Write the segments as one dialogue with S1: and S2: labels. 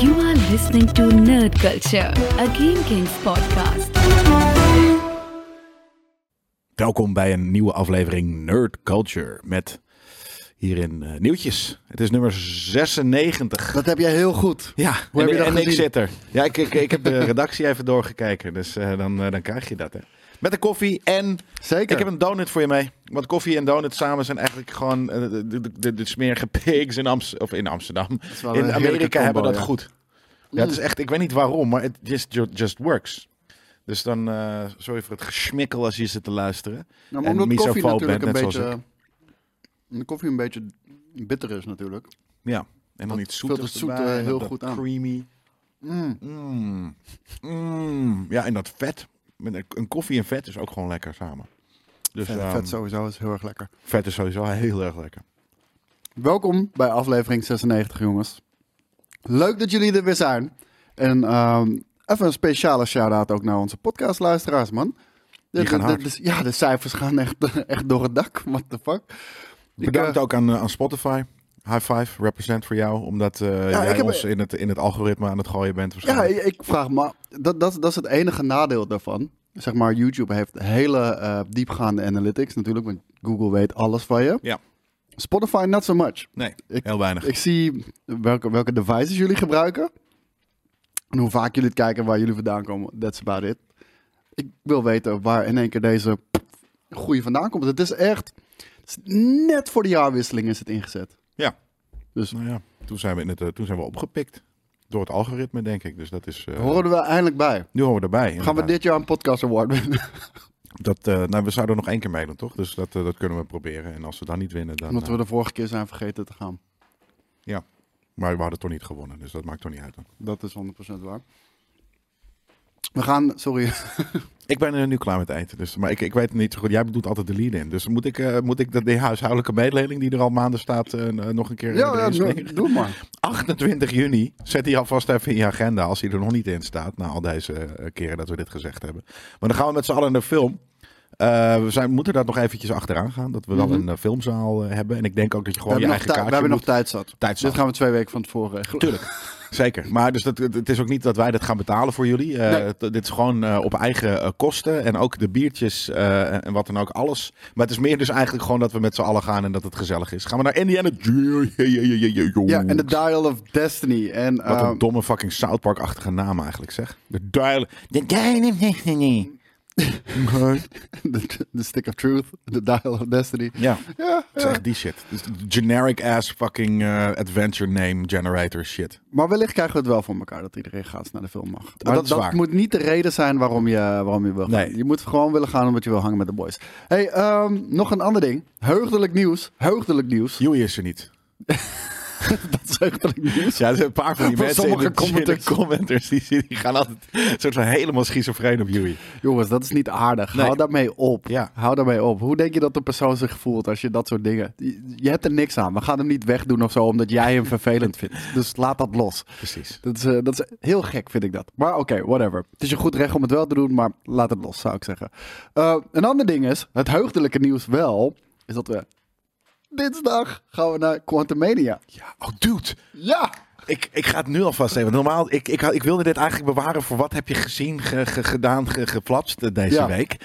S1: You are listening to Nerd Culture, a Game Kings podcast.
S2: Welkom bij een nieuwe aflevering Nerd Culture met hierin eh, nieuwtjes. Het is nummer 96.
S3: Dat heb jij heel goed.
S2: Ja,
S3: Hoe
S2: en,
S3: heb je dat
S2: en ik
S3: gezien?
S2: zit er. Ja, ik, ik, ik heb de redactie even doorgekeken, dus eh, dan, eh, dan krijg je dat. Hè. Met een koffie en
S3: Zeker.
S2: ik heb een donut voor je mee. Want koffie en donut samen zijn eigenlijk gewoon eh, de, de, de, de smerige pigs in, Amst- of in Amsterdam.
S3: is wel een
S2: In
S3: heerlijke
S2: Amerika hebben
S3: combo,
S2: dat
S3: ja.
S2: goed. Ja, het is echt, ik weet niet waarom, maar het just, ju- just works. Dus dan, eh, sorry voor het geschmikkel als je zit te luisteren.
S3: Nou,
S2: En
S3: maar omdat koffie
S2: misofoob
S3: natuurlijk
S2: bent,
S3: een
S2: net zoals
S3: beetje... De koffie een beetje bitter is natuurlijk.
S2: Ja, en dan
S3: Dat
S2: iets
S3: vult
S2: zoeters
S3: het zoete
S2: erbij, en
S3: heel
S2: dat-
S3: goed
S2: dat
S3: aan.
S2: creamy.
S3: Mm.
S2: Mm. Mm. Ja, en dat vet. Met een- Een koffie en vet is ook gewoon lekker samen. Dus
S3: Vet,
S2: ehm,
S3: vet sowieso is heel erg lekker.
S2: vet is sowieso heel erg lekker.
S3: Welkom bij aflevering 96, jongens. Leuk dat jullie er weer zijn. En ehm, even een speciale shout-out ook naar onze podcastluisteraars, man.
S2: Die gaan hard.
S3: is- ja, de cijfers gaan echt, echt door het dak. What the fuck? Ik,
S2: Bedankt
S3: eh,
S2: ook aan, eh, aan Spotify. High five, represent voor jou. Omdat eh, jij
S3: ik heb-
S2: ons in het, in het algoritme aan het gooien bent
S3: Ja,
S2: waarschijnlijk.
S3: ik, ik vraag me... Dat, dat, dat is het enige nadeel daarvan. Zeg maar, YouTube heeft hele eh, diepgaande analytics natuurlijk. Want Google weet alles van je.
S2: Ja.
S3: Spotify not so much.
S2: Nee,
S3: ik-
S2: heel weinig.
S3: Ik zie welke, welke devices jullie gebruiken. En hoe vaak jullie het kijken en waar jullie vandaan komen. That's about it. Ik wil weten waar in één keer deze goede vandaan komt. Het is echt... het is net voor de jaarwisseling is het ingezet.
S2: Ja.
S3: Dus-
S2: nou ja, toen zijn, we in het, eh, toen zijn we opgepikt. Door het algoritme, denk ik. Dus dat is... eh,
S3: Horen we eindelijk bij.
S2: Nu horen we erbij.
S3: Gaan we
S2: inderdaad.
S3: dit jaar een podcast award winnen?
S2: Dat, eh, nou, we zouden nog één keer meedoen, toch? Dus dat, eh, dat kunnen we proberen. En als we dan niet winnen, dan...
S3: Omdat
S2: eh,
S3: we de vorige keer zijn vergeten te gaan.
S2: Maar we hadden toch niet gewonnen, dus dat maakt toch niet uit. Dan.
S3: Dat is 100% waar. We gaan, sorry.
S2: Ik ben eh, nu klaar met eten, dus, maar ik, ik weet het niet zo goed. Jij doet altijd de lead in, dus moet ik, eh, moet ik dat, die huishoudelijke mededeling die er al maanden staat eh, n- eh, nog een keer eh,
S3: Ja,
S2: erin
S3: ja
S2: slingeren?
S3: doe, doe maar.
S2: 28 juni, zet die alvast even in je agenda als die er nog niet in staat. Na al deze eh, keren dat we dit gezegd hebben. Maar dan gaan we met z'n allen naar de film. Eh, we zijn, moeten dat nog eventjes achteraan gaan, dat we dan
S3: Mhm.
S2: een eh, filmzaal eh, hebben. En ik denk ook dat je
S3: We
S2: gewoon je eigen
S3: hebben, nog, tij-
S2: kaartje
S3: we hebben nog
S2: moet...
S3: tijd zat. Dus
S2: tijd
S3: Dit gaan we twee weken van tevoren regelen.
S2: Tuurlijk, zeker. Maar dus dat, het is ook niet dat wij dit gaan betalen voor jullie. Eh,
S3: Nee.
S2: het- Dit is gewoon eh, op eigen eh, kosten. En ook de biertjes eh, en wat dan ook, alles. Maar het is meer dus eigenlijk gewoon dat we met z'n allen gaan en dat het gezellig is. Gaan we naar Indiana Jones.
S3: Ja, en de Dial of Destiny. En,
S2: Wat
S3: ehm,
S2: een domme fucking South Park-achtige naam eigenlijk, zeg. De Dial... De Dial of Destiny.
S3: de, de Stick of Truth, de Dial of Destiny.
S2: Ja, het is echt die shit. Dus generic ass fucking eh, adventure name generator shit.
S3: Maar wellicht krijgen we het wel voor elkaar dat iedereen gaat naar de film mag. Maar
S2: dat is waar.
S3: moet niet de reden zijn waarom je, waarom je wil gaan.
S2: Nee.
S3: Je moet gewoon willen gaan omdat je wil hangen met de boys. hey, ehm, nog een ander ding. Heugdelijk nieuws. Heugdelijk nieuws.
S2: Joey is er niet.
S3: Dat is heugdelijk nieuws.
S2: Ja, er zijn een paar van die
S3: Van
S2: mensen in de,
S3: sommige
S2: commenters,
S3: commenters.
S2: commenters die, die gaan altijd een soort van helemaal schizofreen op Joey.
S3: Jongens, dat is niet aardig.
S2: Nee.
S3: Hou daarmee op.
S2: Ja.
S3: Hou daarmee op. Hoe denk je dat de persoon zich voelt als je dat soort dingen... Je- Je hebt er niks aan. We gaan hem niet wegdoen of zo omdat jij hem vervelend vindt. Dus laat dat los.
S2: Precies.
S3: Dat is, eh, dat is heel gek, vind ik dat. Maar oké, whatever. Het is je goed recht om het wel te doen, maar laat het los, zou ik zeggen. Eh, een ander ding is, het heugdelijke nieuws wel, is dat we... Dinsdag gaan we naar Quantumania.
S2: Ja, oh dude,
S3: Ja!
S2: ik, ik ga het nu alvast even. Normaal, ik, ik, ik wilde dit eigenlijk bewaren voor wat heb je gezien, ge- ge- gedaan, ge, geplapst deze
S3: Ja.
S2: week.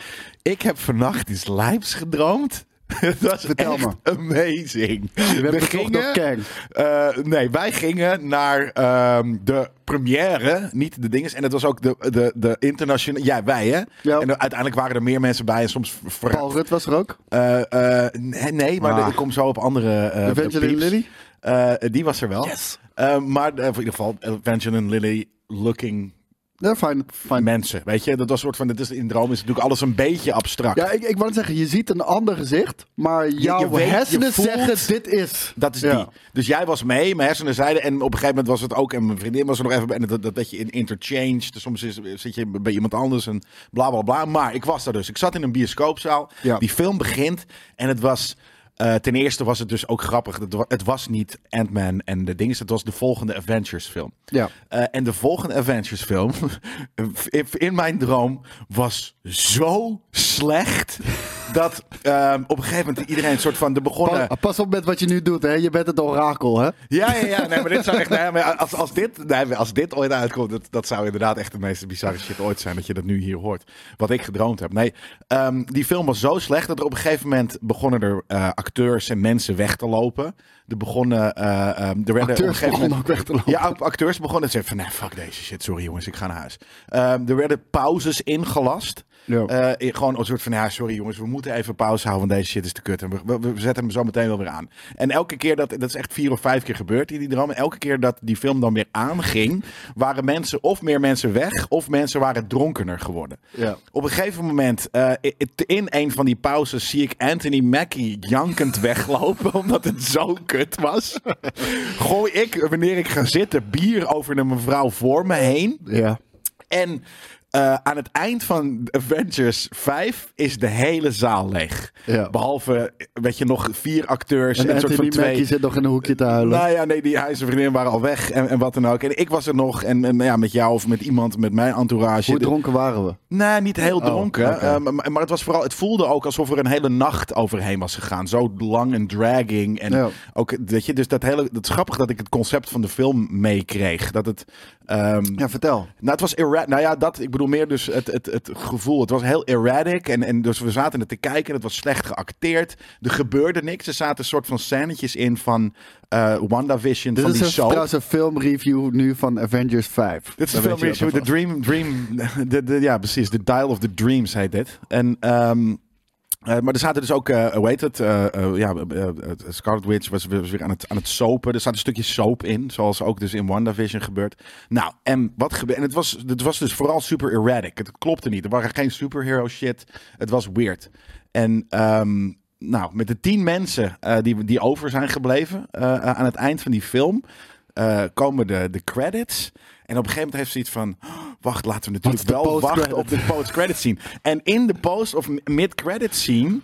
S2: Ik heb vannacht iets lijps gedroomd. Het was
S3: Vertel
S2: echt
S3: me.
S2: amazing.
S3: We hebben toch nog Kang.
S2: Eh, nee, wij gingen naar ehm, de première, niet de dinges. En het was ook de, de, de internationale... Ja, wij hè?
S3: Ja.
S2: En uiteindelijk waren er meer mensen bij en soms ver-
S3: Paul Rudd was er ook.
S2: Eh, eh, nee, nee, maar
S3: Ah.
S2: ik kom zo op andere. eh
S3: Evangeline
S2: pieps.
S3: Lilly?
S2: Eh, die was er wel.
S3: Yes.
S2: Eh, maar eh, voor in ieder geval, Evangeline Lilly looking
S3: Ja, fijn. fijn.
S2: mensen. Weet je, dat was een soort van. Het is, in Droom is natuurlijk alles een beetje abstract.
S3: Ja, ik, ik wou net zeggen, je ziet een ander gezicht, maar jouw
S2: weet, je
S3: hersenen
S2: voelt-
S3: zeggen dit is.
S2: Dat is
S3: Ja.
S2: die. Dus jij was mee, mijn hersenen zeiden. En op een gegeven moment was het ook. En mijn vriendin was er nog even bij. En dat, dat, dat je in interchange. Dus soms is, zit je bij iemand anders en bla bla bla. Maar ik was daar dus. Ik zat in een bioscoopzaal.
S3: Ja.
S2: Die film begint. En het was. eh, ten eerste was het dus ook grappig. Het wa- Het was niet Ant-Man en de dingen. Het was de volgende Avengers film.
S3: Ja.
S2: Eh, en de volgende Avengers film, in mijn droom, was zo slecht dat ehm, op een gegeven moment iedereen een soort van de begonnen...
S3: Pa- pas op met wat je nu doet, hè. Je bent het orakel, hè.
S2: Ja, ja, ja. Nee, maar dit zou echt. Nee, maar als, als, dit, nee, maar als dit ooit uitkomt, dat, dat zou inderdaad echt de meest bizarre shit ooit zijn. Dat je dat nu hier hoort. Wat ik gedroomd heb. Nee, ehm, die film was zo slecht dat er op een gegeven moment begonnen er eh, acteurs en mensen weg te lopen. Er begonnen. eh, ehm, er werden op een
S3: Acteurs
S2: gegeven
S3: begonnen
S2: moment.
S3: ook weg te lopen.
S2: Ja, act- acteurs begonnen te zeggen van, nee, fuck deze shit, sorry jongens, ik ga naar huis. Ehm, er werden pauzes ingelast.
S3: Ja.
S2: Eh, i- gewoon een soort van, ja, sorry jongens, we moeten even pauze houden, want deze shit is te kut. En we, we, we zetten hem zo meteen wel weer aan. En elke keer, dat, dat is echt vier of vijf keer gebeurd in die drama, elke keer dat die film dan weer aanging, waren mensen, of meer mensen weg, of mensen waren dronkener geworden.
S3: Ja.
S2: Op een gegeven moment, eh, i- i- in een van die pauzes, zie ik Anthony Mackie jankend weglopen. omdat het zo kut was. Gooi ik, wanneer ik ga zitten, bier over een mevrouw voor me heen.
S3: Ja.
S2: En eh, aan het eind van Avengers 5 is de hele zaal leeg.
S3: Ja.
S2: Behalve, weet je, nog vier acteurs.
S3: En
S2: en een soort van
S3: Anthony
S2: twee.
S3: Mackie zit nog in een hoekje te huilen.
S2: Nou ja, nee, die hij en zijn vriendin waren al weg en, en wat dan ook. En ik was er nog en, en ja, met jou of met iemand, met mijn entourage.
S3: Hoe
S2: De-
S3: dronken waren we?
S2: Nee, niet heel dronken.
S3: Oh, oké.
S2: eh, maar, maar het was vooral, het voelde ook alsof er een hele nacht overheen was gegaan. Zo lang en dragging. En
S3: Ja.
S2: ook, weet je, dus dat hele, dat is grappig dat ik het concept van de film meekreeg. Dat het, ehm,
S3: Ja, vertel.
S2: nou het was erratic. Nou ja, dat, ik bedoel meer dus het, het, het gevoel. Het was heel erratic en, en dus we zaten het te kijken. en Het was slecht geacteerd. Er gebeurde niks. Er zaten een soort van scènetjes in van eh WandaVision,
S3: Dit
S2: van
S3: is
S2: die
S3: een,
S2: soap.
S3: trouwens een filmreview nu van Avengers 5.
S2: Dit is de
S3: Dan
S2: film
S3: weet je
S2: Reach with the Dream.
S3: dat
S2: dream de, de- ja, precies. The Dial of the Dreams heet dit. En, ehm, eh, maar er zaten dus ook, eh hoe heet het? eh, eh, ja, eh, eh, Scarlet Witch was, was weer aan het, aan het sopen. Er staat een stukje soap in, zoals ook dus in WandaVision gebeurt. Nou, en wat gebeurde? En het was, het was dus vooral super erratic. Het klopte niet. Er waren geen superhero shit. Het was weird. En ehm, nou, met de tien mensen eh, die, die over zijn gebleven eh, aan het eind van die film, eh, komen de, de credits. En op een gegeven moment heeft ze iets van, "Oh, wacht, laten we natuurlijk
S3: Wat is de
S2: wel wachten op
S3: post-credit?"
S2: de post-credit scene. En in de post- of mid-credit scene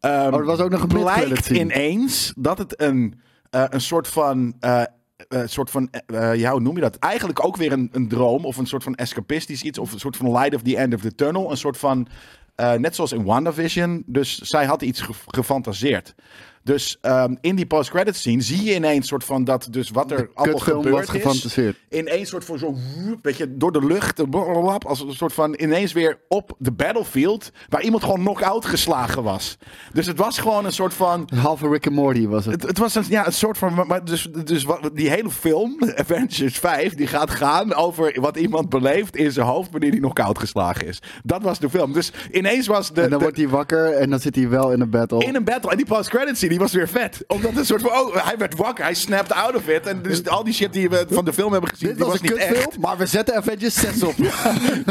S2: ehm,
S3: Oh, er was ook nog een mid-credit
S2: blijkt
S3: scene.
S2: ineens dat het een, eh, een soort van... eh, eh, soort van, eh, eh, ja, hoe noem je dat? Eigenlijk ook weer een, een droom of een soort van escapistisch iets of een soort van light of the end of the tunnel. Een soort van, eh, net zoals in WandaVision, dus zij had iets ge- gefantaseerd. Dus ehm, in die post-credit scene zie je ineens soort van dat dus wat er allemaal
S3: kutfilm
S2: gebeurd
S3: was
S2: is
S3: gefantaseerd.
S2: in één soort van zo, woep, weet je, door de lucht, eh, een blablabla, als een soort van ineens weer op de battlefield, waar iemand gewoon knock-out geslagen was. Dus het was gewoon een soort van,
S3: Een Halve Rick and Morty was het.
S2: het, het was een, ja, een soort van, maar- maar dus, dus wat, die hele film, Avengers 5, die gaat gaan over wat iemand beleeft in zijn hoofd wanneer die knock-out geslagen is. Dat was de film. Dus ineens was de...
S3: en dan
S2: de-
S3: wordt hij wakker en dan zit hij wel in een battle.
S2: in een battle. En die post-credit scene, die was weer vet. Omdat een soort van, oh, hij werd wakker, hij snapped out of it. En dus al die shit die we van de film hebben gezien,
S3: Dit
S2: die
S3: was,
S2: was,
S3: een
S2: niet echt.
S3: kutfilm, maar we zetten Avengers 6 op.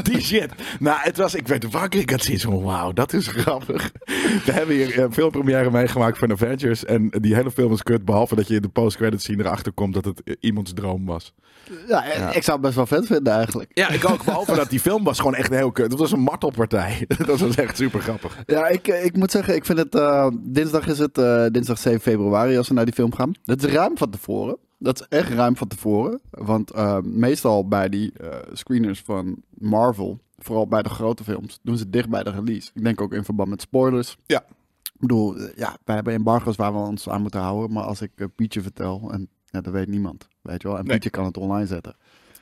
S2: die shit. Nou, het was, ik werd wakker. Ik had zoiets van, wauw, dat is grappig. We hebben hier eh, veel première meegemaakt van Avengers. En die hele film is kut, behalve dat je in de post-credits scene erachter komt dat het eh, iemands droom was.
S3: ja, en Ik zou het best wel vet vinden eigenlijk.
S2: Ja, ik ook. Behalve dat die film was gewoon echt heel kut. Dat was een martelpartij. dat was echt super grappig.
S3: Ja, ik, ik moet zeggen, ik vind het... eh, dinsdag is het, eh, dinsdag 7 februari als we naar die film gaan. Dat is ruim van tevoren. Dat is echt ruim van tevoren. Want eh, meestal bij die eh, screeners van Marvel, vooral bij de grote films, doen ze het dicht bij de release. Ik denk ook in verband met spoilers.
S2: Ja.
S3: Ik bedoel, eh, ja, wij hebben embargo's waar we ons aan moeten houden. Maar als ik eh, Pietje vertel, en ja, dat weet niemand, weet je wel. En
S2: Nee.
S3: Pietje kan het online zetten.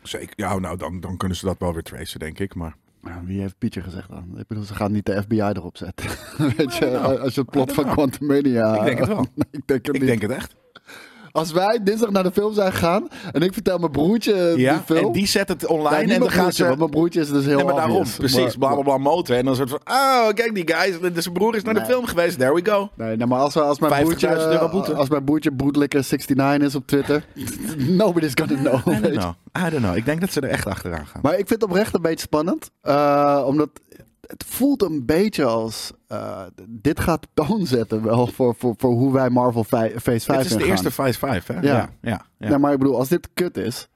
S2: Zeker. Ja, nou, dan, dan kunnen ze dat wel weer tracen, denk ik. Maar
S3: Ja, Wie heeft Pietje gezegd dan? Ik bedoel, ze gaan niet de FBI erop zetten. weet je,
S2: know.
S3: als je het plot
S2: I don't
S3: van
S2: know.
S3: Quantumania...
S2: ik denk het wel.
S3: ik denk het
S2: ik
S3: niet.
S2: denk het echt.
S3: Als wij dinsdag naar de film zijn gegaan en ik vertel mijn broertje eh, die film...
S2: en die zet het
S3: Nee,
S2: online
S3: niet
S2: en dan
S3: mijn
S2: gaan
S3: broertje,
S2: ze...
S3: want mijn broertje is dus heel
S2: Nee, maar daarom,
S3: obvious.
S2: precies.
S3: Maar-
S2: Blablabla motor. En dan soort van, oh, kijk die guys. de- Zijn broer is naar de
S3: Nee.
S2: film geweest. There we go.
S3: Nee, nou, maar als, we- als mijn broertje, eh,
S2: 50.000 euro boete.
S3: als mijn broertje Bootlicker69 is op Twitter, nobody's gonna know.
S2: I
S3: weet
S2: don't
S3: je.
S2: know. nou. I don't know. Ik denk dat ze er echt achteraan gaan.
S3: Maar ik vind het oprecht een beetje spannend. eh, omdat het voelt een beetje als... eh, dit gaat toon zetten wel voor, voor, voor hoe wij Marvel fi- Phase 5
S2: Dit is
S3: in
S2: de
S3: gaan.
S2: eerste Phase 5, hè?
S3: Ja.
S2: ja, ja.
S3: Nee, maar ik bedoel, als dit kut is,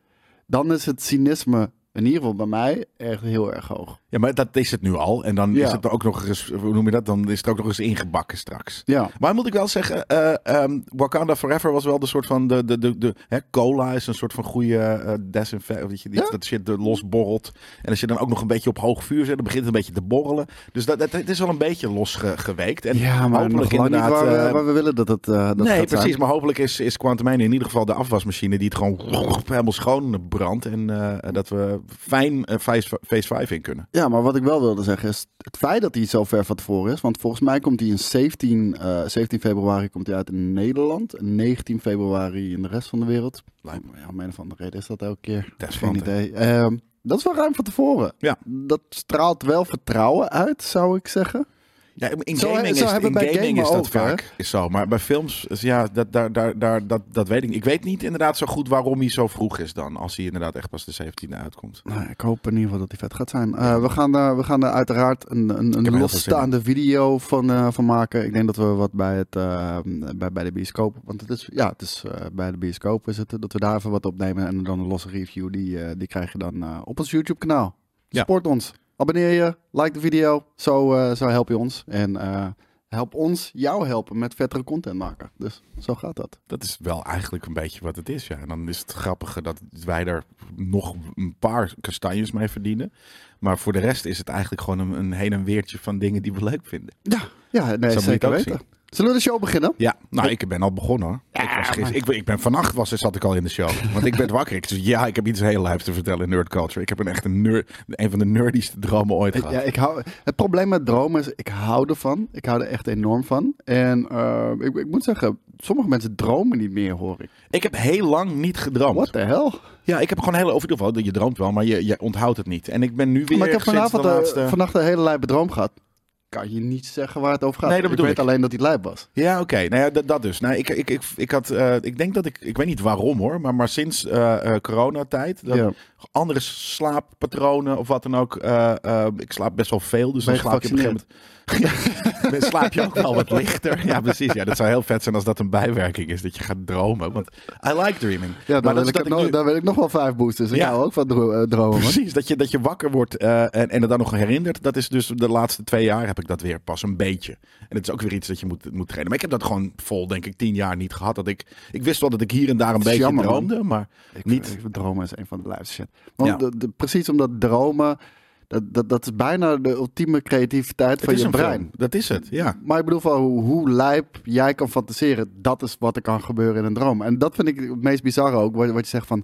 S3: dan is het cynisme In ieder geval bij mij echt heel erg hoog.
S2: Ja, maar dat is het nu al. En dan
S3: Ja.
S2: is het er ook nog eens, hoe noem je dat? Dan is het ook nog eens ingebakken straks.
S3: Ja,
S2: Maar moet ik wel zeggen, eh, ehm, Wakanda Forever was wel de soort van de, de, de, de hè, cola is een soort van goede eh desinfect, weet je, die,
S3: Ja.
S2: dat shit er losborrelt. En als je dan ook nog een beetje op hoog vuur zet, dan begint het een beetje te borrelen. Dus dat, dat, het is wel een beetje losgeweekt. En
S3: ja maar nog
S2: hopelijk
S3: lang niet
S2: inderdaad.
S3: waar, we-
S2: eh,
S3: waar we willen dat het eh, dat
S2: nee,
S3: gaat
S2: precies.
S3: zijn.
S2: Maar hopelijk is, is Quantumijn in ieder geval de afwasmachine die het gewoon helemaal schoon brandt. En eh, dat we fijn eh, phase, phase 5 in kunnen.
S3: Ja, maar wat ik wel wilde zeggen is het feit dat hij zo ver van tevoren is. Want volgens mij komt hij in 17, eh, 17 februari komt hij uit in Nederland. En 19 februari in de rest van de wereld.
S2: Lijkt me.
S3: Ja, om een of andere reden is dat elke keer.
S2: Dat is
S3: Geen
S2: spannend,
S3: idee. Ehm, dat is wel ruim van tevoren.
S2: Ja.
S3: Dat straalt wel vertrouwen uit, zou ik zeggen.
S2: Ja, in
S3: Zo- eh,
S2: gaming,
S3: zo
S2: is,
S3: hebben
S2: in
S3: bij
S2: gaming
S3: gamen
S2: is dat
S3: ook, hè?
S2: vaak is zo. Maar bij films, is- ja, dat, daar, daar, daar, dat, dat weet ik niet. Ik weet niet inderdaad zo goed waarom hij zo vroeg is dan. Als hij inderdaad echt pas de 17e uitkomt.
S3: Nou, ik hoop in ieder geval dat die vet gaat zijn. Eh, we, gaan daar, we gaan daar uiteraard een, een,
S2: heel
S3: een
S2: veel
S3: losstaande video van, eh, van maken. Ik denk dat we wat bij, het, eh, bij, bij de bioscoop. Want het is, ja, het is eh, bij de bioscoop is het, eh, dat we daar even wat opnemen. En dan een losse review. Die, eh, die krijg je dan eh, op ons YouTube kanaal.
S2: Ja.
S3: Support ons. Abonneer je, like de video. Zo, eh, zo help je ons. En eh, help ons jou helpen met vettere content maken. Dus zo gaat dat.
S2: Dat is wel eigenlijk een beetje wat het is. Ja. En dan is het grappige dat wij er nog een paar kastanjes mee verdienen. Maar voor de rest is het eigenlijk gewoon een, een heen en weertje van dingen die we leuk vinden.
S3: Ja, ja
S2: je
S3: nee,
S2: het
S3: zeker
S2: ook
S3: weten. Zullen we de show beginnen?
S2: Ja, nou, ik ben al begonnen hoor. ik, was gisteren, ik, ben- ik ben vannacht was, zat ik al in de show. Want ik ben wakker. Ik, zei, ja, ik heb iets heel lijfs te vertellen in nerd culture. Ik heb een echt een, nerd, een van de nerdieste dromen ooit
S3: Ik-
S2: gehad.
S3: ja, ik hou, het probleem met dromen is, ik hou ervan. Ik hou er echt enorm van. En eh, ik, ik moet zeggen, sommige mensen dromen niet meer, hoor ik.
S2: Ik heb heel lang niet gedroomd.
S3: What the hell?
S2: Ja, ik heb gewoon heel over. Of, je droomt wel, maar je, je onthoudt het niet. En ik ben nu weer.
S3: maar ik heb
S2: sinds
S3: vanavond
S2: de
S3: eh,
S2: laatste.
S3: vannacht een hele lijpe droom gehad. Kan je niet zeggen waar het over gaat.
S2: Nee, dat bedoel
S3: ik weet
S2: ik.
S3: alleen dat hij lijp was.
S2: Ja, oké. Nou ja, dat, dat dus. Nou, ik, ik, ik, ik, had, eh, ik denk dat ik. Ik weet niet waarom hoor. Maar, maar sinds eh, eh, coronatijd. Dat
S3: Ja.
S2: Andere slaappatronen of wat dan ook. eh, eh, ik slaap best wel veel. Dus
S3: Ben
S2: dan
S3: je
S2: slaap je op een gegeven moment. Ja, dan slaap je ook wel wat lichter. Ja, precies. Ja, dat zou heel vet zijn als dat een bijwerking is. Dat je gaat dromen. Want I like dreaming.
S3: Ja, daar,
S2: maar dat
S3: wil
S2: is
S3: ik,
S2: dat
S3: nog,
S2: ik nu-
S3: daar wil ik nog wel vijf boosters. Ik
S2: Ja.
S3: hou ook van dro- eh, dromen. man.
S2: Precies, dat je, dat je wakker wordt eh, en, en het dan nog herinnert. Dat is dus de laatste twee jaar heb ik dat weer pas een beetje. En het is ook weer iets dat je moet, moet trainen. Maar ik heb dat gewoon vol, denk ik, tien jaar niet gehad. Dat ik, ik wist wel dat ik hier en daar een
S3: Het is
S2: beetje
S3: jammer, man.
S2: droomde, maar
S3: Ik, eh,
S2: niet.
S3: ik- dromen is een van de lijpste shit. Want
S2: Ja.
S3: de- de- precies omdat dromen, dat, dat, dat is bijna de ultieme creativiteit
S2: Het
S3: van
S2: is
S3: je
S2: een
S3: brein.
S2: film. Dat is het, ja.
S3: Maar ik bedoel van hoe, hoe lijp jij kan fantaseren, dat is wat er kan gebeuren in een droom. En dat vind ik het meest bizarre ook, wat, wat je zegt van...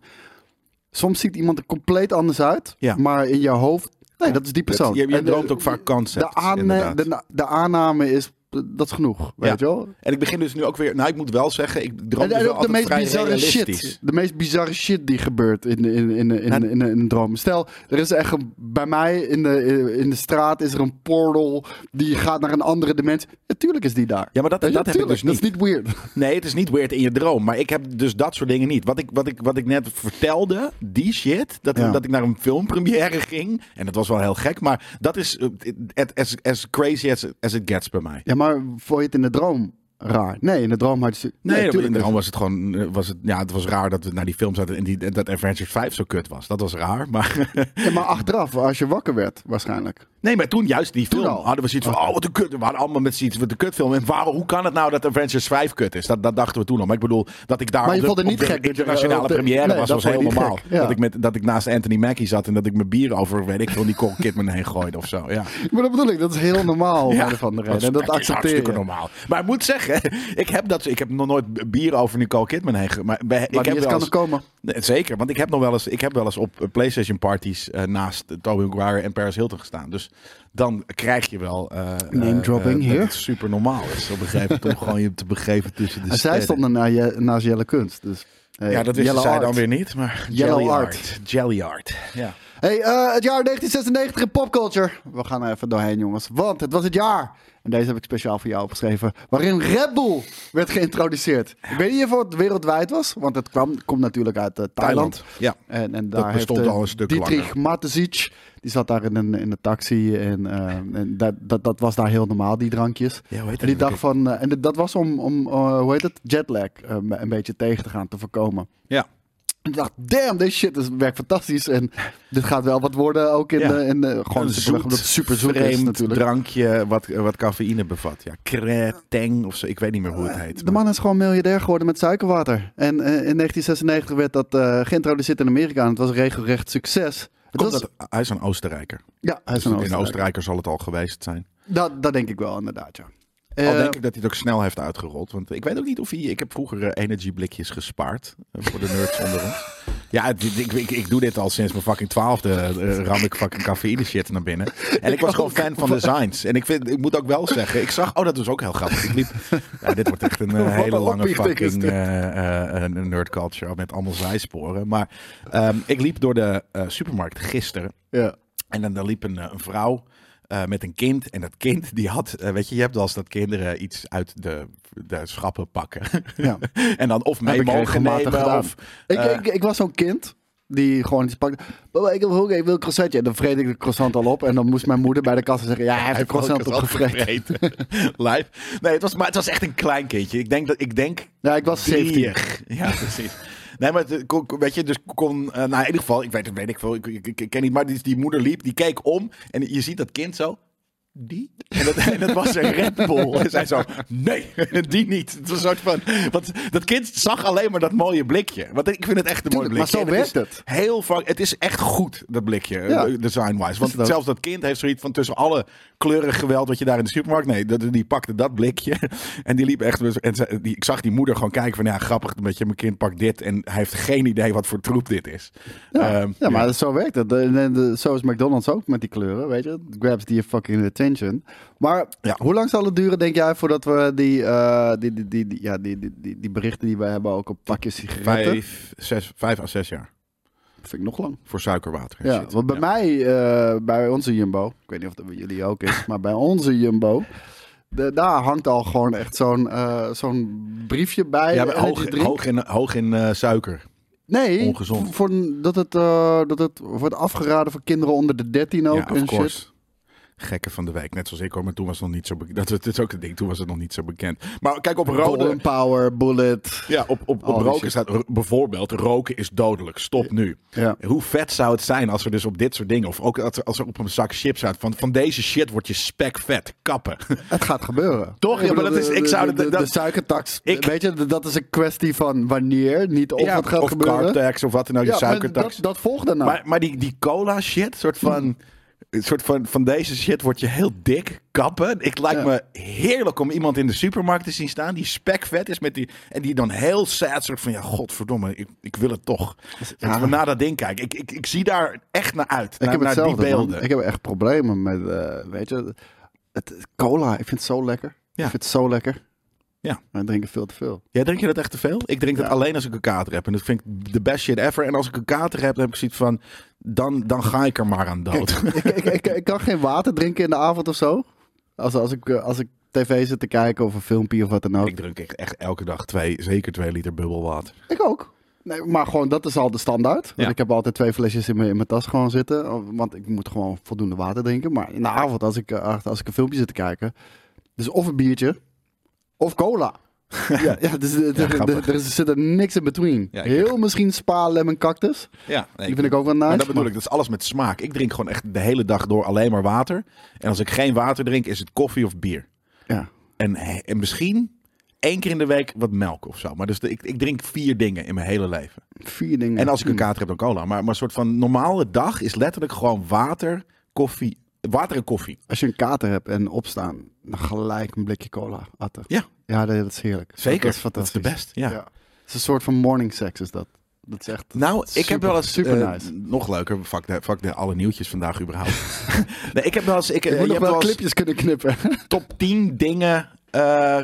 S3: Soms ziet iemand er compleet anders uit,
S2: Ja.
S3: maar in je hoofd... Nee, dat is die persoon.
S2: Het- je je
S3: En de-
S2: droomt ook vaak concepts,
S3: de, aanne,
S2: inderdaad.
S3: de, na- de aanname is, dat is genoeg, weet je wel?
S2: En ik begin dus nu ook weer... Nou, ik moet wel zeggen, ik droom
S3: En,
S2: dus
S3: en
S2: wel
S3: ook de
S2: altijd
S3: meest
S2: vrij
S3: bizarre
S2: realistisch.
S3: shit. De meest bizarre shit die gebeurt in, in, in, in, in, in, in een droom. Stel, er is echt een, bij mij in de, in de straat is er een portal die gaat naar een andere dimensie. Natuurlijk is die daar.
S2: Ja, maar dat-
S3: Weet je,
S2: dat heb ik
S3: tuurlijk,
S2: dus
S3: Dat is niet weird.
S2: Nee, het is niet weird in je droom. Maar ik heb dus dat soort dingen niet. Wat ik, wat ik, wat ik net vertelde, die shit. Dat,
S3: Ja.
S2: dat ik naar een filmpremière ging. En dat was wel heel gek. Maar dat is eh, het- as, as crazy as, as it gets bij mij.
S3: Ja, maar vond je het in de droom raar? Nee, in de droom had je...
S2: Nee, in de
S3: tuurlijk
S2: droom was het gewoon. eh, Was het, ja, het was raar dat we naar die film zaten. En die, dat Avengers 5 zo kut was. Dat was raar. Maar,
S3: niet. Ja, maar achteraf, als je wakker werd, waarschijnlijk.
S2: nee, maar toen juist die
S3: Toen
S2: film.
S3: al.
S2: hadden we zoiets van. Oh, wat een kut. We hadden allemaal met zoiets. Wat een kutfilm. En waarom, hoe kan het nou dat Avengers 5 kut is? Dat, dat dachten we toen al. Maar ik bedoel, dat ik daar.
S3: Maar je
S2: op de-
S3: vond het
S2: op
S3: niet
S2: de
S3: gek dat je-
S2: internationale
S3: op de-
S2: première
S3: nee,
S2: was.
S3: dat
S2: was
S3: vond
S2: heel
S3: je niet
S2: normaal.
S3: gek, ja.
S2: Dat, ik met, dat ik naast Anthony Mackie zat. En dat ik mijn bier over. Weet ik veel. Die Nicole Kidman heen gooide of zo. Ja.
S3: Maar dat bedoel ik, dat is heel normaal. om een of andere
S2: dat is-
S3: reden. En
S2: is
S3: dat accepteer
S2: hartstikke
S3: je.
S2: normaal. Maar ik moet zeggen, ik heb, dat, ik heb nog nooit bier over Nicole Kidman heen. ge- Maar, bij-
S3: Maar
S2: ik heb
S3: die
S2: wel
S3: kan
S2: eens-
S3: er komen.
S2: Nee, zeker, want ik heb nog wel eens, ik heb wel eens op eh, PlayStation parties eh, naast Toby Maguire en Paris Hilton gestaan. Dus dan krijg je wel eh,
S3: Name
S2: eh,
S3: dropping
S2: eh,
S3: hier.
S2: dat het super normaal is. Op een gegeven moment om gewoon je te begeven tussen de
S3: En zij
S2: sterren.
S3: stonden na je, naast Jelle Kunst. Dus, hey,
S2: Ja, dat wisten
S3: Jelle
S2: zij
S3: Art.
S2: dan weer niet, maar
S3: Yellow
S2: Jelly
S3: Art.
S2: Art. Jelly Art. Ja.
S3: Hey, eh, het jaar 1996 in popculture. We gaan er even doorheen, jongens. Want het was het jaar. En deze heb ik speciaal voor jou opgeschreven. Waarin Red Bull werd geïntroduceerd. Ik weet niet of het wereldwijd was. Want het kwam, komt natuurlijk uit eh, Thailand.
S2: Thailand, ja.
S3: En, en daar
S2: bestond
S3: heeft, eh,
S2: al een stuk
S3: Dietrich
S2: langer.
S3: Matezic. Die zat daar in een, in een taxi. En, eh, en dat, dat, dat was daar heel normaal, die drankjes.
S2: Ja, hoe heet
S3: en die
S2: dat
S3: dacht
S2: ook?
S3: van. eh, en dat was om, om eh, hoe heet het? Jetlag eh, een beetje tegen te gaan, te voorkomen.
S2: ja.
S3: Ik dacht, damn, deze shit is, werkt fantastisch. En dit gaat wel wat worden ook in,
S2: Ja.
S3: de, in de, gewoon
S2: Een
S3: superweg, omdat het super zoet
S2: vreemd
S3: is natuurlijk.
S2: drankje wat, eh, wat cafeïne bevat. Ja, kreteng of zo. Ik weet niet meer hoe het heet.
S3: De man is gewoon miljardair geworden met suikerwater. En eh, in 1996 werd dat eh, geïntroduceerd in Amerika en het was regelrecht succes. Het
S2: Komt
S3: was-
S2: dat, hij is een Oostenrijker.
S3: ja, hij
S2: Dus
S3: is een
S2: In
S3: Oostenrijker.
S2: Oostenrijker zal het al geweest zijn.
S3: Dat, dat denk ik wel, inderdaad, ja.
S2: Al
S3: Eh,
S2: Oh, denk ik dat hij het ook snel heeft uitgerold. Want ik weet ook niet of hij... Ik heb vroeger eh, energieblikjes gespaard. eh, voor de nerds onder ons. Ja, dit- ik, ik, ik doe dit al sinds mijn fucking twaalfde. eh, ram ik fucking cafeïne shit naar binnen. En ik was gewoon fan van designs. En ik, vind, ik moet ook wel zeggen... Ik zag... Oh, dat was ook heel grappig. Ik liep... Ja, dit wordt echt een eh,
S3: Wat een
S2: hele lange
S3: opbiecht is
S2: fucking
S3: dit.
S2: eh, eh, een nerd culture. Met allemaal zijsporen. Maar ehm, ik liep door de eh, supermarkt gisteren.
S3: ja.
S2: En dan, dan liep een, eh, een vrouw eh, met een kind. En dat kind, die had, eh, weet je, je hebt wel eens dat kinderen iets uit de, de schappen pakken.
S3: Ja.
S2: en dan of mee
S3: ik
S2: mogen
S3: regelmatig
S2: nemen.
S3: gedaan.
S2: Of,
S3: Ik,
S2: eh,
S3: ik, ik was zo'n kind die gewoon iets pakte. Papa, ik wil honger, ik wil een croissantje. En dan vreet ik de croissant al op. En dan moest mijn moeder bij de kassa zeggen, ja, hij heeft een croissant
S2: heeft wel
S3: opgevreten.
S2: gevreten. Live. Nee, het was, maar het was echt een klein kindje. Ik denk dat ik denk
S3: Ja, ik was 17.
S2: drieërig. Ja, precies. Nee, maar het kon- kon- weet je, dus kon, eh, nou in ieder geval, ik weet het, weet ik veel, ik, ik, ik ken niet, maar die, die moeder liep, die keek om en je ziet dat kind zo, die? En dat, en dat was een Red Bull. En zij zo, nee, die niet. Het was een soort van, want dat kind zag alleen maar dat mooie blikje. Want ik vind het echt een mooi
S3: Tuurlijk, maar
S2: blikje.
S3: zo
S2: En het
S3: werkt
S2: is Heel vaak, het is echt goed, dat blikje,
S3: Ja.
S2: eh, design-wise. Want
S3: het ook.
S2: zelfs dat kind heeft zoiets van tussen alle kleuren geweld wat je daar in de supermarkt. Nee, dat, die pakte dat blikje. En die liep echt. dus- En ze- die, ik zag die moeder gewoon kijken van ja, grappig dat je mijn kind pakt dit. En hij heeft geen idee wat voor troep dit is.
S3: Ja,
S2: Ehm,
S3: ja, maar zo werkt het. De- de- de- zo is McDonald's ook met die kleuren, weet je. It grabs die fucking attention. Maar
S2: Ja.
S3: hoe lang zal het duren, denk jij, voordat we die, eh, die, die, die, die- ja, die, die, die, die berichten die wij hebben ook op pakjes sigaretten...
S2: Vijf, zes, vijf à zes jaar
S3: Vind ik nog lang.
S2: voor suikerwater. en
S3: Ja,
S2: shit.
S3: want bij
S2: Ja.
S3: mij, eh, bij onze Jumbo, ik weet niet of dat bij jullie ook is, maar bij onze Jumbo, de, daar hangt al gewoon echt zo'n eh, zo'n briefje bij.
S2: Ja, maar
S3: energy
S2: hoog,
S3: drink.
S2: hoog in, hoog in eh, suiker.
S3: nee,
S2: ongezond.
S3: Voor, dat, het, eh, dat het wordt afgeraden voor kinderen onder de 13 ook
S2: ja, of
S3: en
S2: course.
S3: shit.
S2: Gekken van de week, net zoals ik hoor, maar toen was het nog niet zo bekend. Dat, dat is ook het ding, toen was het nog niet zo bekend. Maar kijk, op rode,
S3: Golden Power, Bullet.
S2: Ja, op, op, op
S3: Oh, die
S2: roken
S3: shit.
S2: staat r- bijvoorbeeld: roken is dodelijk, stop nu.
S3: Ja.
S2: Hoe vet zou het zijn als er dus op dit soort dingen, of ook als er, als er op een zak chips staat: van, van deze shit word je spekvet, kappen.
S3: Het gaat gebeuren.
S2: Toch? Ja, maar dat is-
S3: de-
S2: ik zou
S3: de,
S2: dat-
S3: de,
S2: dat-
S3: de suikertax.
S2: Ik-
S3: Weet je, dat is een kwestie van wanneer, niet of het gaat
S2: of
S3: gebeuren.
S2: carb tax of wat dan ook,
S3: ja,
S2: je
S3: maar
S2: suikertax.
S3: dat, dat volgt daarna.
S2: Maar, maar die, die cola shit, soort van. Een soort van, van deze shit word je heel dik kappen. Ik lijkt
S3: Ja.
S2: me heerlijk om iemand in de supermarkt te zien staan die spekvet is met die en die dan heel sad soort van ja godverdomme ik, ik wil het toch. Laten we naar dat ding kijken. Ik, ik, ik zie daar echt naar uit.
S3: Ik
S2: naar,
S3: heb
S2: naar die
S3: hetzelfde. man.
S2: beelden.
S3: Ik heb echt problemen met, eh, weet je, het, cola. Ik vind het zo lekker.
S2: Ja.
S3: Ik vind het zo lekker.
S2: Ja.
S3: Wij drinken veel te veel.
S2: Jij drink je dat echt te veel? Ik drink dat
S3: Ja.
S2: alleen als ik een kater heb en dat vind ik de best shit ever. En als ik een kater heb, dan heb ik zoiets van dan, dan ga ik er maar aan dood.
S3: ik, ik, ik, ik kan geen water drinken in de avond of zo. Als, als, ik, eh, als ik tv zit te kijken of een filmpje of wat dan ook.
S2: ik drink echt, echt elke dag twee, zeker twee liter bubbelwater.
S3: Ik ook. Nee, maar gewoon, dat is al de standaard. Want
S2: Ja.
S3: ik heb altijd twee flesjes in mijn, in mijn tas gewoon zitten. Want ik moet gewoon voldoende water drinken. Maar in de avond, als ik, eh, als ik een filmpje zit te kijken. Dus of een biertje, of cola. ja, ja, dus, eh, er- er,
S2: grappig.
S3: er zit er niks in between.
S2: Ja, ik-
S3: Heel misschien spa, lemon, cactus.
S2: Ja, nee,
S3: Die vind ik ook wel nice.
S2: Maar dat bedoel ik, dat is alles met smaak. Ik drink gewoon echt de hele dag door alleen maar water. En als ik geen water drink, is het koffie of bier.
S3: Ja.
S2: En, he- en misschien één keer in de week wat melk of zo. Maar dus de- ik, ik drink vier dingen in mijn hele leven.
S3: Vier dingen.
S2: En als ik een kater heb, dan cola. Maar, maar een soort van normale dag is letterlijk gewoon water, koffie. Water en koffie.
S3: Als je een kater hebt en opstaan, dan gelijk een blikje cola atten.
S2: Ja.
S3: Ja, dat, dat is heerlijk.
S2: Zeker.
S3: Dat is fantastisch.
S2: de best. Ja.
S3: Ja. Het is een soort van morning sex is dat. Dat is echt...
S2: Nou, ik heb
S3: super-
S2: wel eens.
S3: super
S2: eh,
S3: nice.
S2: Nog leuker. Fuck, de, fuck de, alle nieuwtjes vandaag, überhaupt. nee, ik heb wel eens. Ik, eh,
S3: Je moet
S2: je
S3: nog
S2: hebt
S3: wel
S2: wel eens-
S3: clipjes kunnen knippen.
S2: top 10 dingen. eh,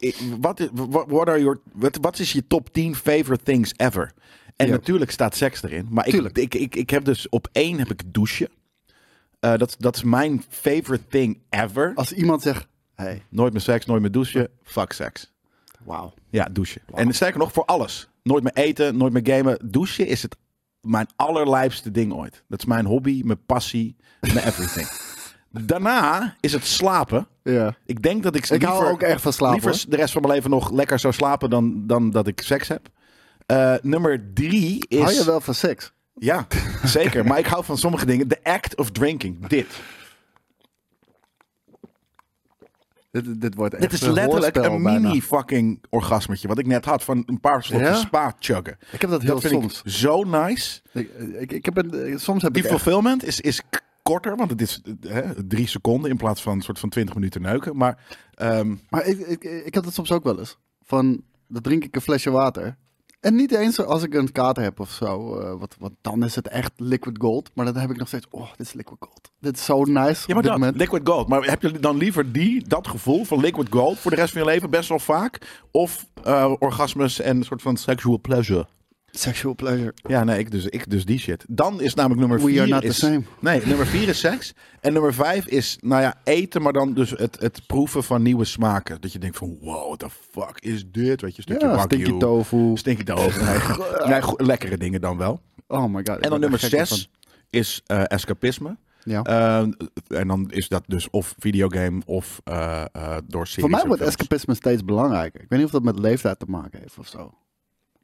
S2: i- wat, i- wa- what are your, wat, wat is je top 10 favorite things ever? En
S3: Ja.
S2: natuurlijk staat seks erin. Maar ik,
S3: Tuurlijk.
S2: ik, ik, ik heb dus op één heb ik douchen. Eh, dat, dat is mijn favorite thing ever.
S3: Als iemand zegt, hey,
S2: Nooit meer seks, nooit meer douchen. Fuck seks.
S3: wauw.
S2: Ja, douchen. En sterker nog, voor alles. Nooit meer eten, nooit meer gamen. Douchen is het mijn allerlijpste ding ooit. Dat is mijn hobby, mijn passie, mijn everything. Daarna is het slapen.
S3: Ja.
S2: Ik denk dat ik
S3: Ik hou ook echt van slapen,
S2: liever de rest van mijn leven nog lekker zou slapen dan, dan dat ik seks heb. Eh, nummer drie is...
S3: Hou je wel van seks?
S2: Ja, zeker. maar ik hou van sommige dingen. The act of drinking. Dit.
S3: Dit, dit wordt echt
S2: Dit is
S3: een
S2: letterlijk
S3: hoorspel
S2: een
S3: bijna.
S2: mini-fucking orgasmetje. Wat ik net had van een paar slokjes
S3: Ja?
S2: spa chuggen.
S3: Ik heb dat heel
S2: Dat vind
S3: soms.
S2: ik zo nice.
S3: Ik, eh, ik, ik heb een, soms heb
S2: Die
S3: ik echt-
S2: fulfillment is, is k- korter, want het is eh, hè, drie seconden in plaats van een soort van 20 minuten neuken. Maar ehm,
S3: Maar ik, ik, ik heb dat soms ook wel eens. Van, dan drink ik een flesje water. En niet eens als ik een kater heb of zo. eh, wat, wat, dan is het echt liquid gold. Maar dan heb ik nog steeds, oh, dit is liquid gold. Dit is zo nice
S2: ja, maar
S3: op dit
S2: dat,
S3: moment.
S2: liquid gold. Maar heb je dan liever die, dat gevoel van liquid gold voor de rest van je leven best wel vaak? Of eh, orgasmes en een soort van sexual pleasure?
S3: Sexual pleasure.
S2: Ja, nee, ik dus, ik dus die shit. Dan is namelijk nummer
S3: We
S2: vier...
S3: are not the
S2: is,
S3: same.
S2: Nee, nummer vier is seks. En nummer vijf is, nou ja, eten, maar dan dus het, het proeven van nieuwe smaken. Dat je denkt van, wow, what the fuck is dit? Weet je, een stukje
S3: Ja,
S2: wagyu.
S3: stinky tofu.
S2: Stinky tofu. Nee, go- nee, go- lekkere dingen dan wel.
S3: Oh my god. ik ben
S2: En
S3: er
S2: dan nummer
S3: gek
S2: zes
S3: van.
S2: is eh, escapisme.
S3: Ja.
S2: Eh, en dan is dat dus of videogame of eh, eh, door series.
S3: Voor mij
S2: of
S3: wordt
S2: films.
S3: escapisme steeds belangrijker. Ik weet niet of dat met leeftijd te maken heeft of zo.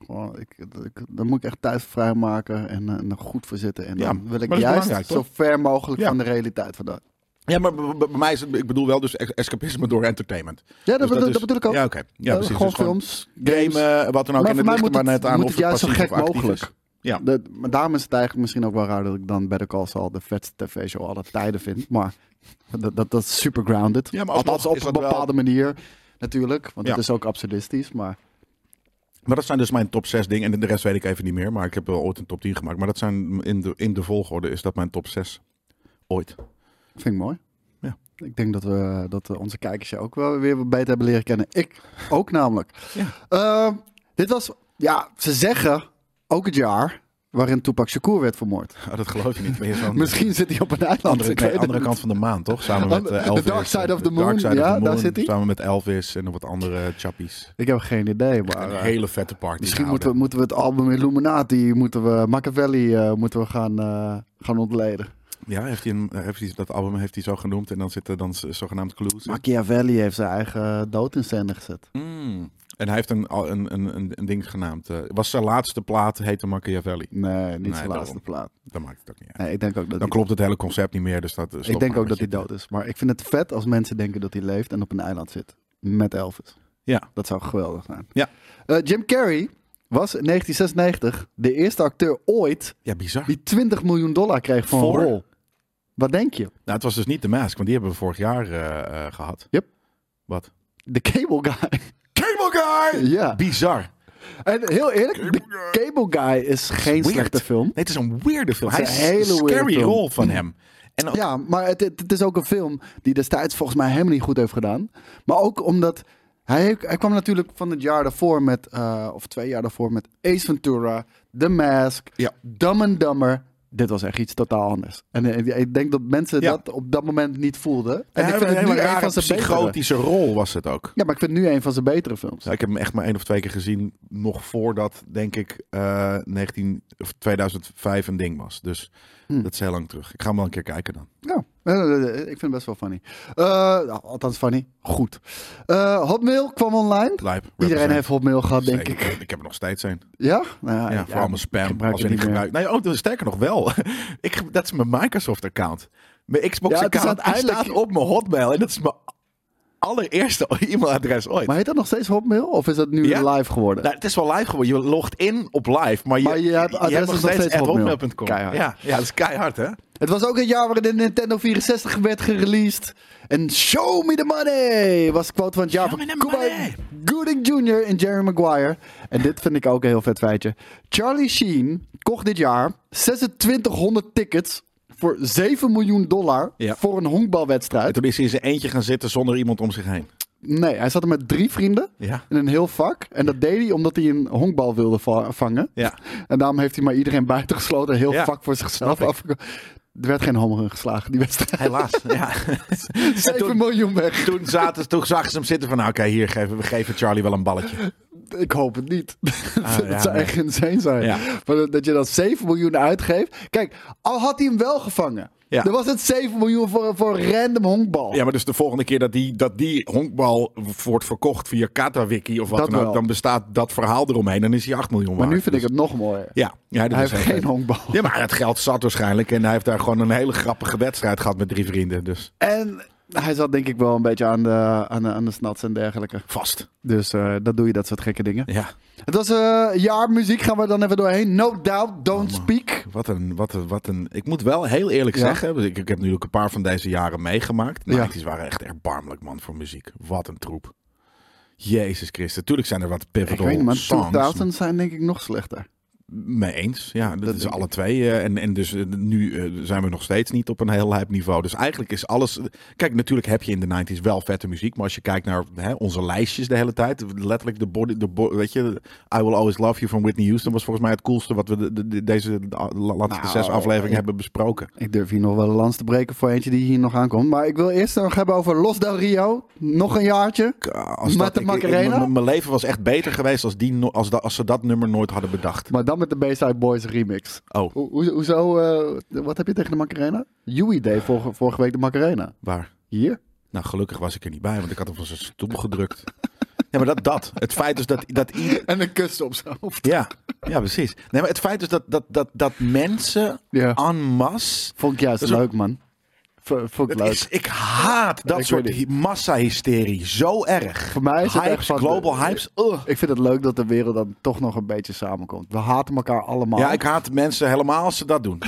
S3: Gewoon, ik, ik- dan moet ik echt tijd vrijmaken en, eh, en er goed voor zitten. En
S2: Ja,
S3: dan
S2: maar
S3: wil ik
S2: dat is
S3: juist
S2: belangrijk,
S3: zo
S2: toch?
S3: ver mogelijk
S2: Ja.
S3: van de realiteit vandaan.
S2: Ja, maar b- b- bij mij is het, ik bedoel wel dus es- escapisme door entertainment.
S3: Ja, dat,
S2: Dus
S3: bedoel,
S2: is-
S3: dat bedoel ik ook.
S2: Ja, oké. Ja,
S3: Eh,
S2: precies.
S3: Gewoon
S2: Dus gewoon-
S3: films, games.
S2: game, Eh, wat dan ook.
S3: Maar
S2: en
S3: voor
S2: het
S3: mij
S2: ligt er
S3: moet
S2: maar
S3: het-
S2: net aan
S3: moet
S2: of
S3: het juist zo
S2: passief
S3: gek
S2: of actief
S3: mogelijk.
S2: is. Ja.
S3: De- maar daarom is het eigenlijk misschien ook wel raar dat ik dan Better Call Saul de vetste tv-show aller tijden vind. Maar dat, dat, dat is super grounded.
S2: Ja, maar alsnog
S3: Althans op
S2: is
S3: een
S2: dat wel-
S3: bepaalde manier natuurlijk. Want
S2: Ja.
S3: het is ook absurdistisch. Maar
S2: Maar dat zijn dus mijn top 6 dingen. En de rest weet ik even niet meer. Maar ik heb wel ooit een top 10 gemaakt. Maar dat zijn in de, in de volgorde is dat mijn top 6. Ooit.
S3: vind ik mooi.
S2: Ja.
S3: Ik denk dat, we, dat we onze kijkers je ook wel weer wat beter hebben leren kennen. Ik ook namelijk.
S2: Ja.
S3: Eh, dit was, ja, ze zeggen ook het jaar waarin Tupac Shakur werd vermoord.
S2: Ah, dat geloof je niet meer. Zo'n
S3: Misschien zit hij op een eiland.
S2: andere,
S3: ik
S2: nee,
S3: weet het
S2: andere
S3: niet.
S2: kant van de maan, toch? Samen met
S3: Ander-
S2: eh,
S3: The
S2: Elvis.
S3: Dark Side of the
S2: The
S3: Moon,
S2: Dark Side of
S3: ja,
S2: the
S3: daar zit hij.
S2: Samen met Elvis en nog wat andere chappies.
S3: Ik heb geen idee, maar...
S2: Een
S3: eh,
S2: hele vette party.
S3: Misschien
S2: houden.
S3: moeten we, moeten we het album Illuminati, moeten we Machiavelli eh, moeten we gaan, eh, gaan ontleden.
S2: Ja, heeft hij, een, heeft hij, dat album heeft hij zo genoemd. En dan zitten dan z- zogenaamd clues. in.
S3: Machiavelli heeft zijn eigen dood in scène gezet.
S2: Mm. En hij heeft een, al- een, een, een, een ding genaamd. eh, was zijn laatste plaat, heette Machiavelli.
S3: Nee, niet
S2: Nee,
S3: zijn
S2: daarom.
S3: laatste plaat.
S2: Dan maakt het ook niet uit.
S3: Nee, ik denk ook dat
S2: Dan
S3: hij,
S2: klopt het hele concept niet meer. Dus dat, eh, stop
S3: ik denk
S2: maar
S3: ook dat hij
S2: met je-
S3: dood is. Maar ik vind het vet als mensen denken dat hij leeft en op een eiland zit. Met Elvis.
S2: Ja.
S3: Dat zou geweldig zijn.
S2: Ja.
S3: Eh, Jim Carrey was in 1996 de eerste acteur ooit
S2: Ja, bizar.
S3: die 20 miljoen dollar kreeg voor,
S2: Voor?
S3: een rol. Wat denk je?
S2: Nou, het was dus niet de Mask, want die hebben we vorig jaar eh, eh, gehad.
S3: Yep.
S2: Wat?
S3: De Cable Guy.
S2: Cable Guy!
S3: ja.
S2: Bizar.
S3: En heel eerlijk, The Cable Guy is geen
S2: Weird.
S3: slechte film.
S2: Nee, het is een weirde film. Hij
S3: Het
S2: is
S3: is een
S2: een
S3: hele weirde
S2: scary
S3: film.
S2: rol van hem. En ook-
S3: Oh. Ja, maar het, het, het is ook een film die destijds volgens mij helemaal niet goed heeft gedaan. Maar ook omdat hij, hij kwam natuurlijk van het jaar daarvoor met, eh, of twee jaar daarvoor met Ace Ventura, The Mask,
S2: Ja.
S3: Dumb and Dumber. Dit was echt iets totaal anders. En eh, ik denk dat mensen
S2: Ja.
S3: dat op dat moment niet voelden. En
S2: hij
S3: ik
S2: heeft
S3: vind
S2: een
S3: het nu
S2: hele
S3: een
S2: rare
S3: van zijn betere.
S2: psychotische rol was het ook.
S3: Ja, maar ik vind het nu een van zijn betere films.
S2: Ja, ik heb hem echt maar één of twee keer gezien, nog voordat, denk ik, eh 19, of 2005 een ding was. Dus
S3: Hm.
S2: dat is heel lang terug. Ik ga hem wel een keer kijken dan.
S3: Ja, eh, ik vind het best wel funny. Eh, nou, althans funny, goed. Eh, Hotmail kwam online.
S2: Lijp,
S3: Iedereen
S2: represent.
S3: heeft Hotmail gehad, denk
S2: Zeker.
S3: ik.
S2: Ik heb er nog steeds een.
S3: Ja? Nou,
S2: Ja, voor allemaal spam.
S3: gebruik
S2: Als
S3: het
S2: ik
S3: niet meer.
S2: gebruik. Nee, oh, dus sterker nog wel. ik, ge- dat is mijn Microsoft-account. Mijn
S3: Ja, het is
S2: Xbox-account hij
S3: uiteindelijk-
S2: staat op mijn Hotmail. En dat is mijn allereerste e-mailadres ooit.
S3: Maar heet dat nog steeds Hotmail? Of is dat nu
S2: Ja?
S3: live geworden?
S2: Nou, het is wel live geworden. Je logt in op live, maar je,
S3: Maar je hebt- adres is nog steeds
S2: at
S3: Hotmail.
S2: hotmail.com.
S3: Keihard.
S2: Ja, ja, dat is keihard, hè?
S3: Het was ook het jaar waarin de Nintendo 64 werd gereleased. En show me the money was de quote van het jaar
S2: Show me
S3: van
S2: the
S3: Cuba
S2: money.
S3: Gooding Jr. en Jerry Maguire. En dit vind ik ook een heel vet feitje. Charlie Sheen kocht dit jaar 2600 tickets voor 7 miljoen dollar
S2: Ja.
S3: voor een honkbalwedstrijd.
S2: En toen is hij in zijn eentje gaan zitten zonder iemand om zich heen.
S3: Nee, hij zat er met drie vrienden
S2: Ja.
S3: in een heel vak. En dat deed hij omdat hij een honkbal wilde va- vangen.
S2: Ja.
S3: En daarom heeft hij maar iedereen buitengesloten. Een heel
S2: Ja,
S3: vak voor zichzelf
S2: snap ik.
S3: afgekomen. Er werd geen homo geslagen, die wedstrijd.
S2: Helaas, ja.
S3: 7
S2: toen-
S3: miljoen weg.
S2: Toen, zaten, toen zagen ze hem zitten van, nou, oké, hier, geven, we geven Charlie wel een balletje.
S3: Ik hoop het niet. dat
S2: Ah, ja,
S3: zou
S2: nee.
S3: echt insane zijn.
S2: Ja.
S3: Maar dat- dat je dat 7 miljoen uitgeeft. Kijk, al had hij hem wel gevangen.
S2: Ja.
S3: Dan was het 7 miljoen voor, voor een random honkbal.
S2: Ja, maar dus de volgende keer dat die, dat die honkbal wordt verkocht via Katawiki of wat
S3: Dat
S2: dan ook,
S3: wel.
S2: dan bestaat dat verhaal eromheen. Dan is hij 8 miljoen
S3: maar
S2: waard.
S3: nu vind ik
S2: Dus-
S3: het nog mooier.
S2: Ja, ja dat
S3: Hij
S2: is
S3: heeft
S2: heel
S3: geen
S2: vet.
S3: honkbal.
S2: Ja, maar het geld zat waarschijnlijk. En hij heeft daar gewoon een hele grappige wedstrijd gehad met drie vrienden. Dus
S3: En hij zat denk ik wel een beetje aan de, aan de, aan de snats en dergelijke.
S2: vast.
S3: Dus eh dat doe je, dat soort gekke dingen.
S2: Ja,
S3: Het was eh jaar muziek, gaan we dan even doorheen. No Doubt,
S2: Oh,
S3: Don't Speak.
S2: wat een, wat een, wat een. Ik moet wel heel eerlijk
S3: Ja.
S2: zeggen. want Ik, ik heb nu ook een paar van deze jaren meegemaakt. De
S3: Ja.
S2: 90's waren echt erbarmelijk, man, voor muziek. Wat een troep. Jezus Christus. Tuurlijk zijn er wat
S3: Ik
S2: pivotal
S3: weet niet, maar
S2: songs.
S3: 2000 zijn denk ik nog slechter.
S2: Mee eens. Ja, dat,
S3: Dat
S2: is
S3: denk
S2: alle twee. eh, en, en dus eh, nu eh, zijn we nog steeds niet op een heel hype niveau. Dus eigenlijk is alles. Kijk, natuurlijk heb je in de 90s wel vette muziek. Maar als je kijkt naar hè, onze lijstjes de hele tijd. Letterlijk de body. De bo- weet je, I Will Always Love You van Whitney Houston was volgens mij het coolste wat we de, de- de- deze de- de laatste
S3: Nou,
S2: zes afleveringen
S3: ik-
S2: hebben besproken.
S3: Ik durf hier nog wel een lans te breken voor eentje die hier nog aankomt. Maar ik wil eerst nog hebben over Los Del Rio. Nog een jaartje.
S2: Eh, Als
S3: Met de
S2: ik- ik-
S3: Macarena?
S2: m- m- Mijn leven was echt beter geweest als, die, no- als, dat als ze dat nummer nooit hadden bedacht.
S3: Maar dan met de Bayside Boys remix.
S2: Oh,
S3: Ho- ho- hoezo, eh, wat heb je tegen de Macarena? Yui deed vorige, vorige week de Macarena.
S2: waar?
S3: Hier?
S2: Nou, gelukkig was ik er niet bij, want ik had hem van zijn stoel gedrukt. Ja, maar dat, dat. Het feit is dat, dat ieder-
S3: En een kus op zijn hoofd.
S2: Ja, ja precies. Nee, maar het feit is dat, dat, dat, dat mensen
S3: Ja.
S2: en masse...
S3: Vond ik juist
S2: Dat is
S3: leuk, man. V- vond ik
S2: Dus Het
S3: leuk.
S2: is, ik haat dat
S3: Ik
S2: soort
S3: weet
S2: hy- massa-hysterie. Zo erg.
S3: Voor mij is het
S2: hypes,
S3: echt van de-
S2: global hypes. ugh.
S3: Ik vind het leuk dat de wereld dan toch nog een beetje samenkomt. We haten elkaar allemaal.
S2: Ja, ik haat mensen helemaal als ze dat doen.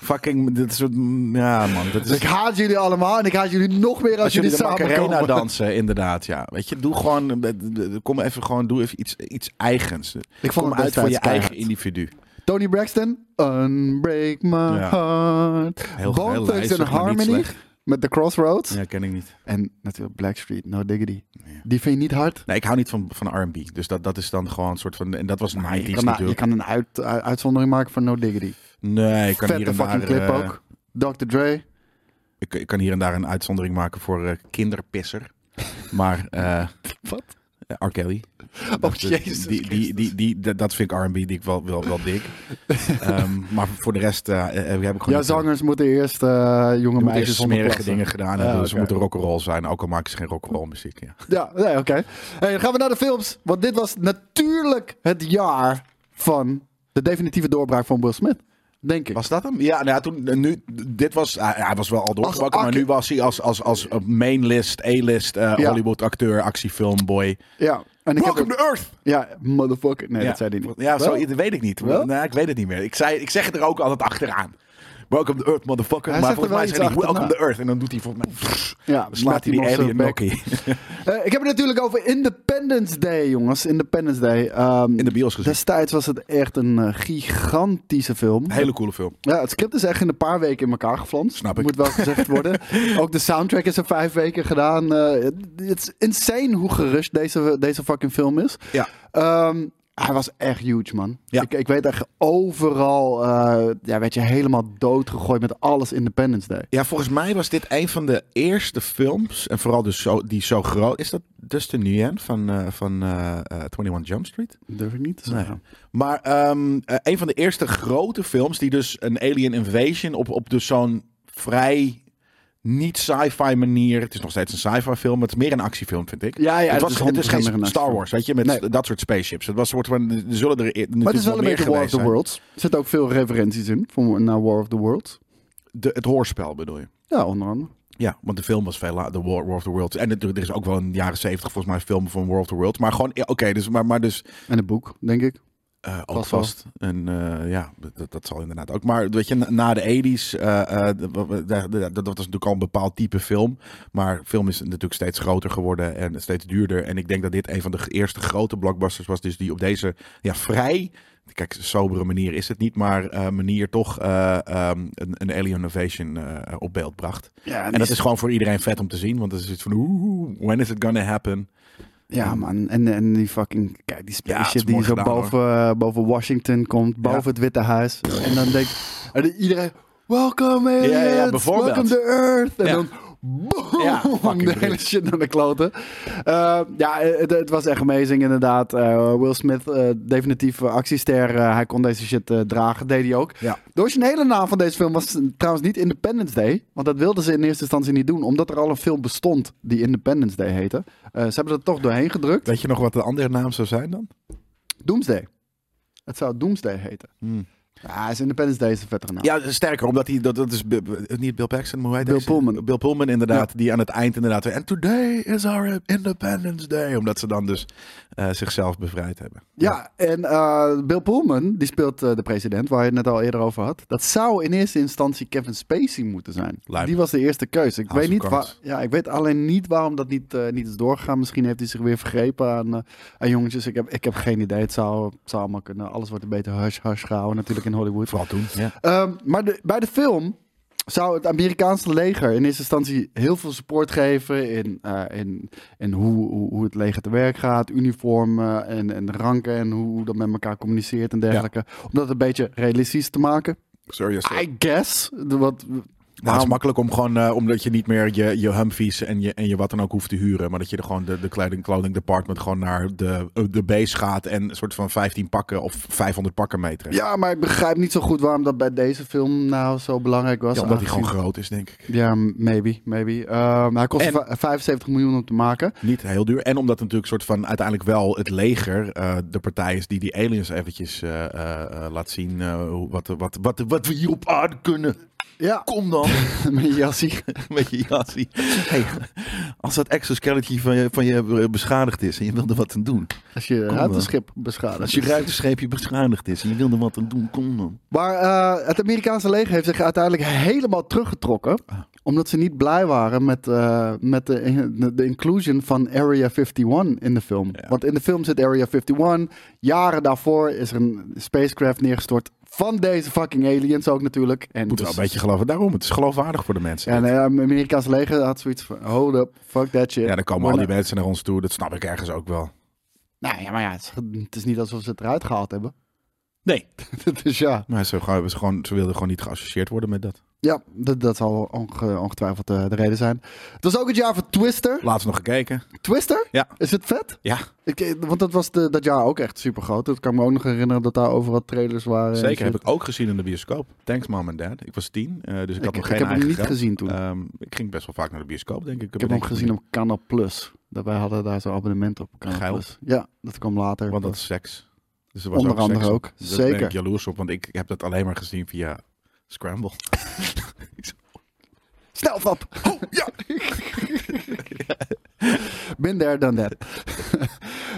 S2: Fucking, dit soort... Ja, man. Dat is,
S3: Dus ik haat jullie allemaal en ik haat jullie nog meer als,
S2: als jullie de Macarena
S3: samenkomen.
S2: dansen, inderdaad, ja. Weet je, doe gewoon... eh, eh, Kom even gewoon, doe even iets, iets eigens.
S3: vond
S2: kom
S3: het
S2: uit voor je
S3: destijds
S2: eigen
S3: keihard.
S2: individu.
S3: Tony Braxton, Unbreak My
S2: Ja.
S3: Heart.
S2: Heel-
S3: Bone
S2: heel
S3: Thugs
S2: lijzig,
S3: and
S2: maar niet
S3: Harmony
S2: slecht.
S3: met The Crossroads.
S2: Ja, ken ik niet.
S3: En natuurlijk Blackstreet, No Diggity. Die vind je niet hard?
S2: Nee, ik hou niet van, van R&B. Dus dat, dat is dan gewoon een soort van... En dat was 90s
S3: Je
S2: natuurlijk.
S3: kan, je kan een uit, u- uitzondering maken van No Diggity.
S2: Nee, ik kan, hier
S3: Vette
S2: en
S3: fucking
S2: daar,
S3: clip
S2: eh,
S3: ook. Dr. Dre.
S2: Ik, ik kan hier en daar een uitzondering maken voor eh, kinderpisser. Maar eh
S3: Wat?
S2: R. Kelly.
S3: Oh,
S2: Dat-
S3: jezus
S2: Die, die, die, die, dat- dat vind ik R&B die ik wel, wel, wel dik. Ehm, maar voor de rest eh, eh, heb ik gewoon...
S3: Ja, zangers moeten eerst eh, jonge
S2: Er moeten
S3: meisjes
S2: eerst
S3: zonder
S2: smerige
S3: klassen.
S2: dingen gedaan
S3: Ja,
S2: hebben. dus
S3: oké.
S2: ze moeten rock'n'roll zijn. Ook al maken ze geen rock'n'roll muziek. Ja.
S3: Ja, nee, oké. Hey, dan gaan we naar de films. Want dit was natuurlijk het jaar van de definitieve doorbraak van Will Smith. Denk ik.
S2: Was dat hem? Ja, nou ja, toen, nu, dit was, hij hij was wel al doorgebakken, maar
S3: acte-
S2: nu was hij als, als, als mainlist, A-list, eh,
S3: Ja.
S2: Hollywood acteur, actiefilmboy.
S3: Ja. En ik heb
S2: Welcome
S3: ook-
S2: to Earth!
S3: Ja, motherfucker. Nee,
S2: ja.
S3: dat zei hij niet.
S2: Ja,
S3: Wel?
S2: zo, dat weet ik niet.
S3: Wel?
S2: Nou, ik weet het niet meer. Ik, zei, ik zeg het er ook altijd achteraan. Welcome to Earth, motherfucker.
S3: Hij
S2: maar
S3: zegt er
S2: volgens mij
S3: wel
S2: zegt hij
S3: iets
S2: Welcome
S3: achterna.
S2: to Earth. En dan doet hij volgens mij...
S3: Ja,
S2: dan slaat hij die
S3: nog
S2: alien
S3: zijn bek.
S2: nokkie.
S3: Eh, ik heb het natuurlijk over Independence Day, jongens. Independence Day. Ehm,
S2: In de bios gezien.
S3: Destijds was het echt een eh, gigantische film.
S2: Hele coole film.
S3: Ja, het script is echt in een paar weken in elkaar geflanst.
S2: Snap ik.
S3: Moet wel gezegd worden. Ook de soundtrack is in vijf weken gedaan. Eh, Het het is insane hoe gerust deze, deze fucking film is.
S2: Ja.
S3: Ehm, hij was echt huge, man.
S2: Ja.
S3: Ik, ik weet echt overal... eh, ja, werd je helemaal doodgegooid met alles Independence Day.
S2: Ja, volgens mij was dit een van de eerste films. En vooral dus zo, die zo groot... Is dat Dustin Nguyen van, eh, van eh, eh, 21 Jump Street?
S3: Durf ik niet te
S2: Nee.
S3: zeggen.
S2: Maar ehm, eh, een van de eerste grote films die dus een alien invasion op, op dus zo'n vrij niet sci-fi manier. Het is nog steeds een sci-fi film, maar het is meer een actiefilm, vind ik.
S3: Ja,
S2: het,
S3: ja, het
S2: was,
S3: is
S2: het is
S3: 100% meer
S2: geen
S3: een
S2: Star
S3: actiefilm.
S2: Wars, weet je, met
S3: Nee.
S2: dat soort spaceships. Het was een soort van, er zullen er e- natuurlijk
S3: Maar het is wel een
S2: meer
S3: beetje War
S2: geweest
S3: of the
S2: zijn.
S3: Worlds. Er zitten ook veel referenties in voor, naar War of the Worlds.
S2: De, het hoorspel bedoel je?
S3: Ja, onder andere.
S2: Ja, want de film was veel later, The War, War of the Worlds. En natuurlijk, er is ook wel in de jaren zeventig volgens mij een film van War of the Worlds. Maar gewoon, ja, oké, dus, maar, maar dus
S3: En een boek, denk ik.
S2: Eh, ook
S3: Vast
S2: vast. En eh, ja, dat, dat zal inderdaad ook. Maar weet je, na, na de 80s, eh, eh, d- w- d- d- dat was natuurlijk al een bepaald type film. Maar film is natuurlijk steeds groter geworden en steeds duurder. En ik denk dat dit een van de eerste grote blockbusters was. Dus die op deze ja, vrij, kijk, sobere manier is het niet, maar eh, manier toch eh, ehm, een, een Alien Invasion eh, op beeld bracht.
S3: Ja,
S2: En dat is gewoon voor iedereen vet om te zien, want het is iets van, oeh, when is it gonna happen?
S3: Ja, man. En, en die fucking... Kijk, die
S2: Ja, het is
S3: spaceship die
S2: mooi
S3: zo
S2: gedaan,
S3: boven, eh, boven Washington komt. Boven het Witte Huis. En dan denkt en dan iedereen... Welcome aliens,
S2: ja, bijvoorbeeld.
S3: welcome to Earth. En
S2: Ja.
S3: dan... boom,
S2: Ja, fucking
S3: de hele
S2: bruut.
S3: shit naar de kloten. Eh, ja, het, het was echt amazing inderdaad. Eh, Will Smith, eh, definitief eh, actiester. Eh, hij kon deze shit eh, dragen, deed hij ook.
S2: Ja.
S3: De originele naam van deze film was trouwens niet Independence Day. Want dat wilden ze in eerste instantie niet doen. Omdat er al een film bestond die Independence Day heette. Eh, ze hebben er toch doorheen gedrukt.
S2: Weet je nog wat de andere naam zou zijn dan?
S3: Doomsday. Het zou Doomsday heten. Ja, is Independence Day is een vettere naam.
S2: Ja, sterker, omdat hij, dat, dat is B- B- niet Bill Paxton, maar hoe heet
S3: Bill
S2: deze?
S3: Pullman.
S2: Bill Pullman inderdaad, die aan het eind inderdaad, en today is our Independence Day, omdat ze dan dus eh, zichzelf bevrijd hebben.
S3: Ja, en eh, Bill Pullman, die speelt eh, de president, waar je het net al eerder over had. Dat zou in eerste instantie Kevin Spacey moeten zijn.
S2: Lijp.
S3: Die was de eerste keuze. Ik
S2: House
S3: weet,
S2: of
S3: niet wa-
S2: Cards.
S3: ja, ik weet alleen niet waarom dat niet, eh, niet is doorgegaan. Misschien heeft hij zich weer vergrepen aan, eh, aan jongetjes. Ik heb, ik heb geen idee. Het zou, het zou allemaal kunnen. Alles wordt een beetje hush-hush gehouden natuurlijk in Hollywood.
S2: Vooral toen. Ja.
S3: Ehm, maar de- bij de film zou het Amerikaanse leger in eerste instantie heel veel support geven in, eh, in, in hoe, hoe, hoe het leger te werk gaat, uniformen en, en ranken en hoe dat met elkaar communiceert en dergelijke. Om dat een beetje realistisch te maken.
S2: Sorry, yes, sir.
S3: I guess. De- Wat,
S2: Nou, het is makkelijk om gewoon, eh, omdat je niet meer je, je Humvees en je, en je wat dan ook hoeft te huren. Maar dat je er gewoon de, de kleding, clothing department gewoon naar de, eh, de base gaat en een soort van 15 pakken of 500 pakken meetrekt.
S3: ja, maar ik begrijp niet zo goed waarom dat bij deze film nou zo belangrijk was.
S2: Ja, omdat hij
S3: aangezien-
S2: gewoon groot is, denk ik.
S3: Ja, maybe, maybe. Ehm, hij kostte
S2: En-
S3: va- 75 miljoen om te maken.
S2: Niet heel duur. En omdat natuurlijk soort van uiteindelijk wel het leger eh, de partij is die die aliens eventjes eh, eh, eh, laat zien eh, hoe- wat, wat, wat, wat we hier op aarde kunnen.
S3: Ja,
S2: Kom dan
S3: met je jassie.
S2: met je jassie. Hey, als dat exoskeletje van je, van je eh, beschadigd is en je wil er wat aan doen.
S3: Als je
S2: dan.
S3: ruimteschip beschadigt.
S2: eh, Als je ruitenscheepje beschadigd is en je wil er wat aan doen, kom dan.
S3: Maar eh, het Amerikaanse leger heeft zich uiteindelijk helemaal teruggetrokken.
S2: Ah.
S3: Omdat ze niet blij waren met, eh, met de, de, de inclusion van Area 51 in de film. Want in de film zit Area 51. Jaren daarvoor is er een spacecraft neergestort. Van deze fucking aliens ook natuurlijk. En
S2: Moet wel
S3: dus-
S2: een beetje geloven. Daarom, het is geloofwaardig voor de mensen.
S3: Ja, nee, het Amerikaanse leger had zoiets van: hold up, fuck that shit.
S2: Ja, dan komen al die
S3: Maar-
S2: mensen naar ons toe. Dat snap ik ergens ook wel.
S3: Nou ja, maar ja, het is, het is niet alsof ze het eruit gehaald hebben.
S2: Nee.
S3: dus ja.
S2: Maar ze, ze, gewoon, ze wilden gewoon niet geassocieerd worden met dat.
S3: Ja, dat, dat zal onge- ongetwijfeld eh, de reden zijn. Het was ook het jaar van Twister.
S2: Laatst nog gekeken.
S3: Eh, Twister?
S2: Ja.
S3: Is het vet?
S2: Ja,
S3: Ik, eh, want dat was de, dat jaar ook echt super groot. Dat kan ik me ook nog herinneren dat daar overal trailers waren.
S2: zeker. Heb ik ook gezien in de bioscoop. Thanks mom en dad. Ik was tien, eh, dus ik had
S3: Ik, ik
S2: nog geen
S3: heb hem
S2: eigen
S3: niet
S2: geld.
S3: gezien toen.
S2: Ehm, ik ging best wel vaak naar de bioscoop, denk ik.
S3: ik heb hem gezien op Canal Plus. Dat Wij hadden daar zo'n abonnement op. Canal
S2: Geil.
S3: Plus. Ja, dat kwam later.
S2: Want dat
S3: Dat-
S2: is seks. Dus er
S3: Onder andere
S2: op. Dus
S3: ook.
S2: Daar ben
S3: Zeker.
S2: ik jaloers op, want ik heb dat alleen maar gezien via Scramble.
S3: Snel, pap! Oh, ja! Been there, done that.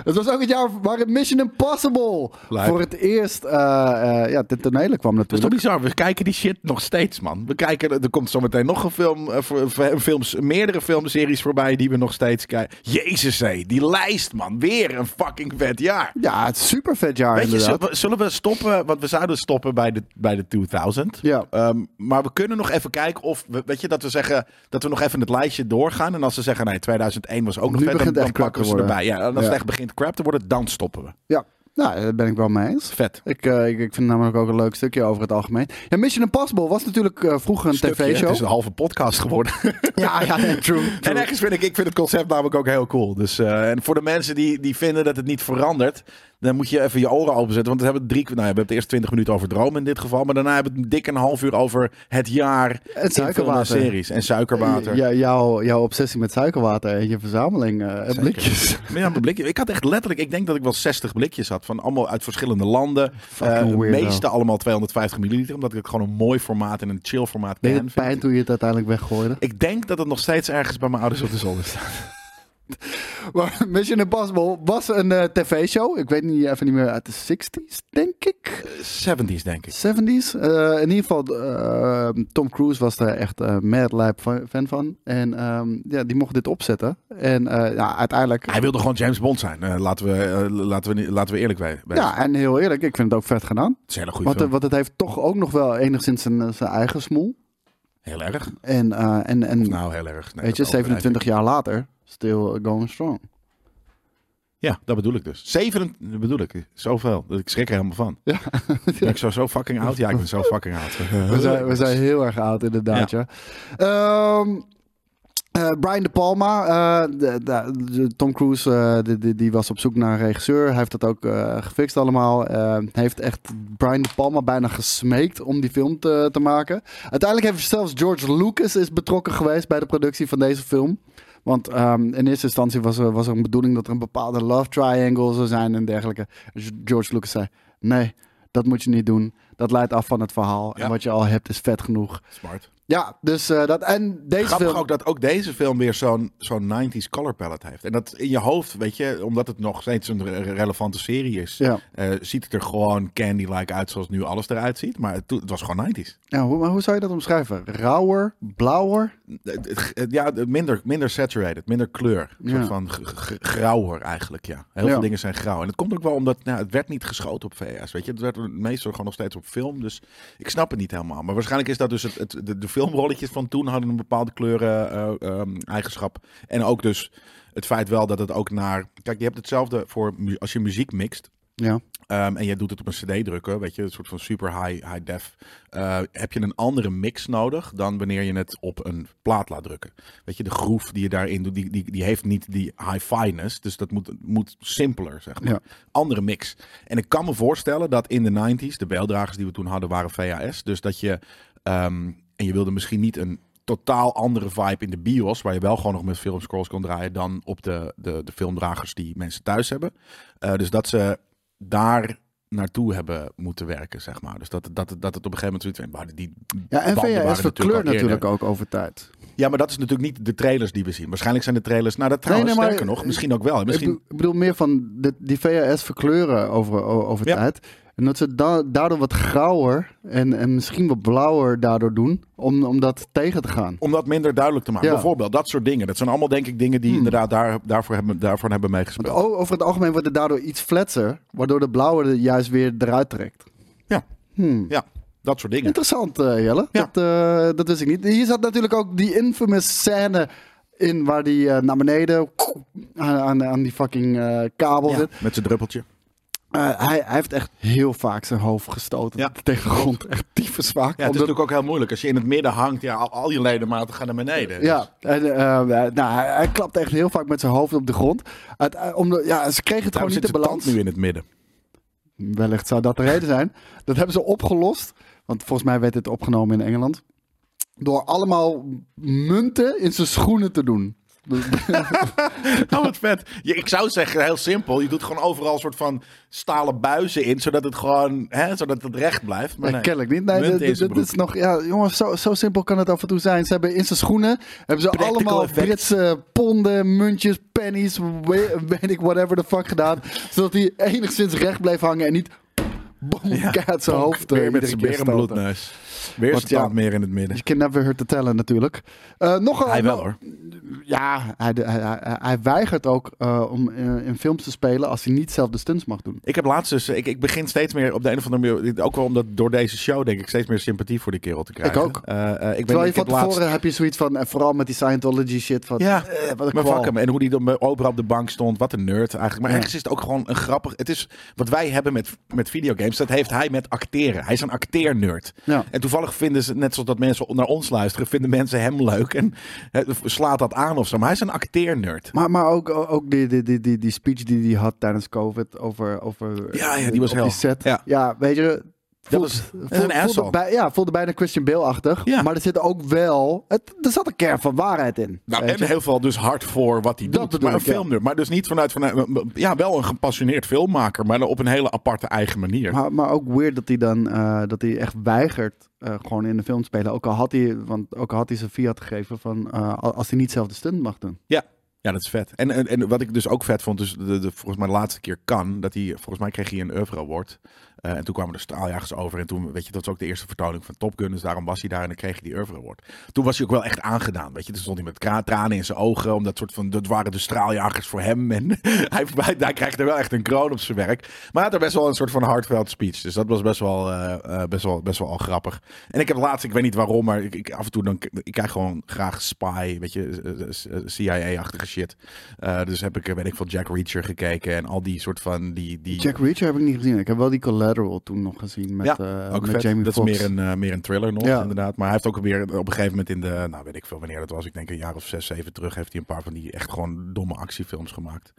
S3: het was ook het jaar waarin Mission Impossible
S2: Lijp.
S3: voor het eerst eh eh, ja, ten tonele kwam
S2: Dat is toch
S3: natuurlijk.
S2: bizar? We kijken die shit nog steeds, man. We kijken, er komt zometeen nog een film, eh, voor- voor- films, meerdere filmseries voorbij die we nog steeds kijken. Jezus, hé, die lijst, man. Weer een fucking vet jaar.
S3: Ja, het is super vet jaar
S2: Weet je,
S3: inderdaad.
S2: zullen we- zullen we stoppen, want we zouden stoppen bij de, bij de 2000.
S3: Ja.
S2: Ehm, maar we kunnen nog even kijken of, we, weet je, dat we zeggen, dat we nog even het lijstje doorgaan. En als ze zeggen, nee, 2001 was ook nog vet,
S3: Nu
S2: dan,
S3: begint het
S2: dan
S3: echt crap
S2: pakken we ze
S3: te worden.
S2: erbij. Ja, en als het
S3: Ja.
S2: echt begint crap te worden, dan stoppen we.
S3: Ja, nou, daar ben ik wel mee eens.
S2: Vet.
S3: Ik, eh, ik, ik vind het namelijk ook een leuk stukje over het algemeen. Ja, Mission Impossible was natuurlijk eh, vroeger een
S2: Stukje. Het is
S3: tv-show.
S2: een halve podcast geworden.
S3: Ja, ja, nee, true.
S2: En ergens vind ik, ik vind het concept namelijk ook heel cool. Dus, eh, en voor de mensen die, die vinden dat het niet verandert, dan moet je even je oren openzetten. Want we hebben drie, nou, we hebben het eerst 20 minuten over dromen in dit geval. Maar daarna hebben we het dik een half uur over het jaar in
S3: suikerwater.
S2: film en series en suikerwater.
S3: Ja, jouw, jouw obsessie met suikerwater en je verzameling eh, blikjes.
S2: Maar ja, mijn blikje. Ik had echt letterlijk, ik denk dat ik wel 60 blikjes had. Van allemaal uit verschillende landen.
S3: Fucking
S2: Eh,
S3: weirdo.
S2: meeste allemaal 250 milliliter. Omdat ik het gewoon een mooi formaat en een chill formaat
S3: Deed
S2: ken.
S3: het pijn toen je het uiteindelijk weggooide?
S2: Ik denk dat het nog steeds ergens bij mijn ouders op de zolder staat.
S3: Maar Mission Impossible was een eh, tv-show. Ik weet niet, even niet meer uit de 60s, denk ik.
S2: 70s denk ik.
S3: 70s. Eh, in ieder geval, eh, Tom Cruise was daar echt eh mad lijp fan fan van. En ehm, ja, die mocht dit opzetten. En eh, ja, uiteindelijk...
S2: Hij wilde gewoon James Bond zijn. Eh, laten, we, eh, laten, we, niet- laten we eerlijk bij. bij-
S3: Ja, en heel eerlijk, ik vind het ook vet gedaan.
S2: Het is een hele goede
S3: Want, eh,
S2: film.
S3: want het heeft toch ook nog wel enigszins eh, zijn, zijn eigen smoel.
S2: Heel erg.
S3: En, eh, en, en
S2: Nou, heel erg. Nee,
S3: weet je,
S2: dat overdrijf ik.
S3: 27 jaar later, still going strong.
S2: Ja, dat bedoel ik dus. 27 dat bedoel ik. Zoveel. Dat Ik schrik er helemaal van.
S3: Ja.
S2: Ben ik zo, zo fucking oud? Ja, ik ben zo fucking oud.
S3: We zijn, we zijn heel erg oud, inderdaad. Ja. Ehm, Eh, Brian De Palma, eh, de- de- de- Tom Cruise, eh, die, die, die was op zoek naar een regisseur. Hij heeft dat ook eh, gefixt allemaal. Eh, heeft echt Brian De Palma bijna gesmeekt om die film te, te maken. Uiteindelijk heeft zelfs George Lucas is betrokken geweest bij de productie van deze film. Want ehm, in eerste instantie was er, was er een bedoeling dat er een bepaalde love triangle zou zijn en dergelijke. George Lucas zei, nee, dat moet je niet doen. Dat leidt af van het verhaal.
S2: Ja.
S3: En wat je al hebt is vet genoeg.
S2: Smart.
S3: Ja, dus eh, dat... En deze
S2: Grappig
S3: film...
S2: ook dat ook deze film weer zo'n zo'n 90s color palette heeft. En dat in je hoofd, weet je, omdat het nog steeds een re- relevante serie is,
S3: Ja.
S2: eh, ziet het er gewoon candy-like uit zoals nu alles eruit ziet. Maar het, het was gewoon 90s.
S3: Ja, hoe, maar hoe zou je dat omschrijven? Rauwer, blauwer?
S2: Het- het- het- Ja, het- minder, minder saturated, minder kleur. Een soort
S3: Ja.
S2: van g- g- grauwer eigenlijk, ja. Heel
S3: Ja.
S2: veel dingen zijn grauw. En dat komt ook wel omdat nou, het werd niet geschoten op VS, weet je. Het werd meestal gewoon nog steeds op film, dus ik snap het niet helemaal. Maar waarschijnlijk is dat dus het, het- de, de filmrolletjes van toen hadden een bepaalde kleuren-eigenschap. en ook dus het feit wel dat het ook naar... Kijk, je hebt hetzelfde voor mu- als je muziek mixt.
S3: Ja.
S2: Ehm, en je doet het op een cd drukken, weet je, een soort van super high, high def. Eh, heb je een andere mix nodig dan wanneer je het op een plaat laat drukken. Weet je, de groef die je daarin doet, die, die, die heeft niet die high fineness. Dus dat moet, moet simpeler, zeg maar.
S3: Ja.
S2: Andere mix. En ik kan me voorstellen dat in de 90s, de bijldragers die we toen hadden, waren VHS. Dus dat je, ehm, en je wilde misschien niet een totaal andere vibe in de bios, waar je wel gewoon nog met filmscrolls kon draaien dan op de, de, de filmdragers die mensen thuis hebben. Eh, dus dat ze daar naartoe hebben moeten werken, zeg maar. Dus dat, dat, dat het op een gegeven moment zoiets werd, maar die
S3: Ja, en
S2: banden waren
S3: VHS verkleurt
S2: al eerder.
S3: natuurlijk ook over tijd.
S2: Ja, maar dat is natuurlijk niet de trailers die we zien. Waarschijnlijk zijn de trailers... Nou, dat trouwens,
S3: nee, maar- eh,
S2: sterker nog, misschien ook wel.
S3: Ik,
S2: Misschien,
S3: be- ik bedoel meer van de, die VHS verkleuren over, o- over
S2: Ja.
S3: tijd. En dat ze da- daardoor wat grauwer en, en misschien wat blauwer daardoor doen om, om dat tegen te gaan.
S2: om dat minder duidelijk te maken.
S3: Ja. Hmm.
S2: Bijvoorbeeld, dat soort dingen. Dat zijn allemaal, denk ik, dingen die inderdaad daar, daarvoor, hebben, daarvoor hebben meegespeeld.
S3: Want o- over het algemeen wordt het daardoor iets flatser, waardoor de blauwe er juist weer eruit trekt.
S2: Ja.
S3: Hmm.
S2: Ja, dat soort dingen.
S3: Interessant, eh, Jelle.
S2: Ja.
S3: Dat, eh, dat wist ik niet. Hier zat natuurlijk ook die infamous scène in waar die eh, naar beneden aan, aan, aan die fucking eh, kabel
S2: Ja,
S3: zit.
S2: Met zijn druppeltje.
S3: Eh, hij, hij heeft echt heel vaak zijn hoofd gestoten
S2: Ja.
S3: tegen de grond. Echt tyfus vaak.
S2: Ja, het is
S3: Omdat-
S2: natuurlijk ook heel moeilijk. Als je in het midden hangt, ja, al, al je ledematen gaan naar beneden. Dus
S3: ja, en, eh, nou, hij, hij klapt echt heel vaak met zijn hoofd op de grond. Uit, eh, omdat- ja, ze kregen
S2: Daarom
S3: het gewoon niet
S2: zit
S3: de
S2: zijn tand
S3: balans.
S2: nu in het midden.
S3: Wellicht zou dat de reden zijn. Dat hebben ze opgelost. Want volgens mij werd dit opgenomen in Engeland. Door allemaal munten in zijn schoenen te doen.
S2: Oh, wat vet. Je- ik zou zeggen, heel simpel. Je doet gewoon overal een soort van stalen buizen in, zodat het gewoon, hè, zodat het recht blijft. Maar
S3: Nee,
S2: nee.
S3: kennelijk niet. Nee,
S2: Munt
S3: dit-
S2: in
S3: dit,
S2: zijn
S3: dit is nog. Ja, jongens, zo, zo simpel kan het af en toe zijn. Ze hebben in zijn schoenen hebben ze
S2: Practical
S3: allemaal
S2: effect.
S3: Britse ponden, muntjes, pennies, we- weet ik whatever the fuck gedaan, zodat hij enigszins recht bleef hangen en niet boom, keihard zijn
S2: Bonk,
S3: hoofd eh,
S2: Weer met
S3: iedere
S2: zijn
S3: keer stoten.
S2: berenbloedneus. Weer
S3: Want
S2: zijn tand
S3: ja,
S2: meer in het midden.
S3: You can never hurt the talent natuurlijk. Eh, nog een-
S2: Hij wel hoor.
S3: Ja, hij, hij, hij, hij weigert ook eh, om eh, in films te spelen als hij niet zelf de stunts mag doen.
S2: Ik heb laatst dus, ik, ik begin steeds meer op de een of andere manier, ook wel omdat door deze show denk ik steeds meer sympathie voor die kerel te krijgen.
S3: ook.
S2: Eh, eh, ik ben,
S3: Terwijl je
S2: ik
S3: van
S2: heb
S3: tevoren
S2: laatst,
S3: heb je zoiets van, en vooral met die Scientology shit van,
S2: Ja,
S3: eh, wat een
S2: maar
S3: kwal.
S2: fuck hem. En hoe die dan met Oprah op de bank stond. Wat een nerd eigenlijk. Maar ergens is het ook gewoon een grappig... Het is wat wij hebben met, met videogames. Dat heeft hij met acteren. Hij is een acteernerd.
S3: Ja.
S2: En toevallig vinden ze, net zoals dat mensen naar ons luisteren... vinden mensen hem leuk en hè, slaat dat aan of zo. Maar hij is een acteernerd.
S3: Maar, maar ook, ook die, die, die, die, die speech die hij had tijdens COVID over, over eh,
S2: Ja, ja, die was
S3: op
S2: hel.
S3: set.
S2: Ja.
S3: Ja. weet je... voelt-
S2: was-
S3: voelt-
S2: dat is een
S3: voelde
S2: asshole.
S3: bij- ja, voelde bijna Christian Bale-achtig.
S2: Ja.
S3: Maar er zit ook wel... Het, er zat een kern van waarheid in.
S2: Nou,
S3: weet
S2: en
S3: je.
S2: heel veel dus hard voor wat hij
S3: Dat
S2: doet.
S3: bedoel
S2: Maar een
S3: ik, ja.
S2: filmnerd. Maar dus niet vanuit, vanuit... Ja, wel een gepassioneerd filmmaker. Maar dan op een hele aparte eigen manier.
S3: Maar, maar ook weird dat hij dan eh, dat hij echt weigert eh, gewoon in de film te spelen. Ook al had hij, want ook al had hij zijn fiat gegeven van eh, als hij niet zelf de stunt mag doen.
S2: Ja. Ja, dat is vet. En, en, en wat ik dus ook vet vond, dus de, de, volgens mij de laatste keer kan, dat hij, volgens mij kreeg hij een oeuvre award. Eh, en toen kwamen de straaljagers over en toen, weet je, dat was ook de eerste vertoning van Top Gun, dus daarom was hij daar en dan kreeg hij die oeuvre award. Toen was hij ook wel echt aangedaan, weet je. Toen stond hij met kra- tranen in zijn ogen, omdat soort van, dat waren de straaljagers voor hem. En hij, hij, hij krijgt er wel echt een kroon op zijn werk. Maar hij had er best wel een soort van heartfelt speech, dus dat was best wel, eh, eh, best wel, best wel al grappig. En ik heb laatst, ik weet niet waarom, maar ik, ik af en toe dan, ik krijg gewoon graag spy, weet je, eh, eh, CIA-achtige shit. Eh, dus heb ik, eh, weet ik veel, Jack Reacher gekeken en al die soort van die, die
S3: Jack Reacher heb ik niet gezien. Ik heb wel die colla- Collateral toen nog gezien met,
S2: Ja,
S3: eh,
S2: ook
S3: met
S2: vet.
S3: Jamie
S2: dat
S3: Foxx.
S2: is meer een, eh, meer een thriller nog,
S3: Ja.
S2: inderdaad. Maar hij heeft ook weer op een gegeven moment in de, nou weet ik veel wanneer dat was, ik denk een jaar of zes, zeven terug, heeft hij een paar van die echt gewoon domme actiefilms gemaakt.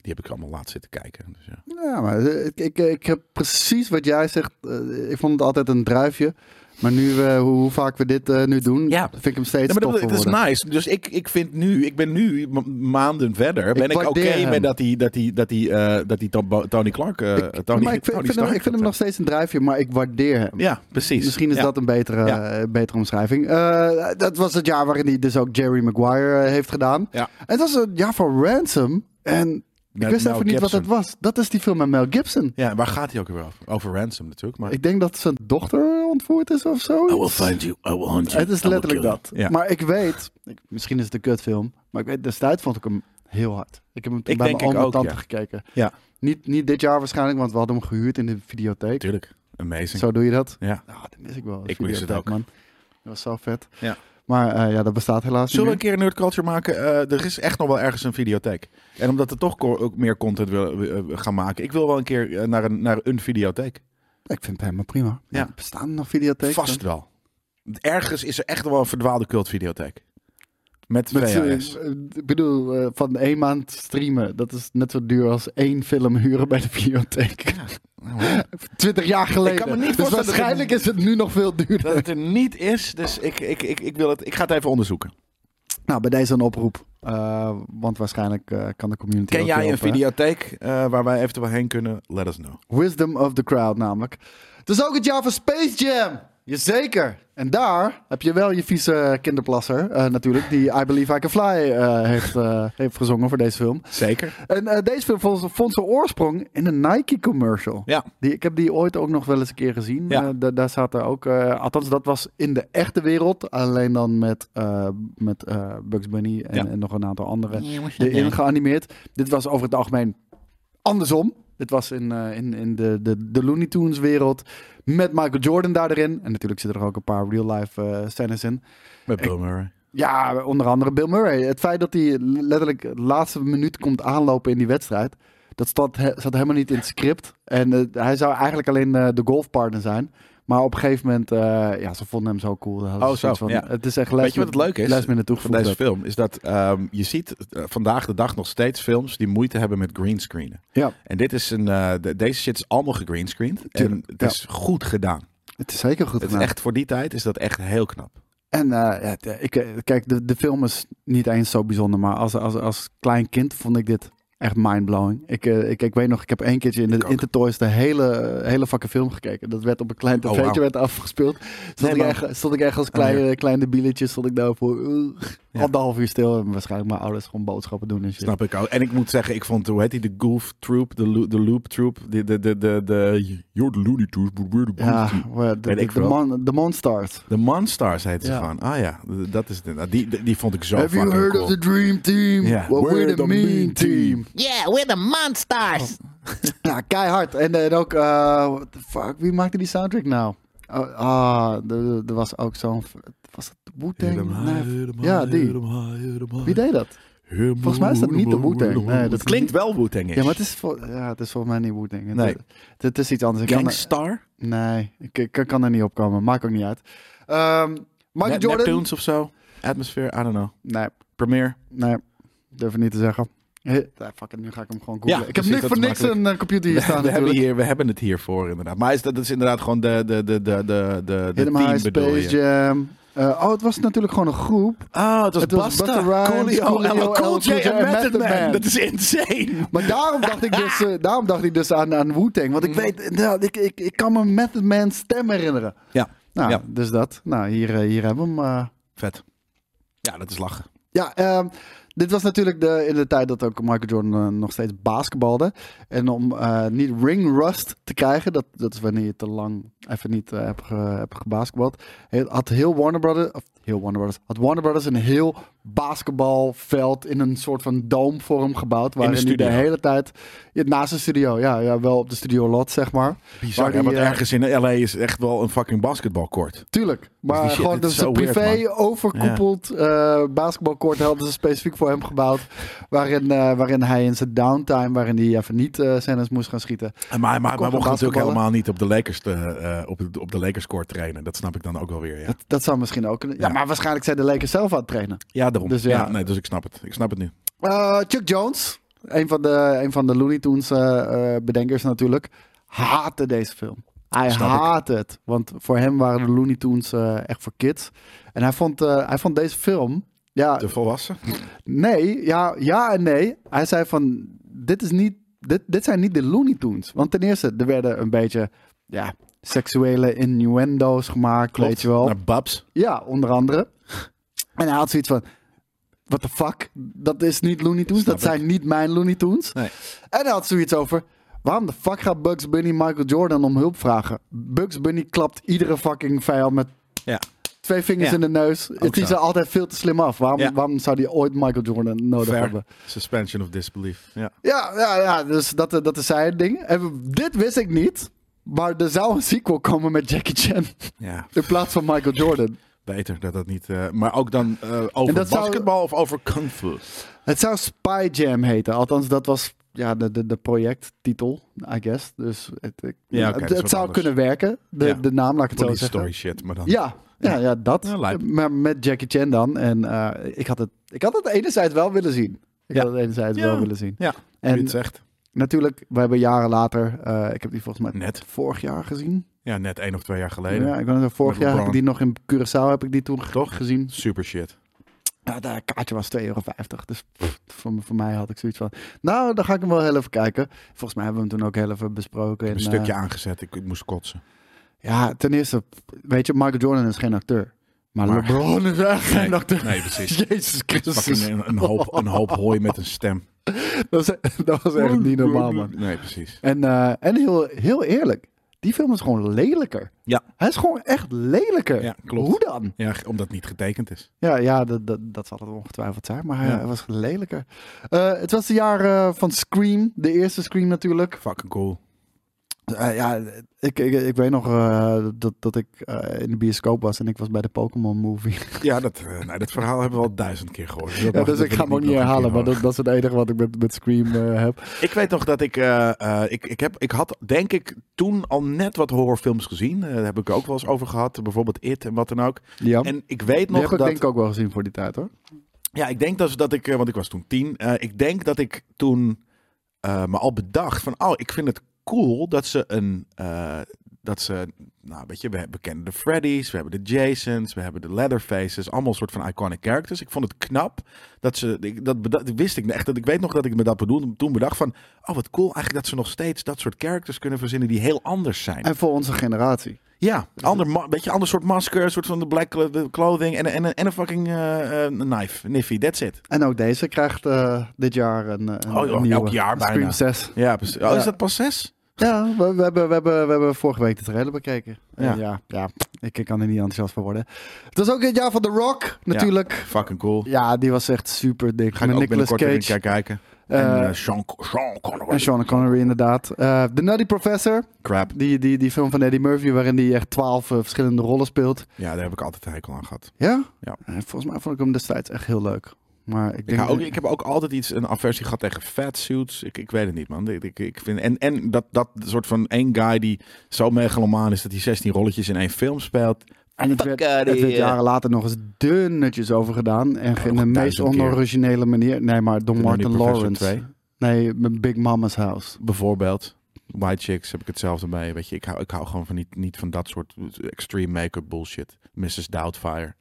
S2: Die heb ik allemaal laat zitten kijken. Dus ja.
S3: Ja, maar eh, ik, ik, ik heb precies wat jij zegt. eh, ik vond het altijd een druifje. Maar nu, eh, hoe, hoe vaak we dit eh, nu doen,
S2: Ja.
S3: vind ik hem steeds
S2: Ja, maar dat,
S3: toffer
S2: dat is
S3: worden.
S2: nice. Dus ik, ik vind nu, ik ben nu ma- maanden verder, ben ik oké
S3: waardeer hem.
S2: met dat hij dat hij dat hij eh, dat hij To- Tony Clark, eh,
S3: Ik-
S2: Tony,
S3: maar ik vind,
S2: Tony
S3: ik vind hem,
S2: Stark
S3: ik vind hem nog
S2: dat-
S3: steeds een druifje, maar ik waardeer hem.
S2: Ja, precies.
S3: Misschien is
S2: Ja.
S3: dat een betere,
S2: Ja.
S3: eh, betere omschrijving. Eh, dat was het jaar waarin hij dus ook Jerry Maguire eh, heeft gedaan.
S2: Ja.
S3: En het was het jaar van Ransom. En
S2: Met
S3: ik wist
S2: Mel
S3: even niet wat
S2: Gibson.
S3: het was. Dat is die film met Mel Gibson.
S2: Ja, waar gaat hij ook weer over? Over ransom natuurlijk, maar
S3: Ik denk dat zijn dochter ontvoerd is of zo.
S2: you, I will hunt
S3: Het is letterlijk dat.
S2: Ja.
S3: Maar ik weet, ik- misschien is het een kutfilm, maar ik weet, destijds vond ik hem heel hard. Ik heb hem toen
S2: Ik
S3: bij
S2: denk
S3: mijn oom
S2: ik
S3: en
S2: ook,
S3: tante
S2: ja.
S3: gekeken.
S2: Ja.
S3: Niet, niet dit jaar waarschijnlijk, want we hadden hem gehuurd in de videotheek.
S2: Natuurlijk. Amazing.
S3: Zo doe je dat.
S2: Ja.
S3: Ah, dat mis ik wel. de
S2: Ik mis het
S3: videotheek,
S2: ook.
S3: Man. Dat was zo vet.
S2: Ja.
S3: Maar eh, ja, dat bestaat helaas
S2: Zullen we een
S3: niet
S2: keer een nerdculture maken? Eh, er is echt nog wel ergens een videotheek. En omdat we toch ko- ook meer content willen eh, gaan maken. Ik wil wel een keer eh, naar een, naar een videotheek.
S3: meer. Ik vind het helemaal prima.
S2: Ja.
S3: Ja. Bestaan er nog videotheken?
S2: Vast wel. Ergens is er echt wel een verdwaalde cultvideotheek. Met
S3: Met, eh,
S2: VHS.
S3: ik bedoel, eh, van één maand streamen, dat is net zo duur als één film huren bij de videotheek. Twintig jaar geleden.
S2: nou, Ik kan me niet
S3: dus
S2: voorstellen dat
S3: waarschijnlijk is het nu nog veel duurder.
S2: Dat het er niet is, dus ik, ik, ik, ik, wil het, ik ga het even onderzoeken.
S3: Nou, bij deze een oproep. Eh, want waarschijnlijk eh, kan de community.
S2: Ken
S3: ook
S2: jij een
S3: helpen, hè?
S2: videotheek eh, waar wij eventueel heen kunnen? Let us know.
S3: Wisdom of the crowd, namelijk. Het is ook het jaar van Space Jam. Jazeker. En daar heb je wel je vieze kinderplasser, eh, natuurlijk, die I Believe I Can Fly eh, heeft, eh, heeft gezongen voor deze film.
S2: Zeker.
S3: En eh, deze film vond, vond zijn oorsprong in een Nike-commercial.
S2: Ja.
S3: Die, ik heb die ooit ook nog wel eens een keer gezien.
S2: Ja.
S3: Eh, da- daar zaten ook, eh, althans dat was in de echte wereld, alleen dan met, eh, met eh, Bugs Bunny en,
S2: Ja.
S3: en nog een aantal anderen erin geanimeerd. Dit was over het algemeen andersom. Dit was in, eh, in, in de, de, de Looney Tunes wereld met Michael Jordan daarin. En natuurlijk zitten er ook een paar real-life eh, scènes in.
S2: Met Bill Murray.
S3: Ja, onder andere Bill Murray. Het feit dat hij letterlijk de laatste minuut komt aanlopen in die wedstrijd. Dat zat, he- zat helemaal niet in het script. En eh, hij zou eigenlijk alleen eh, de golfpartner zijn. Maar op een gegeven moment, eh, ja, ze vonden hem zo cool. Daar hadden
S2: Oh,
S3: ze zoiets
S2: zo,
S3: van,
S2: ja.
S3: Het is echt
S2: Weet je wat het leuk is
S3: Les met
S2: van deze film? Is dat ehm, je ziet eh, vandaag de dag nog steeds films die moeite hebben met greenscreenen.
S3: Ja,
S2: En dit is een, eh, de- deze shit is allemaal gegreenscreend. En
S3: Tuurlijk,
S2: het
S3: ja.
S2: is goed gedaan.
S3: het is zeker goed
S2: Het is
S3: gedaan.
S2: echt, voor die tijd is dat echt heel knap.
S3: En eh, ja, t- ik, eh, kijk, de, de film is niet eens zo bijzonder, maar als, als, als klein kind vond ik dit echt mindblowing. Ik, eh, ik, ik weet nog, ik heb één keertje in
S2: Ik
S3: de
S2: ook.
S3: Intertoys de hele, hele fucking film gekeken. Dat werd op een klein
S2: Oh,
S3: tv'tje
S2: wauw.
S3: werd afgespeeld. Stond,
S2: Nee,
S3: ik
S2: maar-
S3: echt, stond ik echt als klein,
S2: Oh,
S3: klein debieletje, stond ik daarvoor uh,
S2: Ja.
S3: anderhalf uur stil. En waarschijnlijk mijn ouders gewoon boodschappen doen en shit.
S2: Snap ik ook. En ik moet zeggen, ik vond, hoe heet die, de Goof Troop, de, Lo- de Loop Troop, de, de, de, de, de, You're the Looney Tunes, but we're the Goof
S3: Ja,
S2: Troop.
S3: maar de,
S2: Weet
S3: de,
S2: ik
S3: de,
S2: veel.
S3: mon, de Monstars.
S2: De Monstars heet ze
S3: Ja.
S2: gewoon. Ah ja, d- dat is het. Die, die, die vond ik zo
S3: Have you
S2: fucking
S3: heard
S2: cool.
S3: of the Dream Team?
S2: Ja.
S3: Well, we're, the, mean, team.
S4: Yeah, we're the monsters.
S3: Ja, keihard. En, eh, en ook, eh what the fuck, wie maakte die soundtrack nou? Oh, Ah, er- er was ook zo'n... Was het
S2: Hit 'em
S3: Wu-Tang?
S2: high,
S3: Nee,
S2: hit 'em
S3: ja,
S2: high,
S3: die.
S2: hit 'em high, hit 'em high.
S3: wie deed dat? Volgens mij is dat niet de Wu-Tang. Nee, dat
S2: dat
S3: is
S2: klinkt
S3: niet-
S2: wel Wu-Tang is.
S3: Ja, maar het is, vol- ja, het is volgens mij niet Wu-Tang. Het,
S2: Nee.
S3: het, het is iets anders. Ik kan er-
S2: Gangstar?
S3: nee, ik, ik kan er niet op komen. Maakt ook niet uit. Ehm Michael
S2: Ne-
S3: Jordan?
S2: Neptunes of zo? Atmosphere? I don't know.
S3: Nee,
S2: Premiere?
S3: nee. Durf het niet te zeggen. Hé, nee, fuck it, nu ga ik hem gewoon googlen.
S2: Ja,
S3: ik heb
S2: precies,
S3: niks
S2: dat
S3: voor
S2: is
S3: niks
S2: makkelijk.
S3: een eh, computer hier staan
S2: we, hebben
S3: natuurlijk.
S2: hier, we hebben het hiervoor inderdaad. Maar is dat, dat is inderdaad gewoon de, de, de, de, de, de, de
S3: Hit 'em
S2: team
S3: High,
S2: bedoel je?
S3: Space Jam. Eh, oh, het was natuurlijk gewoon een groep.
S2: Ah, het was
S3: Het was
S2: Basta,
S3: Busta Rhymes,
S2: Coolio,
S3: Coolio,
S2: LL Cool J
S3: Cool J en
S2: en Method
S3: Method
S2: Man.
S3: Man.
S2: Dat is insane.
S3: Maar daarom dacht ik dus, eh, daarom dacht ik dus aan, aan Wu-Tang. Want ik weet, nou, ik, ik, ik kan me Method Man stem herinneren.
S2: Ja,
S3: Nou,
S2: Ja.
S3: dus dat. Nou, hier, eh, hier hebben we hem. eh.
S2: vet. Ja, dat is lachen.
S3: Ja, ehm, dit was natuurlijk de, in de tijd dat ook Michael Jordan eh, nog steeds basketbalde. En om eh, niet ring rust te krijgen, dat, dat is wanneer je te lang even niet eh, hebt, ge, hebt gebasketbald. He- Had heel Warner Brothers, of heel Warner Brothers, had Warner Brothers een heel basketbalveld in een soort van doomvorm gebouwd. Waarin hij de
S2: studio.
S3: hele tijd, ja, naast de studio, ja, ja, wel op de studio lot, zeg maar.
S2: Bizar,
S3: Waar
S2: hè,
S3: die,
S2: want
S3: eh,
S2: ergens in L.A. is echt wel een fucking basketbalcourt.
S3: Tuurlijk. Maar
S2: die shit
S3: gewoon
S2: is
S3: dat ze
S2: zo weird,
S3: privé overkoepeld eh basketbalcourt hadden ze specifiek voor voor hem gebouwd. Waarin, eh, waarin hij in zijn downtime, waarin hij even niet eh scènes moest gaan schieten.
S2: Maar, maar, maar we
S3: gaan
S2: mochten natuurlijk
S3: basketballen.
S2: helemaal niet op de Lakers, te, eh, op, de- op de Lakers score trainen. Dat snap ik dan ook wel weer. Ja,
S3: Dat, dat zou misschien ook kunnen. Ja,
S2: Ja.
S3: maar waarschijnlijk zijn de Lakers zelf aan het trainen.
S2: ja daarom.
S3: Dus
S2: Dus,
S3: ja.
S2: ja. nee, dus ik snap het. Ik snap het nu.
S3: Eh, Chuck Jones, een van de, een van de Looney Tunes eh, eh, bedenkers natuurlijk, haatte deze film. Hij
S2: Snap ik.
S3: haat het, want voor hem waren de Looney Tunes eh, echt voor kids. En hij vond, eh, hij vond deze film, ja,
S2: De volwassen.
S3: nee, ja, ja en nee. Hij zei van, dit, is niet, dit, dit zijn niet de Looney Tunes. Want ten eerste, er werden een beetje, ja, seksuele innuendo's gemaakt, weet je wel.
S2: Naar Babs.
S3: Ja, onder andere. En hij had zoiets van... What the fuck? Dat is niet Looney Tunes.
S2: Snap
S3: dat zijn niet mijn Looney Tunes.
S2: Nee.
S3: En hij had zoiets over... Waarom de fuck gaat Bugs Bunny Michael Jordan om hulp vragen? Bugs Bunny klapt iedere fucking vijand met
S2: Ja.
S3: twee vingers
S2: Ja.
S3: in de neus. Het is
S2: zo.
S3: er altijd veel te slim af. Waarom,
S2: Ja.
S3: waarom zou die ooit Michael Jordan nodig
S2: Fair.
S3: hebben?
S2: Suspension of disbelief. Ja.
S3: Ja, ja, ja dus dat, eh, dat is zijn ding. En dit wist ik niet. Maar er zou een sequel komen met Jackie Chan.
S2: ja.
S3: In plaats van Michael Jordan.
S2: Beter dat dat niet. eh, maar ook dan eh, over
S3: En dat zou-
S2: basketbal of over kung fu.
S3: Het zou Spy Jam heten. Althans, dat was ja, de, de, de projecttitel, I guess. Dus het, ik-
S2: Ja, oké, dat
S3: het,
S2: is
S3: het
S2: wat
S3: zou
S2: anders.
S3: kunnen werken. De,
S2: Ja.
S3: de naam, laat ik het
S2: Police
S3: zo
S2: story
S3: zeggen.
S2: shit. Maar dan.
S3: Ja, ja, ja, dat.
S2: Ja, lijp.
S3: maar met Jackie Chan dan. En eh, ik, had het, ik had het enerzijds wel willen zien. Ik
S2: Ja.
S3: had het enerzijds
S2: Ja.
S3: wel willen zien.
S2: Ja. En...
S3: En-
S2: Wie het zegt.
S3: Natuurlijk, we hebben jaren later... eh, ik heb die volgens mij
S2: Net.
S3: vorig jaar gezien.
S2: Ja, net één of twee jaar geleden.
S3: Ja, ik wou net zeggen, vorig
S2: Met
S3: jaar heb ik
S2: LeBron.
S3: die nog in Curaçao heb ik die toen ge-
S2: Toch?
S3: gezien.
S2: Super shit.
S3: Ja, dat kaartje was 2,50 euro. Dus pff, voor, voor mij had ik zoiets van. Nou, dan ga ik hem wel heel even kijken. Volgens mij hebben we hem toen ook heel even besproken.
S2: Ik heb
S3: en,
S2: een stukje
S3: eh,
S2: aangezet. Ik, ik moest kotsen.
S3: ja, ten eerste, weet je, Michael Jordan is geen acteur. Maar,
S2: Maar-
S3: LeBron is echt geen acteur.
S2: Nee, precies.
S3: Jezus
S2: Fucking
S3: Christus.
S2: een, een, hoop, een hoop hooi met een stem.
S3: Dat was, dat was echt niet normaal, man.
S2: Nee, precies.
S3: En, eh, en heel, heel eerlijk, die film is gewoon lelijker.
S2: Ja.
S3: Hij is gewoon echt lelijker.
S2: Ja, klopt.
S3: Eh, Hoe dan?
S2: Ja, omdat het niet getekend is.
S3: Ja, ja dat, dat, dat zal het ongetwijfeld zijn, maar hij,
S2: Ja.
S3: hij was lelijker. Eh, het was de jaar eh, van Scream, de eerste Scream natuurlijk.
S2: Fucking cool.
S3: Eh, ja, ik, ik, ik weet nog eh, dat, dat ik eh, in de bioscoop was en ik was bij de Pokémon movie.
S2: Ja, dat, eh, nou, dat verhaal hebben we al duizend keer gehoord. Dus, dat
S3: Ja,
S2: mag-
S3: dus
S2: dat
S3: ik
S2: wil
S3: ga hem ook niet
S2: nog een keer
S3: herhalen, maar
S2: horen.
S3: dat, dat is het enige wat ik met, met Scream eh, heb.
S2: Ik weet nog dat ik, eh, eh, ik, ik, heb, ik had denk ik toen al net wat horrorfilms gezien. Eh, daar heb ik ook wel eens over gehad. Bijvoorbeeld It en wat dan ook.
S3: Ja,
S2: En ik weet
S3: die
S2: nog
S3: heb ik
S2: dat...
S3: denk ik ook wel gezien voor die tijd hoor.
S2: Ja, ik denk dat, dat ik, eh, want ik was toen tien. eh, ik denk dat ik toen eh, me al bedacht van, oh, ik vind het cool dat ze een, eh, dat ze, nou weet je, we, we kennen de Freddy's, we hebben de Jasons, we hebben de Leatherfaces, allemaal soort van iconic characters. Ik vond het knap dat ze, ik, dat, beda- dat wist ik echt, dat ik weet nog dat ik me dat bedoelde, toen bedacht van, oh, wat cool eigenlijk dat ze nog steeds dat soort characters kunnen verzinnen die heel anders zijn.
S3: En voor onze generatie.
S2: Ja, ander, ma- beetje ander soort masker, een soort van de black cl- clothing en, en, en een fucking eh, eh, knife, niffy, that's it.
S3: En ook deze krijgt eh, dit jaar een, een,
S2: Oh, joh,
S3: een nieuwe
S2: elk jaar bijna.
S3: Scream 6.
S2: Ja, precies. Oh,
S3: Ja.
S2: is dat pas zes?
S3: Ja, we, we, hebben, we, hebben, we hebben vorige week de trailer bekeken. En Ja,
S2: Ja.
S3: ja, ik, ik kan er niet enthousiast van worden. Het was ook het jaar van The Rock, natuurlijk.
S2: Fucking cool.
S3: Ja, die was echt super dik.
S2: Ga ik
S3: Met
S2: ook
S3: Nicolas
S2: binnenkort weer een
S3: Cage
S2: keer kijken.
S3: Eh,
S2: en eh, Sean, Sean Connery.
S3: en Sean Connery, inderdaad. Eh The Nutty Professor,
S2: Crap.
S3: die, die, die film van Eddie Murphy, waarin hij echt twaalf eh, verschillende rollen speelt.
S2: Ja, daar heb ik altijd een hekel aan gehad.
S3: Ja?
S2: Ja.
S3: Eh, Volgens mij vond ik hem destijds echt heel leuk. Maar ik
S2: Ik,
S3: denk...
S2: hou ook, ik heb ook altijd iets, een aversie gehad tegen fatsuits. Ik, ik weet het niet, man. Ik, ik, ik vind, en en dat, dat soort van één guy die zo megalomaan is dat hij 16 rolletjes in één film speelt.
S3: En het werd, het werd jaren later nog eens dunnetjes over gedaan. En in de
S2: nog
S3: meest
S2: duizend keer.
S3: onoriginele manier. Nee, maar Don Martin
S2: Professor
S3: Lawrence.
S2: 2.
S3: Nee, met Big Mama's House.
S2: Bijvoorbeeld. White Chicks heb ik hetzelfde mee. Weet je, ik hou, ik hou gewoon van niet, niet van dat soort extreme make-up bullshit. Mrs. Doubtfire.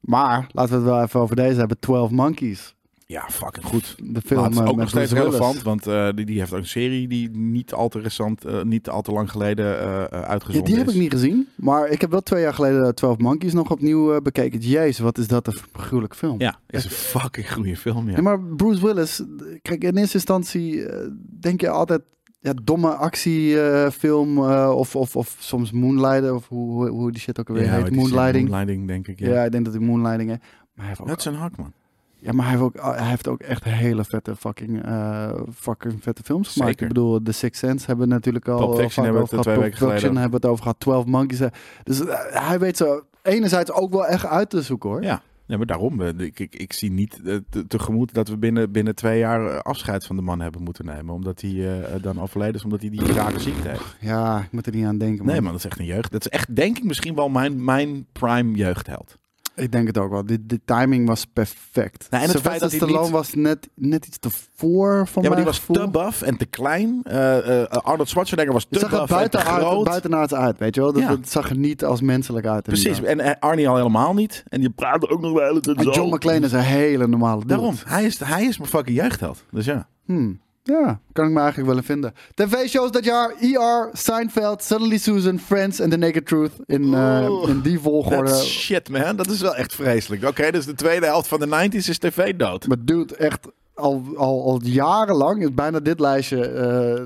S3: Maar laten we het wel even over deze hebben. 12 Monkeys.
S2: Ja, fucking goed.
S3: De
S2: Maar
S3: film
S2: het is
S3: eh,
S2: ook
S3: met
S2: nog steeds
S3: Bruce Willis.
S2: relevant, want eh, die, die heeft ook een serie die niet al te recent, eh, niet al te lang geleden eh, eh,
S3: Ja,
S2: uitgezonden
S3: die heb
S2: is.
S3: ik niet gezien. Maar ik heb wel twee jaar geleden 12 Monkeys nog opnieuw eh, bekeken. Jezus, wat is dat een gruwelijke film.
S2: Ja, is een fucking goede film, ja.
S3: Ja, maar Bruce Willis, kijk, in eerste instantie eh, denk je altijd ja, domme actiefilm eh, of, of, of soms Moonlighting of hoe, hoe, hoe die shit ook alweer
S2: Ja,
S3: heet.
S2: het is, eh,
S3: Moonlighting.
S2: Moonlighting, denk ik, ja.
S3: Ja, ik denk dat hij Moonlighting heeft. Maar hij heeft ook,
S2: Dat is een hak, man.
S3: ja, maar hij heeft ook, ah, hij heeft ook echt hele vette fucking, eh, fucking vette films gemaakt.
S2: Zeker.
S3: Ik bedoel, The Sixth Sense hebben we natuurlijk al
S2: Pulp
S3: al
S2: Fiction
S3: vaak
S2: hebben we
S3: over
S2: het
S3: gehad.
S2: twee weken
S3: Pulp
S2: geleden
S3: Fiction
S2: over.
S3: hebben we het over gehad. 12 Monkeys. eh, Dus eh, hij weet zo enerzijds ook wel echt uit te zoeken hoor.
S2: Ja, Ja, maar daarom, eh, ik, ik, ik zie niet eh, te- tegemoet dat we binnen, binnen twee jaar eh, afscheid van de man hebben moeten nemen. Omdat hij eh, eh, dan overleden is, omdat hij die rare ziekte heeft.
S3: Ja, ik moet er niet aan denken. Man.
S2: Nee man, dat is echt een jeugd. Dat is echt, denk ik, misschien wel mijn, mijn prime jeugdheld.
S3: Ik denk het ook wel. De, de timing was perfect.
S2: Nou, en het
S3: Sylvester
S2: feit dat hij
S3: Stallone
S2: niet-
S3: was net, net iets tevoor van
S2: Ja, maar
S3: mijn
S2: die was
S3: gevoel.
S2: te buff en te klein. Eh, eh, Arnold Schwarzenegger was
S3: Het
S2: te
S3: zag er
S2: buff en te
S3: buitenaard,
S2: groot.
S3: buitenaards uit, weet je wel. Dat,
S2: Ja.
S3: dat zag er niet als menselijk uit.
S2: Precies,
S3: inderdaad.
S2: en eh, Arnie al helemaal niet. En je praatte ook nog wel.
S3: Maar Ah, John McClane is een hele normale dude.
S2: Daarom, hij is, hij is mijn fucking jeugdheld. Dus ja.
S3: Hmm. Ja, kan ik me eigenlijk wel in vinden. TV-shows dat jaar: ER, Seinfeld, Suddenly Susan, Friends en The Naked Truth. In, eh,
S2: Oeh.
S3: in die
S2: That's
S3: volgorde.
S2: shit man, dat is wel echt vreselijk. Oké, dus de tweede helft van de 90s is tv dood.
S3: Maar dude, echt al, al, al jarenlang is bijna dit lijstje eh,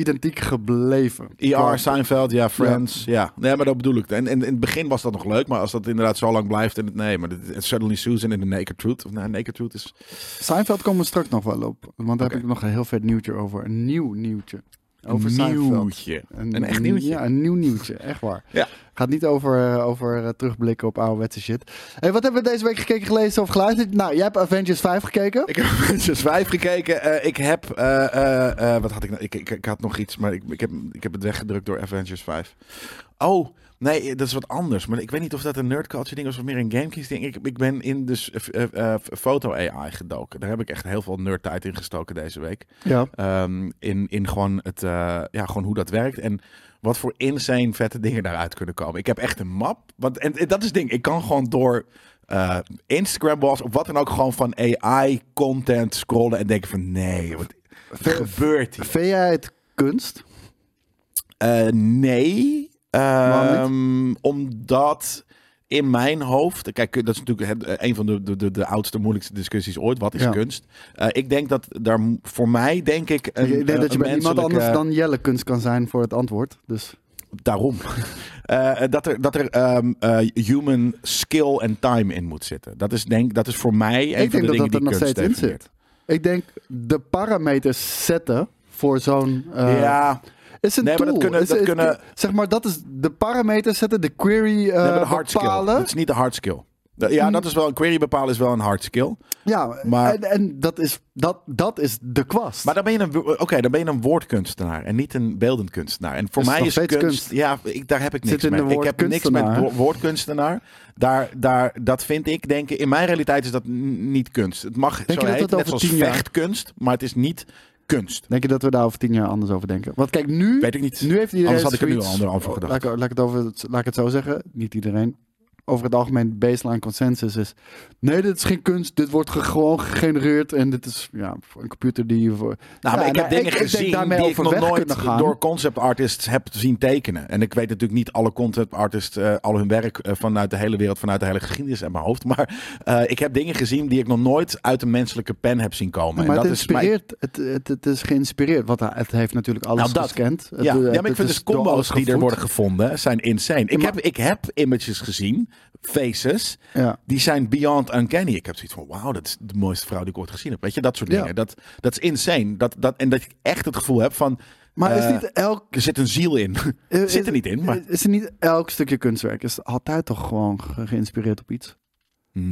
S3: identiek gebleven.
S2: ER,
S3: Qua-
S2: E Seinfeld, ja, Friends. Ja. nee, maar dat bedoel ik. En, en in het begin was dat nog leuk, maar als dat inderdaad zo lang blijft. En het, nee, maar dit- het Suddenly Susan en The Naked Truth. Of, nou, Naked Truth is.
S3: Seinfeld komen we straks nog wel op. Want daar heb ik nog een heel vet nieuwtje over. Een nieuw nieuwtje. Over Seinfeld.
S2: nieuwtje. Een, echt nieuwtje.
S3: Ja, een nieuw nieuwtje. Echt waar.
S2: Ja.
S3: Gaat niet over, eh, over eh, terugblikken op ouderwetse shit. Hey, wat hebben we deze week gekeken, gelezen of geluisterd? Nou, jij hebt Avengers 5 gekeken.
S2: Ik heb Avengers 5 gekeken. Eh, ik heb. eh, eh, eh, wat had ik nou? Ik, ik, ik had nog iets, maar ik, ik, heb, ik heb het weggedrukt door Avengers 5. Oh, nee, dat is wat anders. Maar ik weet niet of dat een nerdculture ding was of meer een gamekies ding. Ik, ik ben in dus eh, eh, eh, foto AI gedoken. Daar heb ik echt heel veel nerdtijd in gestoken deze week.
S3: Ja.
S2: Ehm, in, in gewoon, het, eh, ja, gewoon hoe dat werkt. En wat voor insane vette dingen daaruit kunnen komen. Ik heb echt een map. Want, en, en dat is het ding. Ik kan gewoon door eh, Instagram was of wat dan ook gewoon van AI content scrollen. En denken van nee, wat gebeurt hier?
S3: Vind jij het kunst?
S2: Eh, nee.
S3: Waarom
S2: Ehm, omdat in mijn hoofd. Kijk, dat is natuurlijk het- eh, een van de, de, de, de oudste, moeilijkste discussies ooit. Wat is
S3: Ja.
S2: kunst? Eh, ik denk dat daar m- voor mij, denk ik. Een,
S3: ik denk dat je
S2: een
S3: bij iemand
S2: menselijke-
S3: anders dan Jelle kunst kan zijn voor het antwoord. Dus
S2: daarom. Eh, dat er, dat er ehm, eh, human skill en time in moet zitten. Dat is, denk, dat is voor mij een
S3: ik
S2: van
S3: denk
S2: de
S3: dat
S2: dingen
S3: dat er nog
S2: die kunst
S3: steeds in
S2: definieert.
S3: zit. Ik denk de parameters zetten voor zo'n. eh,
S2: ja,
S3: Is een
S2: Nee, maar dat
S3: tool.
S2: kunnen-
S3: Is-
S2: dat
S3: is-
S2: kunnen-
S3: Zeg maar, dat is de parameters zetten, de query eh,
S2: nee, maar de hard skill. Dus-
S3: bepalen. Hmm.
S2: Dat is niet de hard skill. Da- Ja, dat is wel een query bepalen is wel een hard skill.
S3: Ja,
S2: Maar-
S3: en, en dat, is, dat, dat is de kwast.
S2: Maar dan ben je een, wo- eh, oké, dan ben je een woordkunstenaar en niet een beeldend kunstenaar. En voor
S3: Is
S2: mij
S3: nog
S2: is kunst,
S3: steeds kunst.
S2: ja, ik, daar heb ik
S3: Zit
S2: niks
S3: in de
S2: mee. Ik heb niks met
S3: woordkunstenaar.
S2: wo- woordkunstenaar. Daar, daar, dat vind ik denken. In mijn realiteit is dat n- niet kunst. Het mag
S3: je
S2: zo
S3: dat
S2: heet,
S3: het
S2: net
S3: over
S2: zoals
S3: tien jaar-
S2: vechtkunst, maar het is niet kunst.
S3: Denk je dat we daar over tien jaar anders over denken? Want kijk, nu,
S2: Weet ik niet.
S3: nu heeft iedereen
S2: Anders had ik er nu
S3: zoiets-
S2: al ander over gedacht.
S3: Laat ik, laat, ik het over, laat ik het zo zeggen. Niet iedereen. Over het algemeen baseline consensus is... Nee, dit is geen kunst. Dit wordt ge- gewoon gegenereerd. En dit is ja, een computer die... je Voor...
S2: Nou, maar
S3: Ja,
S2: ik
S3: nou,
S2: heb dingen
S3: ik- ik denk
S2: gezien
S3: daarmee
S2: die ik
S3: over
S2: nog
S3: weg
S2: nooit
S3: kunnen gaan.
S2: door concept artists heb zien tekenen. En ik weet natuurlijk niet alle concept artists, eh, al hun werk eh, vanuit de hele wereld, vanuit de hele geschiedenis in mijn hoofd. Maar eh, ik heb dingen gezien die ik nog nooit uit een menselijke pen heb zien komen.
S3: Maar
S2: en
S3: het,
S2: dat is mij-
S3: inspireert, het, het, het is geïnspireerd. Want het heeft natuurlijk alles
S2: Nou, dat.
S3: gescand. Het- eh,
S2: ja.
S3: het-
S2: ja, maar ik
S3: het
S2: vind
S3: is
S2: dus
S3: door alles
S2: combo's die er
S3: gevoed.
S2: worden gevonden zijn insane. Ik,
S3: maar-
S2: heb, ik heb images gezien, faces,
S3: Ja.
S2: die zijn beyond uncanny. Ik heb zoiets van, wauw, dat is de mooiste vrouw die ik ooit gezien heb. Weet je, dat soort
S3: Ja.
S2: dingen. Dat, dat is insane. Dat, dat, en dat ik echt het gevoel heb van...
S3: Maar
S2: eh,
S3: is niet elk... eh,
S2: Er zit een ziel in. zit er niet in, maar...
S3: Is er niet elk stukje kunstwerk? Is altijd toch gewoon ge- geïnspireerd op iets? eh,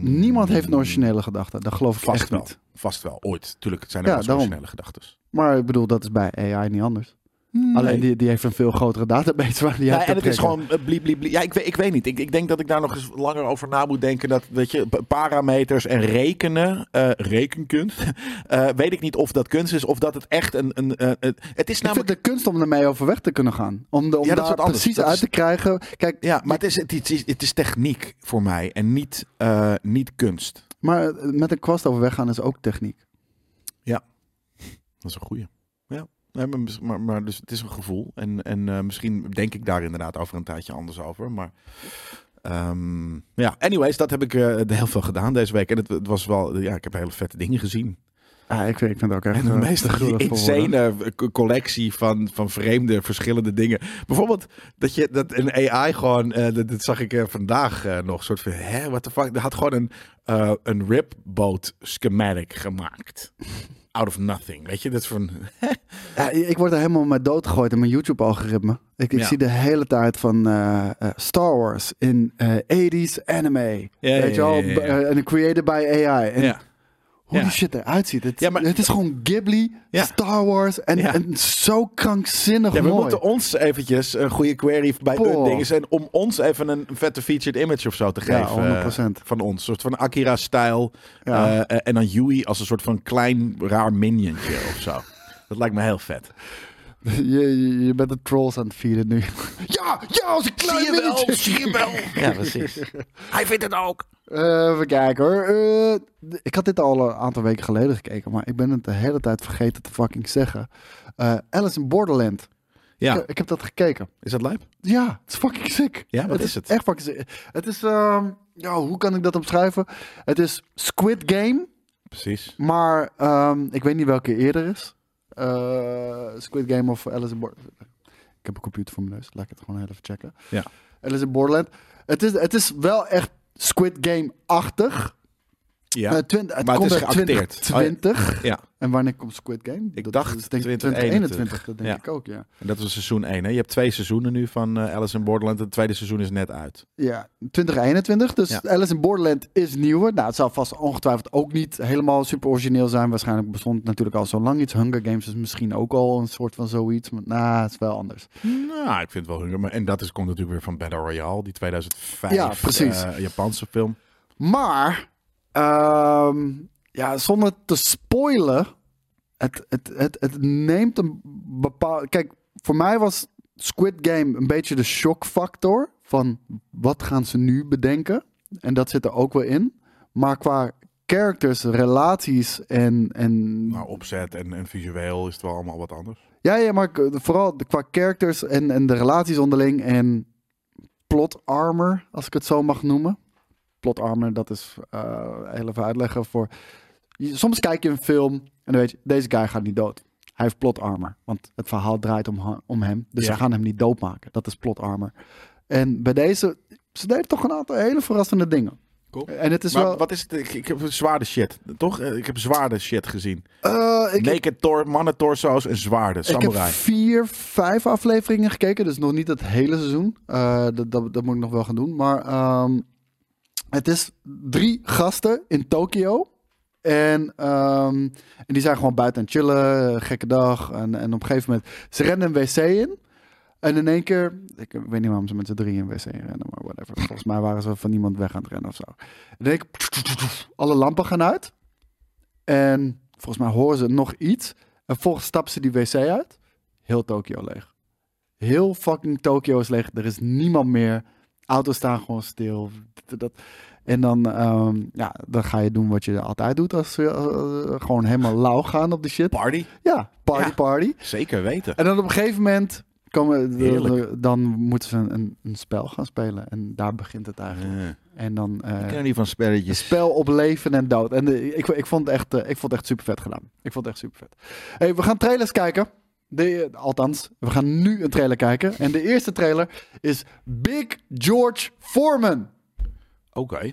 S3: Niemand heeft een originele gedachte. Dat geloof ik
S2: Vast
S3: echt
S2: wel.
S3: niet.
S2: Vast wel, ooit. Tuurlijk, het zijn er
S3: Ja,
S2: wel eens
S3: daarom.
S2: originele gedachten.
S3: Maar ik bedoel, dat is bij AI niet anders. Hmm. Alleen die, die heeft een veel grotere database waar die uit
S2: Ja,
S3: kan
S2: en het is
S3: trekken.
S2: gewoon eh, bliep, bliep, bliep. Ja, ik weet, ik weet niet. Ik, ik denk dat ik daar nog eens langer over na moet denken. Dat, weet je, p- parameters en rekenen, eh, rekenkunst, eh, weet ik niet of dat kunst is of dat het echt een... een eh, eh, het is
S3: Ik vind
S2: namelijk...
S3: de kunst om ermee overweg te kunnen gaan. Om, de, om
S2: Ja, dat is
S3: daar
S2: wat anders.
S3: precies
S2: Dat
S3: uit
S2: is-
S3: te krijgen. Kijk,
S2: Ja, maar het is, het, is, het is techniek voor mij en niet, eh, niet kunst.
S3: maar eh, met een kwast overweg gaan is ook techniek.
S2: Dat is een goeie. Ja. Nee, maar, mis- maar, maar dus het is een gevoel. En, en eh, misschien denk ik daar inderdaad over een tijdje anders over. Maar ehm, ja, anyways, dat heb ik eh, heel veel gedaan deze week. En het, het was wel, ja, ik heb hele vette dingen gezien.
S3: Ja, Ah, ik, vind, ik vind het ook echt
S2: En de
S3: eh,
S2: meest
S3: te gruwelijk voor woorden.
S2: insane eh, collectie van, van vreemde, verschillende dingen. Bijvoorbeeld dat, je, dat een AI gewoon, eh, dat, dat zag ik eh, vandaag eh, nog, soort van, hè, what the fuck? Er had gewoon een, eh een ripboat schematic gemaakt. Out of nothing, weet je? Dat is van,
S3: Ja, ik word er helemaal mee doodgegooid in mijn YouTube-algoritme. Ik, ik
S2: Ja.
S3: zie de hele tijd van eh, eh, Star Wars in eh, 80s anime.
S2: Ja, ja,
S3: weet je wel?
S2: ja, ja, ja.
S3: Eh, En created by AI. En
S2: ja.
S3: hoe
S2: Ja.
S3: die shit eruit ziet. Het,
S2: Ja, maar-
S3: het is gewoon Ghibli,
S2: Ja.
S3: Star Wars en,
S2: Ja.
S3: en zo krankzinnig
S2: Ja, we
S3: mooi.
S2: moeten ons eventjes een goede query bij
S3: Poh.
S2: hun dingen zijn om ons even een vette featured image of zo te
S3: Ja,
S2: geven.
S3: 100%.
S2: eh, Van ons. Een soort van Akira-stijl.
S3: Ja.
S2: eh, en dan Yui als een soort van klein raar minionje of zo. Dat lijkt me heel vet.
S3: je, je, je bent de trolls aan het vieren nu. ja, ja, als een klein minnetje.
S2: Ja, precies. Hij vindt het ook.
S3: Eh, even kijken hoor. Eh, d- ik had dit al een aantal weken geleden gekeken, maar ik ben het de hele tijd vergeten te fucking zeggen. Eh, Alice in Borderland.
S2: Ja,
S3: Ik, ik heb dat gekeken.
S2: is dat lijp?
S3: Ja, het is fucking sick.
S2: Ja, wat is het?
S3: Echt fucking sick. Het is, ehm, ja, hoe kan ik dat omschrijven? Het is Squid Game,
S2: Precies.
S3: maar ehm, ik weet niet welke eerder is. Eh, Squid Game of Alice in Borderland. Ik heb een computer voor mijn neus, laat ik het gewoon heel even checken.
S2: Ja.
S3: Alice in Borderland. Het is, het is wel echt Squid Game-achtig.
S2: Ja.
S3: Eh, twint- het
S2: maar het
S3: komt
S2: is
S3: uit 20
S2: geacteerd. Oh,
S3: 20.
S2: ja.
S3: En wanneer komt Squid Game?
S2: Ik dacht
S3: is denk ik
S2: 2021.
S3: 2021, dat denk
S2: Ja.
S3: ik ook, ja.
S2: En dat was seizoen 1. Je hebt twee seizoenen nu van eh, Alice in Borderland. Het tweede seizoen is net uit.
S3: Ja, 2021. Dus
S2: Ja.
S3: Alice in Borderland is nieuwer. Nou, het zal vast ongetwijfeld ook niet helemaal super origineel zijn. Waarschijnlijk bestond natuurlijk al zo lang iets. Hunger Games is misschien ook al een soort van zoiets. Maar nou, het is wel anders.
S2: Nou, ik vind het wel hunger. Maar, en dat is, komt natuurlijk weer van Battle Royale, die 2005
S3: Ja, precies.
S2: eh, Japanse film.
S3: Maar, ehm, ja, zonder te spoilen, het, het, het, het neemt een bepaalde... Kijk, voor mij was Squid Game een beetje de shockfactor van wat gaan ze nu bedenken. En dat zit er ook wel in. Maar qua characters, relaties en... en...
S2: Nou, opzet en, en visueel is het wel allemaal wat anders.
S3: Ja, ja, maar k- vooral de- qua characters en, en de relaties onderling en plot armor, als ik het zo mag noemen. Plot armor, dat is eh, heel even uitleggen voor... je- soms kijk je een film en dan weet je, deze guy gaat niet dood. Hij heeft plot armor, want het verhaal draait om, ha- om hem. Dus
S2: Ja.
S3: ze gaan hem niet doodmaken. Dat is plot armor. En bij deze, ze deden toch een aantal hele verrassende dingen.
S2: Cool.
S3: En het Eh, is
S2: maar
S3: wel...
S2: wat is het? Ik, ik heb zwaarde shit, toch? Eh, Ik heb zwaarde shit gezien.
S3: Eh, ik,
S2: Naked tor, mannen torso's en zwaarden.
S3: Ik
S2: Samurai.
S3: heb vier, vijf afleveringen gekeken. Dus nog niet het hele seizoen. Eh, dat, dat, dat moet ik nog wel gaan doen. Maar ehm, het is drie gasten in Tokio. En, ehm, en die zijn gewoon buiten aan het chillen. eh, Gekke dag. En, en op een gegeven moment... Ze rennen een wc in. En in één keer... Ik weet niet waarom ze met z'n drieën een wc in rennen. Maar whatever. Volgens mij waren ze van iemand weg aan het rennen of zo. En ik, alle lampen gaan uit. En volgens mij horen ze nog iets. En volgens stappen ze die wc uit. Heel Tokio leeg. Heel fucking Tokio is leeg. Er is niemand meer. Auto's staan gewoon stil. Dat- Dat. En dan, ehm, ja, dan ga je doen wat je altijd doet. Als, eh, eh, gewoon helemaal lauw gaan op de shit.
S2: Party?
S3: Ja, party,
S2: Ja.
S3: party.
S2: Zeker weten.
S3: En dan op een gegeven moment komen,
S2: Heerlijk.
S3: dan moeten ze een, een, een spel gaan spelen. En daar begint het eigenlijk.
S2: Eh,
S3: En dan eh,
S2: ik ken niet van
S3: een
S2: spelletjes.
S3: spel op leven en dood. En eh, ik, ik, vond het echt, eh, ik vond het echt super vet gedaan. Ik vond het echt super vet. Hey, we gaan trailers kijken. De, althans, we gaan nu een trailer kijken. En de eerste trailer is Big George Foreman.
S2: Oké.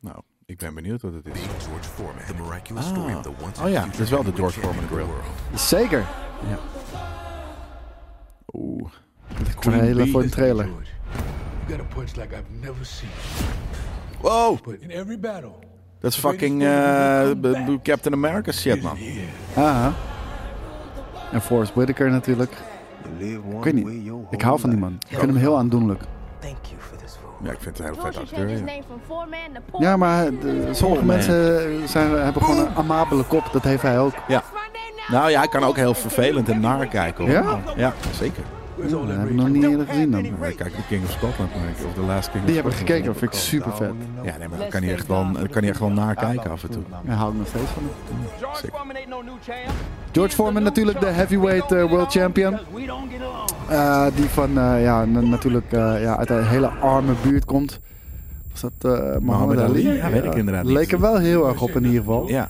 S2: Nou, ik ben benieuwd wat het is.
S5: George Foreman, the miraculous story of the once
S2: Oh ja, dat is wel de George Foreman grill.
S3: Zeker.
S2: Oeh.
S3: Trailer voor een trailer.
S6: George, you got a punch like I've never seen.
S2: Wow,
S6: But in every battle,
S2: dat is fucking eh, b- b- Captain America shit, man.
S3: Aha. En Forrest Whitaker natuurlijk. Ik weet niet. Ik hou van die man. Ik vind hem heel aandoenlijk.
S7: Thank you for this food.
S2: Ja, ik vind het een hele
S8: George
S2: vet
S8: should
S2: acteur.
S8: change
S2: ja.
S8: his name from Four Man to Poor
S3: Ja,
S8: Man.
S3: maar eh, de- sommige mensen eh, zijn, hebben gewoon een amabele kop. Dat heeft hij ook.
S2: Ja.
S8: That's my name now.
S2: Nou ja, hij kan ook heel vervelend en naar kijken. hoor.
S3: Ja?
S2: Ja, zeker.
S6: where's all
S3: Dat
S6: that
S3: hebben we
S6: rage?
S3: nog niet eerder gezien dan.
S2: Maar ik kijk de King of Scotland, maar ik- of The Last King of
S3: Die hebben
S2: Scotland.
S3: we gekeken. Dat vind ik super vet.
S2: Ja, nee, maar dan kan hij echt wel, dan kan hij echt wel nakijken af en toe.
S3: Daar hou ik nog steeds van.
S9: George Foreman ain't no new champ.
S3: George Foreman natuurlijk de heavyweight eh, world champion.
S9: Because we don't get along.
S3: Eh, die van, eh, ja, na- natuurlijk eh, ja, uit een hele arme buurt komt. Was dat eh Mohammed Ali?
S2: Ali? Ja, weet ik inderdaad niet.
S3: Leek er wel heel erg op in ieder geval.
S2: Ja.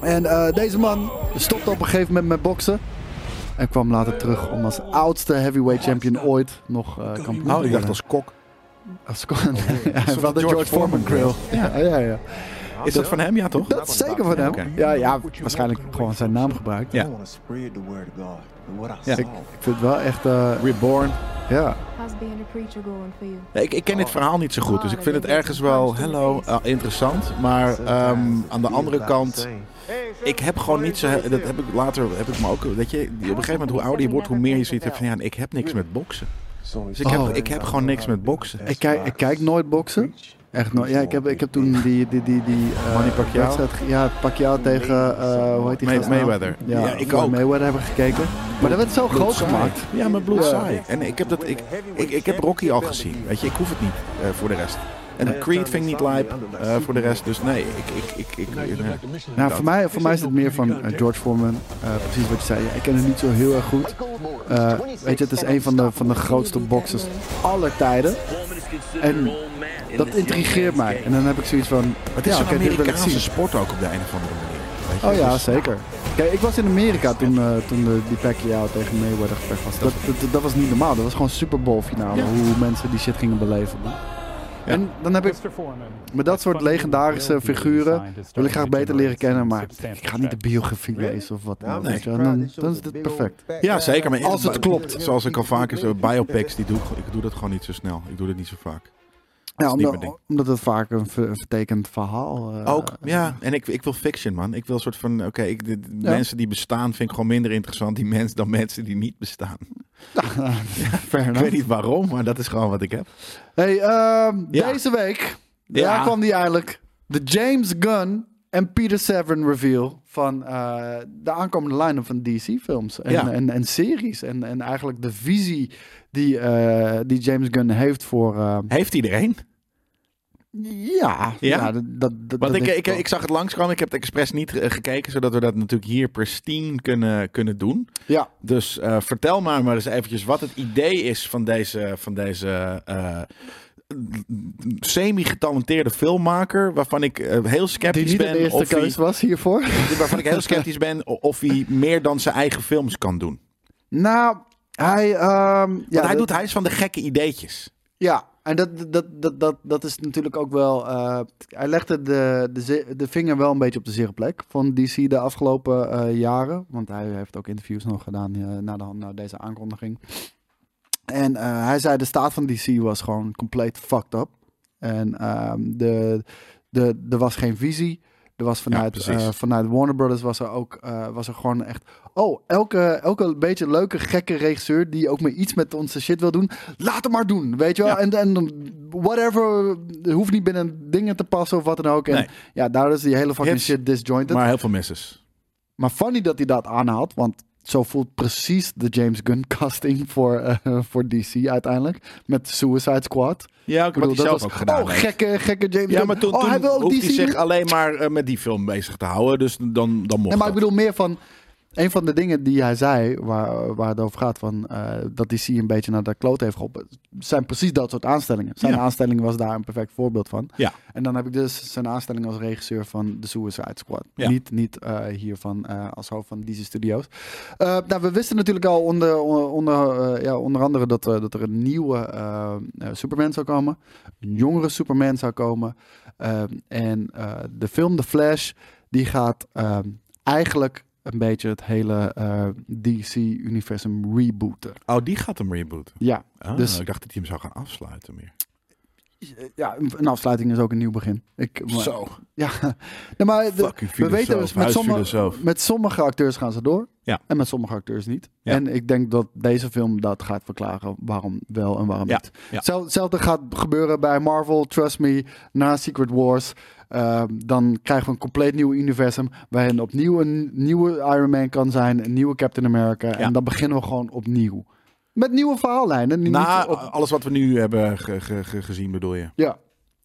S3: En eh, deze man stopte op een gegeven moment met boksen. En kwam later terug om als oudste heavyweight champion ooit nog eh kampioen te
S2: Oh, ik dacht
S3: worden.
S2: als Oh, kok.
S3: Als kon. Ja,
S2: Zo'n
S3: van de George, Foreman grill. Ja, ja, ja.
S2: Is dat van hem? Ja, toch?
S3: Dat is zeker van hem.
S2: oké.
S3: Ja, ja, waarschijnlijk gewoon zijn naam gebruikt.
S2: Ja.
S3: Ik, ik vind het wel echt... eh,
S2: Reborn.
S3: ja.
S8: How's being a preacher going for you?
S2: Ja, Ik, ik ken dit verhaal niet zo goed, dus ik vind het ergens wel hello, eh, interessant. Maar ehm, aan de andere kant, ik heb gewoon niet zo. Dat heb ik later, heb ik me ook. Weet je, op een gegeven moment, hoe ouder je wordt, hoe meer je ziet. heb van, ja, ik heb niks met boksen. Dus ik heb, ik heb gewoon niks met boksen.
S3: Ik kijk, ik kijk nooit boksen. Echt nooit. Ja, ik heb, ik heb toen die... die, die, die eh,
S2: Manny Pacquiao?
S3: wedstrijd ge- ja, Pacquiao tegen... eh, hoe heet die
S2: May-
S3: gast nou?
S2: Mayweather.
S3: Ja,
S2: Ja, ik
S3: Floyd
S2: ook.
S3: Mayweather hebben we gekeken. Maar dat werd zo groot
S2: Saai.
S3: gemaakt.
S2: Ja, maar bloed saai. En ik heb, dat, ik, ik, ik heb Rocky al gezien. Weet je, ik hoef het niet eh, voor de rest. En Creed vind ik niet lijp eh, voor de rest. Dus nee, ik. ik, ik, ik,
S6: Now you look
S2: eh,
S6: like the Michelin.
S3: Nou, voor mij, voor mij is het meer van eh, George Foreman. Eh, precies wat je zei. Ja, ik ken hem niet zo heel erg goed. Eh, weet je, het is een van de, van de grootste boxers aller tijden. En dat intrigeert mij. En dan heb ik zoiets van...
S2: het is
S3: ja,
S2: een
S3: oké, dit wil ik
S2: Amerikaanse
S3: zien.
S2: sport ook op de een of andere manier. Weet je,
S3: Oh ja,
S2: dus-
S3: zeker. Kijk, ik was in Amerika toen, eh, toen de, die Pacquiao tegen Mayweather gevecht was. Dat, dat, dat was niet normaal. Dat was gewoon Super Bowl finale. Hoe mensen die shit gingen beleven. man. En dan heb ik met dat soort legendarische figuren wil ik graag beter leren kennen, maar ik ga niet de biografie lezen of
S2: Nou,
S3: wat. dan ook, weet je wel. Dan, dan is dit perfect.
S2: Ja, zeker. Maar
S3: Als het klopt.
S2: Zoals ik al vaker zei, biopics, die doe ik, ik doe dat gewoon niet zo snel. Ik doe dat niet zo vaak.
S3: Ja,
S2: niet mijn
S3: Nou, omdat,
S2: ding.
S3: omdat het vaak een ver- een vertekend verhaal eh,
S2: Ook, ja. En ik, ik wil fiction, man. Ik wil een soort van, oké, ik- de- de
S3: Ja.
S2: mensen die bestaan vind ik gewoon minder interessant die mens, dan mensen die niet bestaan.
S3: fair
S2: Ik
S3: enough.
S2: weet niet waarom, maar dat is gewoon wat ik heb.
S3: Hey, ehm,
S2: Ja.
S3: deze week,
S2: Ja.
S3: daar kwam die eigenlijk. De James Gunn en Peter Severin reveal van eh, de aankomende line-up van DC-films en,
S2: Ja.
S3: en, en series. En, en eigenlijk de visie die, eh, die James Gunn heeft voor... eh,
S2: Heeft iedereen?
S3: ja, ja? dat, dat, dat
S2: Want ik,
S3: denk
S2: ik,
S3: wel.
S2: ik zag het langskomen. Ik heb het expres niet eh, gekeken, zodat we dat natuurlijk hier pristine kunnen, kunnen doen.
S3: Ja,
S2: Dus eh, vertel maar maar eens eventjes wat het idee is van deze, van deze eh, semi-getalenteerde filmmaker. Waarvan ik eh, heel
S3: die
S2: sceptisch
S3: niet de
S2: ben.
S3: eerste
S2: Of
S3: keus
S2: hij,
S3: was hiervoor.
S2: waarvan ik heel sceptisch ben o- of hij meer dan zijn eigen films kan doen. Want
S3: nou, hij... ehm, ja,
S2: hij,
S3: dat-
S2: doet, hij is van de gekke ideetjes.
S3: Ja, en dat, dat, dat, dat, dat is natuurlijk ook wel. eh, hij legde de, de, ze- de vinger wel een beetje op de zere plek van DC de afgelopen eh, jaren. Want hij heeft ook interviews nog gedaan eh, na, de, na deze aankondiging. En eh, hij zei: de staat van DC was gewoon compleet fucked up. En ehm, de, de, er was geen visie. Er was vanuit,
S2: precies.
S3: eh, vanuit Warner Brothers was er ook eh, was er gewoon echt. Oh, elke, elke beetje leuke, gekke regisseur die ook maar iets met onze shit wil doen, laat hem maar doen. Weet je wel?
S2: Ja.
S3: En, en whatever, hoeft niet binnen dingen te passen of wat dan ook. En
S2: Nee.
S3: ja, daar is die hele fucking
S2: Hits.
S3: shit disjointed.
S2: Maar heel veel misses.
S3: Maar funny dat hij dat aanhaalt, want zo voelt precies de James Gunn casting voor, eh, voor DC uiteindelijk. Met Suicide Squad.
S2: Ja,
S3: Ik bedoel,
S2: wat hij zelf ook gedaan
S3: Oh,
S2: heeft.
S3: gekke, gekke James
S2: Ja,
S3: Gunn.
S2: maar toen,
S3: oh,
S2: toen
S3: hij wil ook
S2: hoeft
S3: DC
S2: hij zich
S3: niet?
S2: alleen maar eh, met die film bezig te houden. Dus dan, dan mocht
S3: Nee, maar ik
S2: dat.
S3: bedoel meer van... Een van de dingen die hij zei, waar, waar het over gaat, van, eh, dat DC een beetje naar de kloot heeft geholpen, zijn precies dat soort aanstellingen. Zijn
S2: Ja.
S3: aanstelling was daar een perfect voorbeeld van.
S2: Ja.
S3: En dan heb ik dus zijn aanstelling als regisseur van The Suicide Squad.
S2: Ja.
S3: Niet, niet eh, hiervan eh, als hoofd van DC Studios. Eh, nou, we wisten natuurlijk al onder, onder, onder, eh, ja, onder andere dat, eh, dat er een nieuwe eh, eh, Superman zou komen. Een jongere Superman zou komen. Ehm, en eh, de film The Flash, die gaat ehm, eigenlijk een beetje het hele DC-universum rebooten.
S2: Oh, die gaat hem rebooten.
S3: Ja,
S2: Ah,
S3: dus
S2: ik dacht dat hij hem zou gaan afsluiten meer.
S3: ja, een een afsluiting is ook een nieuw begin. Ik, maar-
S2: Zo.
S3: Ja, nee, maar de-
S2: Fucking
S3: we
S2: filosoof,
S3: weten dus met sommige,
S2: huisfilosoof.
S3: met sommige acteurs gaan ze door.
S2: Ja.
S3: En met sommige acteurs niet.
S2: Ja.
S3: En ik denk dat deze film dat gaat verklaren waarom wel en waarom
S2: Ja,
S3: niet.
S2: ja.
S3: Zel- Hetzelfde gaat gebeuren bij Marvel, Trust Me, na Secret Wars. Ehm, dan krijgen we een compleet nieuw universum waarin opnieuw een nieuwe Iron Man kan zijn, een nieuwe Captain America. En dan beginnen we gewoon opnieuw. Met nieuwe verhaallijnen. niet
S2: Na
S3: op-
S2: alles wat we nu hebben ge- ge- ge- gezien, bedoel je?
S3: ja.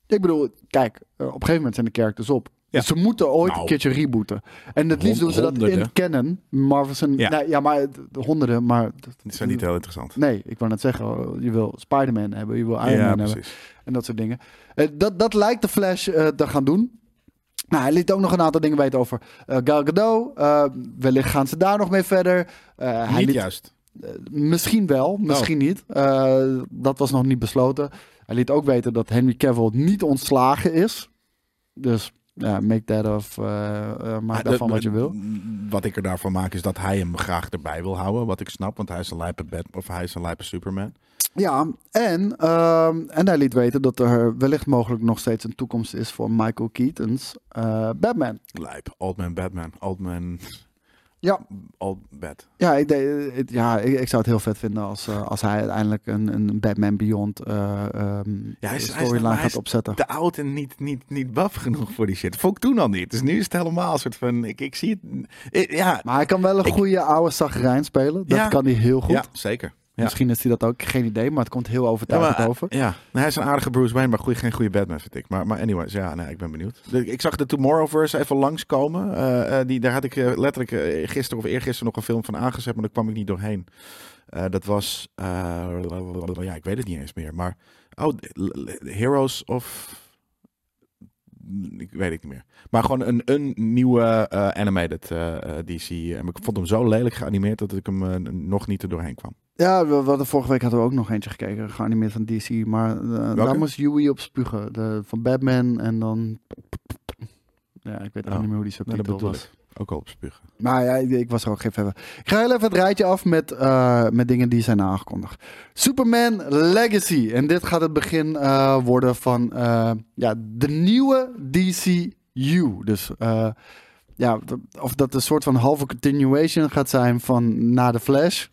S3: Ik bedoel, kijk, eh, op een gegeven moment zijn de characters op.
S2: Ja.
S3: Dus ze moeten ooit
S2: Nou.
S3: een keertje rebooten. En het liefst doen ze dat in
S2: Honderden.
S3: canon. Marvel zijn...
S2: Ja.
S3: Nee, ja, maar het- honderden, maar...
S2: Die zijn niet heel interessant.
S3: Nee, ik wou net zeggen, oh, je wil Spider-Man hebben, je wil Iron
S2: ja,
S3: Man hebben
S2: precies.
S3: en dat soort dingen. Eh, dat, dat lijkt de Flash eh, te gaan doen. Nou, hij liet ook nog een aantal dingen weten over eh Gal Gadot. Eh, wellicht gaan ze daar nog mee verder. Eh, hij
S2: Niet
S3: liet-
S2: juist.
S3: Misschien wel,
S2: Nou.
S3: misschien niet. Eh, dat was nog niet besloten. Hij liet ook weten dat Henry Cavill niet ontslagen is. Dus ja, make that of, eh, eh, maak
S2: Ah,
S3: daarvan
S2: dat-
S3: wat je wil.
S2: Wat ik er daarvan maak is dat hij hem graag erbij wil houden. Wat ik snap, want hij is een lijpe Batman of hij is een lijpe Superman.
S3: Ja, en, ehm, en hij liet weten dat er wellicht mogelijk nog steeds een toekomst is voor Michael Keaton's eh, Batman.
S2: Lijp. Old man Batman. Old man...
S3: Ja,
S2: Old Bat.
S3: ja, ik, de- het- ja ik, ik zou het heel vet vinden als, eh, als hij uiteindelijk een, een Batman Beyond eh, ehm,
S2: Ja, hij is- hij is-
S3: storyline
S2: maar hij
S3: gaat
S2: is
S3: opzetten.
S2: Te oud en niet, niet, niet baf genoeg voor die shit. Vond ik toen al niet. Dus nu is het helemaal een soort van... Ik, ik zie het... ik- ja.
S3: Maar hij kan wel een
S2: Ik-
S3: goede oude zagrijn spelen. Dat
S2: Ja.
S3: kan hij heel goed.
S2: ja, zeker. Ja.
S3: Misschien is hij dat ook, geen idee, maar het komt heel
S2: Ja,
S3: overtuigend
S2: maar, eh,
S3: over.
S2: ja. Nou, hij is een aardige Bruce Wayne, maar goeie, geen goede Batman vind ik. Maar, maar anyways, ja, nee, ik ben benieuwd. De- ik zag de Tomorrowverse even langskomen. Eh, eh, die, daar had ik eh, letterlijk eh, gisteren of eergisteren nog een film van aangezet, maar daar kwam ik niet doorheen. Eh, dat was, eh, ja, ik weet het niet eens meer. Maar, oh, l- l- Heroes of, ik weet het niet meer. Maar gewoon een, een nieuwe eh, animated eh, eh, DC. En ik vond hem zo lelijk geanimeerd dat ik hem eh, nog niet er doorheen kwam.
S3: Ja, we, we hadden, vorige week hadden we ook nog eentje gekeken, geanimeerd van DC. Maar eh, daar moest Huey op spugen. De, van Batman en dan... Ja, ik weet ook
S2: Oh,
S3: niet meer hoe die
S2: Nou,
S3: subtitel
S2: bedoel
S3: was.
S2: ik. Ook al op spugen.
S3: Maar ja, ik, ik was er ook geen fan van. Ik ga heel even het rijtje af met, eh, met dingen die zijn aangekondigd. Superman Legacy. En dit gaat het begin eh, worden van eh, ja, de nieuwe DCU. Dus eh, ja, d- of dat een soort van halve continuation gaat zijn van na de Flash.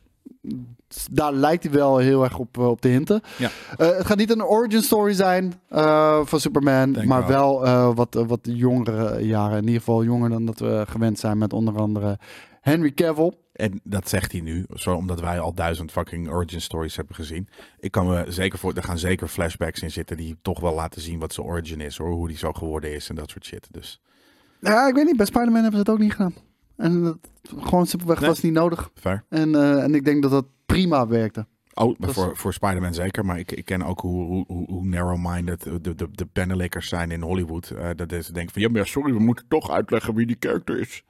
S3: Daar lijkt hij wel heel erg op, eh, op te hinten.
S2: Ja.
S3: Eh, het gaat niet een origin story zijn eh, van Superman,
S2: Denk
S3: maar
S2: wel.
S3: wel eh, wat, eh, wat jongere jaren. In ieder geval jonger dan dat we gewend zijn met onder andere Henry Cavill.
S2: En dat zegt hij nu, zo omdat wij al duizend fucking origin stories hebben gezien. Ik kan me zeker voor, er gaan zeker flashbacks in zitten die toch wel laten zien wat zijn origin is, hoor, hoe die zo geworden is en dat soort shit. Dus
S3: Ja, ik weet niet. Bij Spider-Man hebben ze dat ook niet gedaan. En dat gewoon simpelweg
S2: Nee.
S3: was niet nodig.
S2: fair.
S3: En, eh, en ik denk dat dat prima werkte.
S2: Oh, maar
S3: Dat is-
S2: voor, voor Spider-Man zeker, maar ik, ik ken ook hoe, hoe, hoe- hoe narrow-minded de, de, de pennelikkers zijn in Hollywood. Eh, dat ze denken van, ja, maar sorry, we moeten toch uitleggen wie die character is.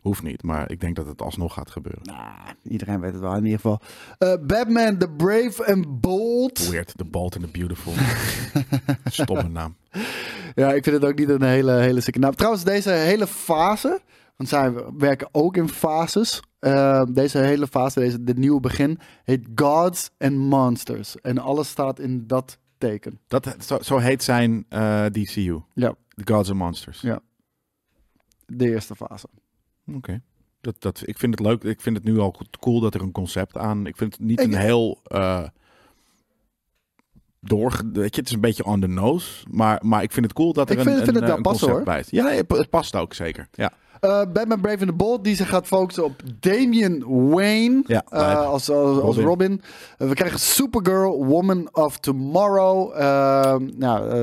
S2: Hoeft niet, maar ik denk dat het alsnog gaat gebeuren.
S3: Nou, iedereen weet het wel in ieder geval. Eh, Batman, The Brave and Bold.
S2: Weird, The Bold and the Beautiful. Stomme naam.
S3: Ja, ik vind het ook niet een hele, hele sikke naam. Trouwens, deze hele fase, want zij werken ook in fases. eh, deze hele fase, deze, dit nieuwe begin, heet Gods and Monsters. En alles staat in dat teken.
S2: Dat, zo, zo heet zijn eh, DCU,
S3: Ja,
S2: The Gods and Monsters.
S3: de eerste fase.
S2: Oké. Dat, dat, ik vind het leuk. Ik vind het nu al goed- cool dat er een concept aan. Ik vind het niet
S3: Ik-
S2: een heel. eh door, weet je, het is een beetje on the nose. Maar, maar ik vind het cool dat er
S3: Ik
S2: een,
S3: vind-
S2: een,
S3: vind het
S2: eh,
S3: wel
S2: een
S3: passen,
S2: concept
S3: hoor.
S2: bij is. Ja, nee, het het past ook zeker. Ja.
S3: Eh, Batman Brave and the Bold, die zich gaat focussen op Damian Wayne
S2: Ja,
S3: eh,
S2: lijp.
S3: als, als Robin. Als
S2: Robin.
S3: Robin. Eh, we krijgen Supergirl, Woman of Tomorrow. Eh, nou, eh,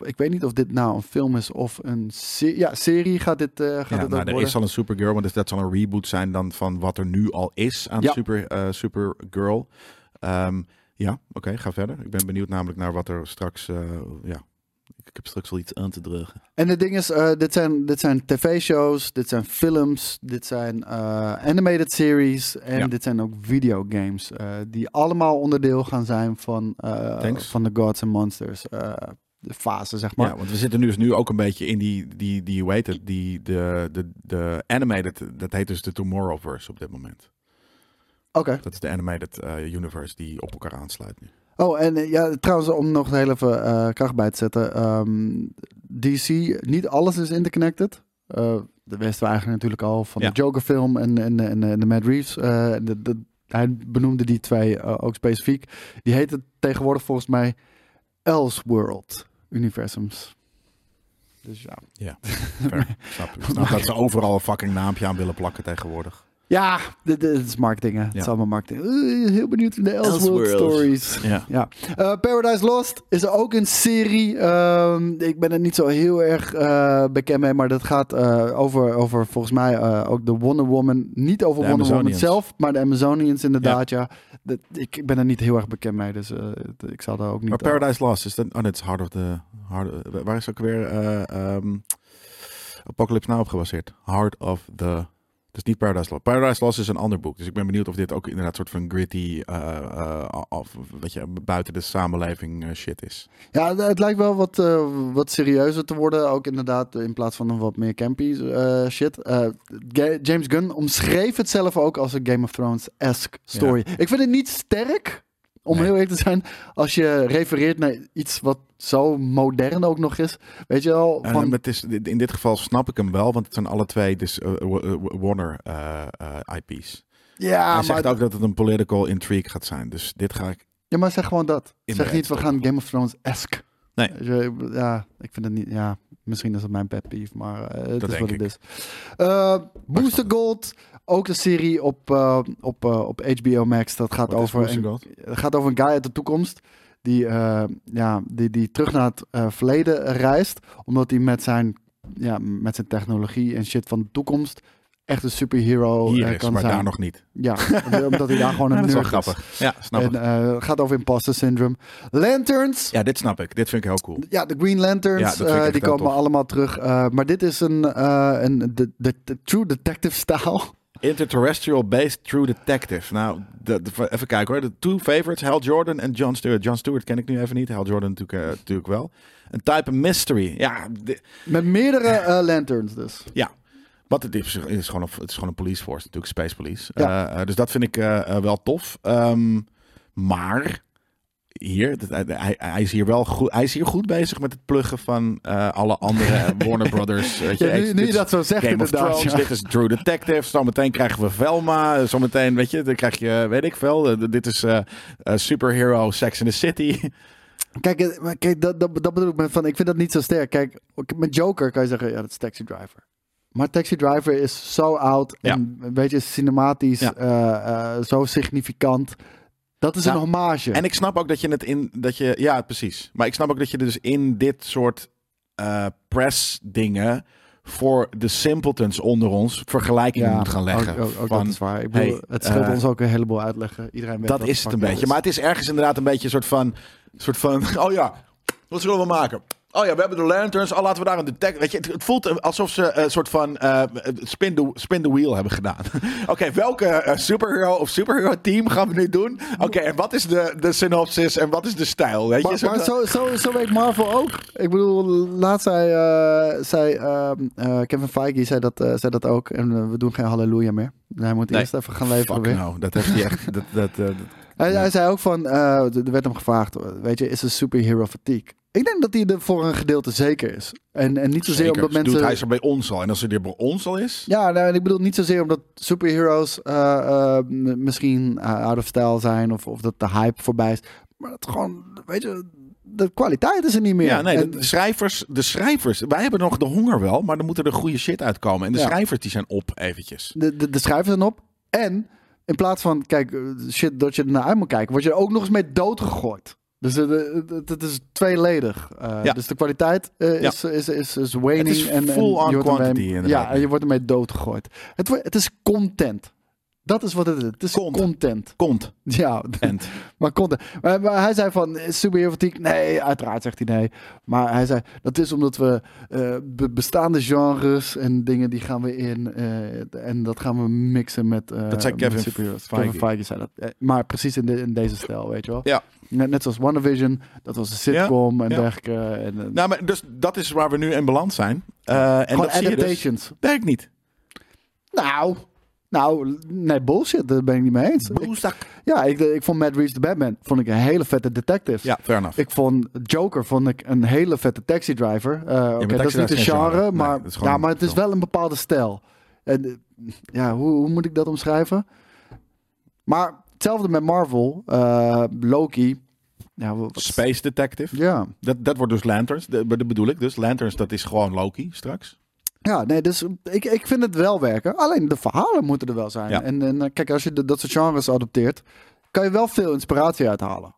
S3: ik weet niet of dit nou een film is of een serie. Ja, serie gaat dit, eh gaat
S2: ja
S3: dit ook
S2: nou, er
S3: worden.
S2: is al een Supergirl, maar dus dat zal een reboot zijn dan van wat er nu al is aan
S3: Ja.
S2: Super, eh, Supergirl. Ehm, ja, oké, ga verder. Ik ben benieuwd namelijk naar wat er straks. eh, ja, ik heb straks wel iets aan te dragen.
S3: En het ding is, eh, dit zijn, dit zijn tv-shows, dit zijn films, dit zijn eh, animated series en
S2: Ja.
S3: dit zijn ook videogames. eh, die allemaal onderdeel gaan zijn van, eh,
S2: Thanks.
S3: van de Gods and Monsters eh, de fase, zeg maar.
S2: ja, want we zitten nu dus nu ook een beetje in die, die, die hoe heet het, die, de, de, de animated, dat heet dus de Tomorrowverse op dit moment.
S3: Oké.
S2: Dat is de animated eh, universe die op elkaar aansluit nu.
S3: Oh, en eh, ja, trouwens, om nog heel even eh, kracht bij te zetten. ehm, DC, niet alles is interconnected. Eh dat wisten we eigenlijk natuurlijk al van
S2: Ja.
S3: de Joker film en, en, en, en de Matt Reeves. Eh, de, de- hij benoemde die twee eh, ook specifiek. Die heten tegenwoordig volgens mij Elseworld universums. Dus ja.
S2: Ja, fair. snap, ik snap dat ze overal een fucking naampje aan willen plakken tegenwoordig.
S3: Ja, dit, dit is marketing. hè. Het
S2: Ja.
S3: is allemaal marketing. Eh, heel benieuwd naar de Elseworld,
S2: Elseworld.
S3: stories.
S2: Ja.
S3: Ja. Eh, Paradise Lost is er ook een serie. Ehm, ik ben er niet zo heel erg eh, bekend mee, maar dat gaat eh, over, over volgens mij eh, ook de Wonder Woman. Niet over
S2: De
S3: Wonder Woman
S2: Amazonians.
S3: zelf, maar de Amazonians inderdaad. Ja. Dat, ik, ik ben er niet heel erg bekend mee, dus eh, het- ik zal daar ook niet...
S2: Maar Paradise Lost is dat, oh, dat is hard of the, hard, waar is ook weer, eh, ehm, eh, Apocalypse Now op gebaseerd. Heart of the... Dus niet Paradise Lost. Paradise Lost is een ander boek. Dus ik ben benieuwd of dit ook inderdaad soort van gritty, eh eh, of weet je, buiten de samenleving eh, shit is.
S3: Ja, het lijkt wel wat, eh, wat serieuzer te worden. Ook inderdaad, eh, in plaats van een wat meer campy eh, shit. Eh, Ga- James Gunn omschreef het zelf ook als een Game of Thrones-esque story. Ik vind het niet sterk, om
S2: Nee.
S3: heel eerlijk te zijn, als je refereert naar iets wat zo modern ook nog is. Weet je wel?
S2: En
S3: van-
S2: het is, in dit geval snap ik hem wel, want het zijn alle twee dus, eh, Wa- eh, Warner eh, eh, IP's.
S3: ja,
S2: Hij
S3: Ah, maar,
S2: zegt ook dat het een political intrigue gaat zijn. Dus dit ga ik...
S3: ja, maar zeg gewoon dat.
S2: In
S3: Zeg
S2: de
S3: niet, we
S2: eindstop.
S3: gaan Game of Thrones-esque.
S2: Nee.
S3: Weet je, Ja, ik vind het niet... Ja, misschien is het mijn pet peeve, maar eh, het is
S2: denk
S3: wat
S2: ik.
S3: het is. Eh, Booster Gold, ook een serie op, eh, op, eh, op HBO Max. Dat gaat
S2: Wat is
S3: over,
S2: Booster
S3: een,
S2: Gold?
S3: het gaat over een guy uit de toekomst. Die, eh, ja, die, die terug naar het eh, verleden reist. Omdat hij met zijn, ja, met zijn technologie en shit van de toekomst echt een superhero
S2: Hier
S3: eh,
S2: is,
S3: kan
S2: maar
S3: zijn.
S2: daar nog niet.
S3: Ja, omdat hij daar gewoon een
S2: dat is wel
S3: nerd is.
S2: grappig. Ja, snap
S3: En
S2: ik.
S3: eh, het gaat over imposter syndrome. Lanterns.
S2: Ja, dit snap ik. Dit vind ik heel cool.
S3: Ja, de Green Lanterns,
S2: Ja, dat vind ik
S3: eh,
S2: echt
S3: die
S2: heel
S3: komen
S2: tof.
S3: allemaal terug. Eh, maar dit is een, eh, een de, de, de True Detective style.
S2: Interterrestrial Based True Detective. Nou, de, de- even kijken hoor. De two favorites, Hal Jordan en John Stewart. John Stewart ken ik nu even niet. Hal Jordan natuurlijk, eh, natuurlijk wel. Een type mystery. Ja, di-
S3: Met meerdere eh, lanterns dus.
S2: ja. Wat het is, is gewoon een, het is gewoon een police force, natuurlijk Space Police.
S3: Ja.
S2: Eh, eh, dus dat vind ik eh, eh, wel tof. Ehm, maar hier, dat- hij- hij, hij is hier wel goed, hij is hier goed bezig met het pluggen van eh, alle andere Warner Brothers. weet
S3: Ja, nu-
S2: dit
S3: nu je
S2: is
S3: dat zo zegt
S2: Game of
S3: inderdaad,
S2: Thrones,
S3: ja.
S2: dit is True Detective. Zometeen krijgen we Velma. Zometeen, weet je, dan krijg je, weet ik veel. eh, dit is eh, eh, Superhero Sex in the City.
S3: Kijk, eh, maar kijk dat, dat, dat bedoel ik met van, ik vind dat niet zo sterk. Kijk, ook met Joker kan je zeggen, ja, dat is Taxi Driver. Maar Taxi Driver is zo oud en een beetje cinematisch,
S2: Ja.
S3: eh, eh, zo significant. Dat is
S2: Nou,
S3: een hommage.
S2: En ik snap ook dat je het in dat je ja precies. Maar ik snap ook dat je dus in dit soort eh, press dingen voor de simpletons onder ons vergelijkingen moet gaan leggen.
S3: Ook, ook, ook
S2: Van,
S3: dat is waar. Ik bedoel,
S2: hey,
S3: het scheelt
S2: eh,
S3: ons ook een heleboel uitleggen. Iedereen weet
S2: Dat
S3: wat
S2: is het een
S3: fuck
S2: beetje.
S3: is.
S2: Maar het is ergens inderdaad een beetje een soort van, soort van oh ja, wat zullen we maken? Oh ja, we hebben de lanterns. Oh, laten we daar een detect. Weet je, het, het voelt alsof ze eh, een soort van eh, spin, the, spin the wheel hebben gedaan. Oké, welke eh, superhero of superhero team gaan we nu doen? Oké, en wat is de, de synopsis en wat is de stijl? Weet je?
S3: Maar,
S2: Zo-
S3: maar zo, zo, zo weet Marvel ook. Ik bedoel, laatst zei, eh, zei ehm, eh, Kevin Feige zei dat, eh, zei dat ook. En eh, we doen geen halleluja meer. Hij moet eerst even gaan leveren
S2: Fuck
S3: weer.
S2: nou, dat heeft hij echt. Dat, dat, eh, dat-
S3: Hij, hij zei ook van, eh, d- er werd hem gevraagd, eh, weet je, is een superhero fatigue? Ik denk dat hij er voor een gedeelte zeker is. En, en niet zozeer
S2: Zeker.
S3: omdat
S2: Dus doet
S3: mensen...
S2: hij is er bij ons al. En als hij er bij ons al is.
S3: Ja, nou, en ik bedoel niet zozeer omdat superheroes eh, eh, m- misschien eh, out of style zijn of, of dat de hype voorbij is. Maar dat gewoon, weet je, de kwaliteit is er niet meer.
S2: Ja, nee, de-
S3: En-
S2: de schrijvers, de schrijvers, wij hebben nog de honger wel, maar dan moeten er goede shit uitkomen. En de
S3: Ja.
S2: schrijvers die zijn op eventjes.
S3: de, de, de schrijvers dan op. En in plaats van, kijk, eh, shit, dat je er naar uit moet kijken, word je er ook nog eens mee doodgegooid. Dus eh, de- het het is tweeledig. Eh,
S2: Ja.
S3: Dus de kwaliteit eh,
S2: Ja.
S3: is, is, is, is waning.
S2: Het is
S3: en, en
S2: full on
S3: je wordt ermee-
S2: quantity, inderdaad.
S3: Ja, en je wordt ermee doodgegooid. Het, wordt- het is content. Dat is wat het is. Het is
S2: Cont.
S3: content.
S2: Komt.
S3: Ja,
S2: Ent.
S3: maar content. Maar, maar hij zei van, is superhero fatigue? Nee, uiteraard zegt hij nee. Maar hij zei, dat is omdat we eh, be- bestaande genres en dingen die gaan we in. eh, en dat gaan we mixen met eh,
S2: Dat zei
S3: met
S2: Kevin
S3: superheroes.
S2: Feige.
S3: Kevin Feige zei dat. Eh, Maar precies in, de- in deze stijl, weet je wel.
S2: Ja.
S3: Net, net zoals WandaVision, dat was een sitcom en
S2: ja.
S3: dergelijke. En, eh, en-
S2: Nou, maar dus dat is waar we nu in balans zijn. Eh, en
S3: gewoon
S2: dat zie je dus.
S3: adaptations.
S2: Werkt niet.
S3: Nou, nou, nee, bullshit, daar ben ik niet mee eens. Ik,
S2: Boezak.
S3: ja, ik, ik vond Matt Reeves de Batman, vond ik een hele vette detective.
S2: Ja, fair enough.
S3: Ik vond Joker vond ik een hele vette taxi driver. Eh,
S2: Taxi
S3: Oké, dat is niet
S2: Driver
S3: een
S2: is geen
S3: genre,
S2: genre. Nee,
S3: maar,
S2: dat is gewoon
S3: ja, maar het is
S2: film.
S3: wel een bepaalde stijl. En, eh, ja, hoe, hoe moet ik dat omschrijven? Maar hetzelfde met Marvel, eh, Loki. Ja, wat-
S2: Space Detective.
S3: ja.
S2: Dat, dat wordt dus Lanterns. Dat, dat bedoel ik dus. Lanterns, dat is gewoon Loki straks.
S3: ja, nee, dus ik, ik vind het wel werken. Alleen de verhalen moeten er wel zijn.
S2: Ja.
S3: En, en eh, kijk, als je de- dat soort genres adopteert, kan je wel veel inspiratie uithalen.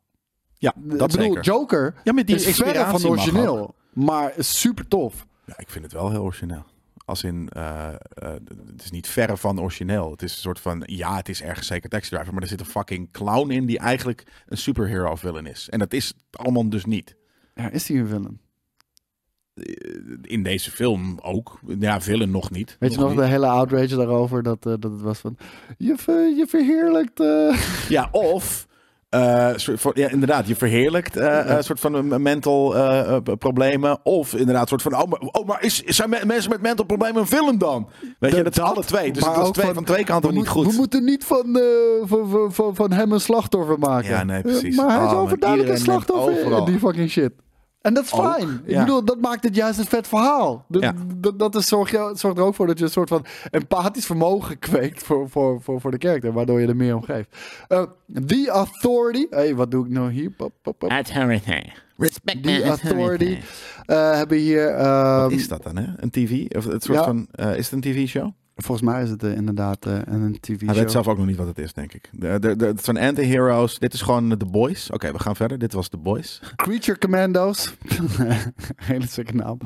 S2: Ja,
S3: Ik
S2: dat
S3: bedoel,
S2: zeker.
S3: Joker
S2: Ja, maar die
S3: is verder van
S2: inspiratie mag
S3: origineel, maar is super tof.
S2: Ja, ik vind het wel heel origineel. Als in, eh, eh, het is niet verre van origineel. Het is een soort van, ja, het is ergens zeker Taxi Driver, maar er zit een fucking clown in die eigenlijk een superhero villain is. En dat is allemaal dus niet.
S3: Ja, is hij een villain?
S2: eh, in deze film ook. Ja, villain nog niet.
S3: Weet je nog de
S2: niet.
S3: hele outrage daarover? Dat, eh, dat het was van. Je, ver- je verheerlijkt. eh."
S2: Ja, of... eh, soort van- ja, inderdaad, je verheerlijkt eh, eh, soort van een mental eh, eh, problemen. Of inderdaad, soort van. Oh, maar, oh, maar is, zijn me- mensen met mental problemen een film dan? Weet je, dat zijn alle twee. Dus
S3: Maar
S2: dat is
S3: ook
S2: twee, van, twee kanten
S3: we
S2: niet
S3: moet-
S2: goed.
S3: We moeten niet van, eh, van, van, van, van hem een slachtoffer maken.
S2: Ja, nee, precies.
S3: Eh, Maar hij
S2: Oh,
S3: is
S2: man,
S3: overduidelijk een
S2: iedereen neemt
S3: slachtoffer in
S2: overal.
S3: die fucking shit. En dat is
S2: Ook,
S3: fijn. Ik
S2: ja.
S3: bedoel, dat maakt het juist een vet verhaal. Dat,
S2: Ja.
S3: dat, dat is, zorg, jou- zorgt er ook voor dat je een soort van empathisch vermogen kweekt voor, voor, voor, voor de character, waardoor je er meer om geeft. Eh, the Authority. Hé, hey, wat doe ik nou hier? Pop, pop, pop.
S4: Authority. Respect
S3: The
S4: my
S3: Authority. eh, hebben hier... ehm,
S2: Wat is dat dan, hè? Een TV? Of het soort
S3: Ja.
S2: van, eh, is het een TV-show?
S3: Volgens mij is het eh, inderdaad eh, een tv
S2: Hij weet zelf ook nog niet wat het is, denk ik. De- de- de- Het zijn anti-heroes. Dit is gewoon The Boys. Oké, we gaan verder. Dit was The Boys.
S3: Creature Commandos. Hele sikke naam.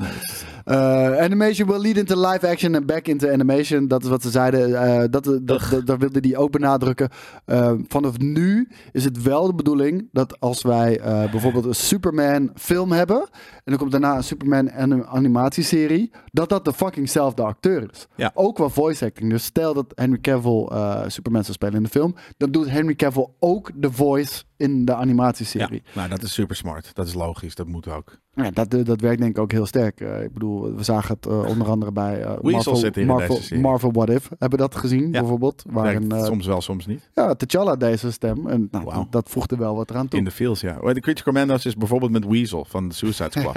S3: Eh, animation will lead into live action and back into animation. Dat is wat ze zeiden. Eh, dat, dat, dat, dat wilde die ook benadrukken. Eh, vanaf nu is het wel de bedoeling dat als wij eh, bijvoorbeeld een Superman film hebben. En er komt daarna een Superman anim- animatieserie. Dat dat de fucking zelfde acteur is.
S2: Ja.
S3: Ook qua voice acting. Dus stel dat Henry Cavill eh, Superman zou spelen in de film. Dan doet Henry Cavill ook de voice in de
S2: Ja.
S3: animatieserie.
S2: Nou, dat is super smart. Dat is logisch. Dat moet ook.
S3: Ja, dat, eh, dat werkt denk ik ook heel sterk. Eh, ik bedoel, we zagen het eh, onder andere bij eh,
S2: Weasel
S3: Marvel,
S2: zit hier in
S3: Marvel,
S2: deze serie.
S3: Marvel What If. Hebben we dat gezien bijvoorbeeld?
S2: Werkt
S3: Waarin eh,
S2: soms wel, soms niet.
S3: ja, T'Challa deze stem. En nou,
S2: Wauw.
S3: dat voegde wel wat eraan toe.
S2: In de fields, ja. Oh, De Creature Commandos is bijvoorbeeld met Weasel van de Suicide Squad.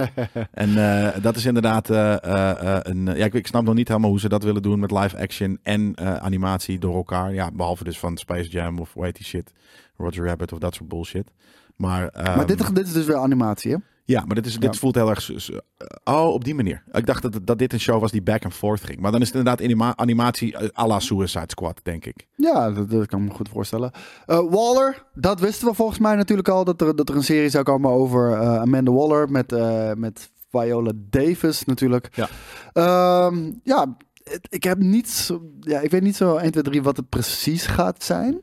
S2: en eh, dat is inderdaad eh, eh, eh, een... Ja, ik, ik snap nog niet helemaal hoe ze dat willen doen met live action en eh, animatie door elkaar. Ja, behalve dus van Space Jam of hoe heet die shit? Roger Rabbit of dat soort bullshit. Maar,
S3: maar
S2: ehm,
S3: dit, dit is dus weer animatie, hè?
S2: Ja, maar dit, is, dit
S3: Ja.
S2: voelt heel erg... zo- zo- Oh, op die manier. Ik dacht dat, dat dit een show was die back and forth ging. Maar dan is het inderdaad anima- animatie eh, à la Suicide Squad, denk ik.
S3: Ja, dat, dat kan ik me goed voorstellen. Eh, Waller, dat wisten we volgens mij natuurlijk al. Dat er, dat er een serie zou komen over eh, Amanda Waller met, eh, met Viola Davis natuurlijk.
S2: Ja.
S3: Ehm, ja, het- ik heb niets... Ja, ik weet niet zo 1, 2, 3 wat het precies gaat zijn.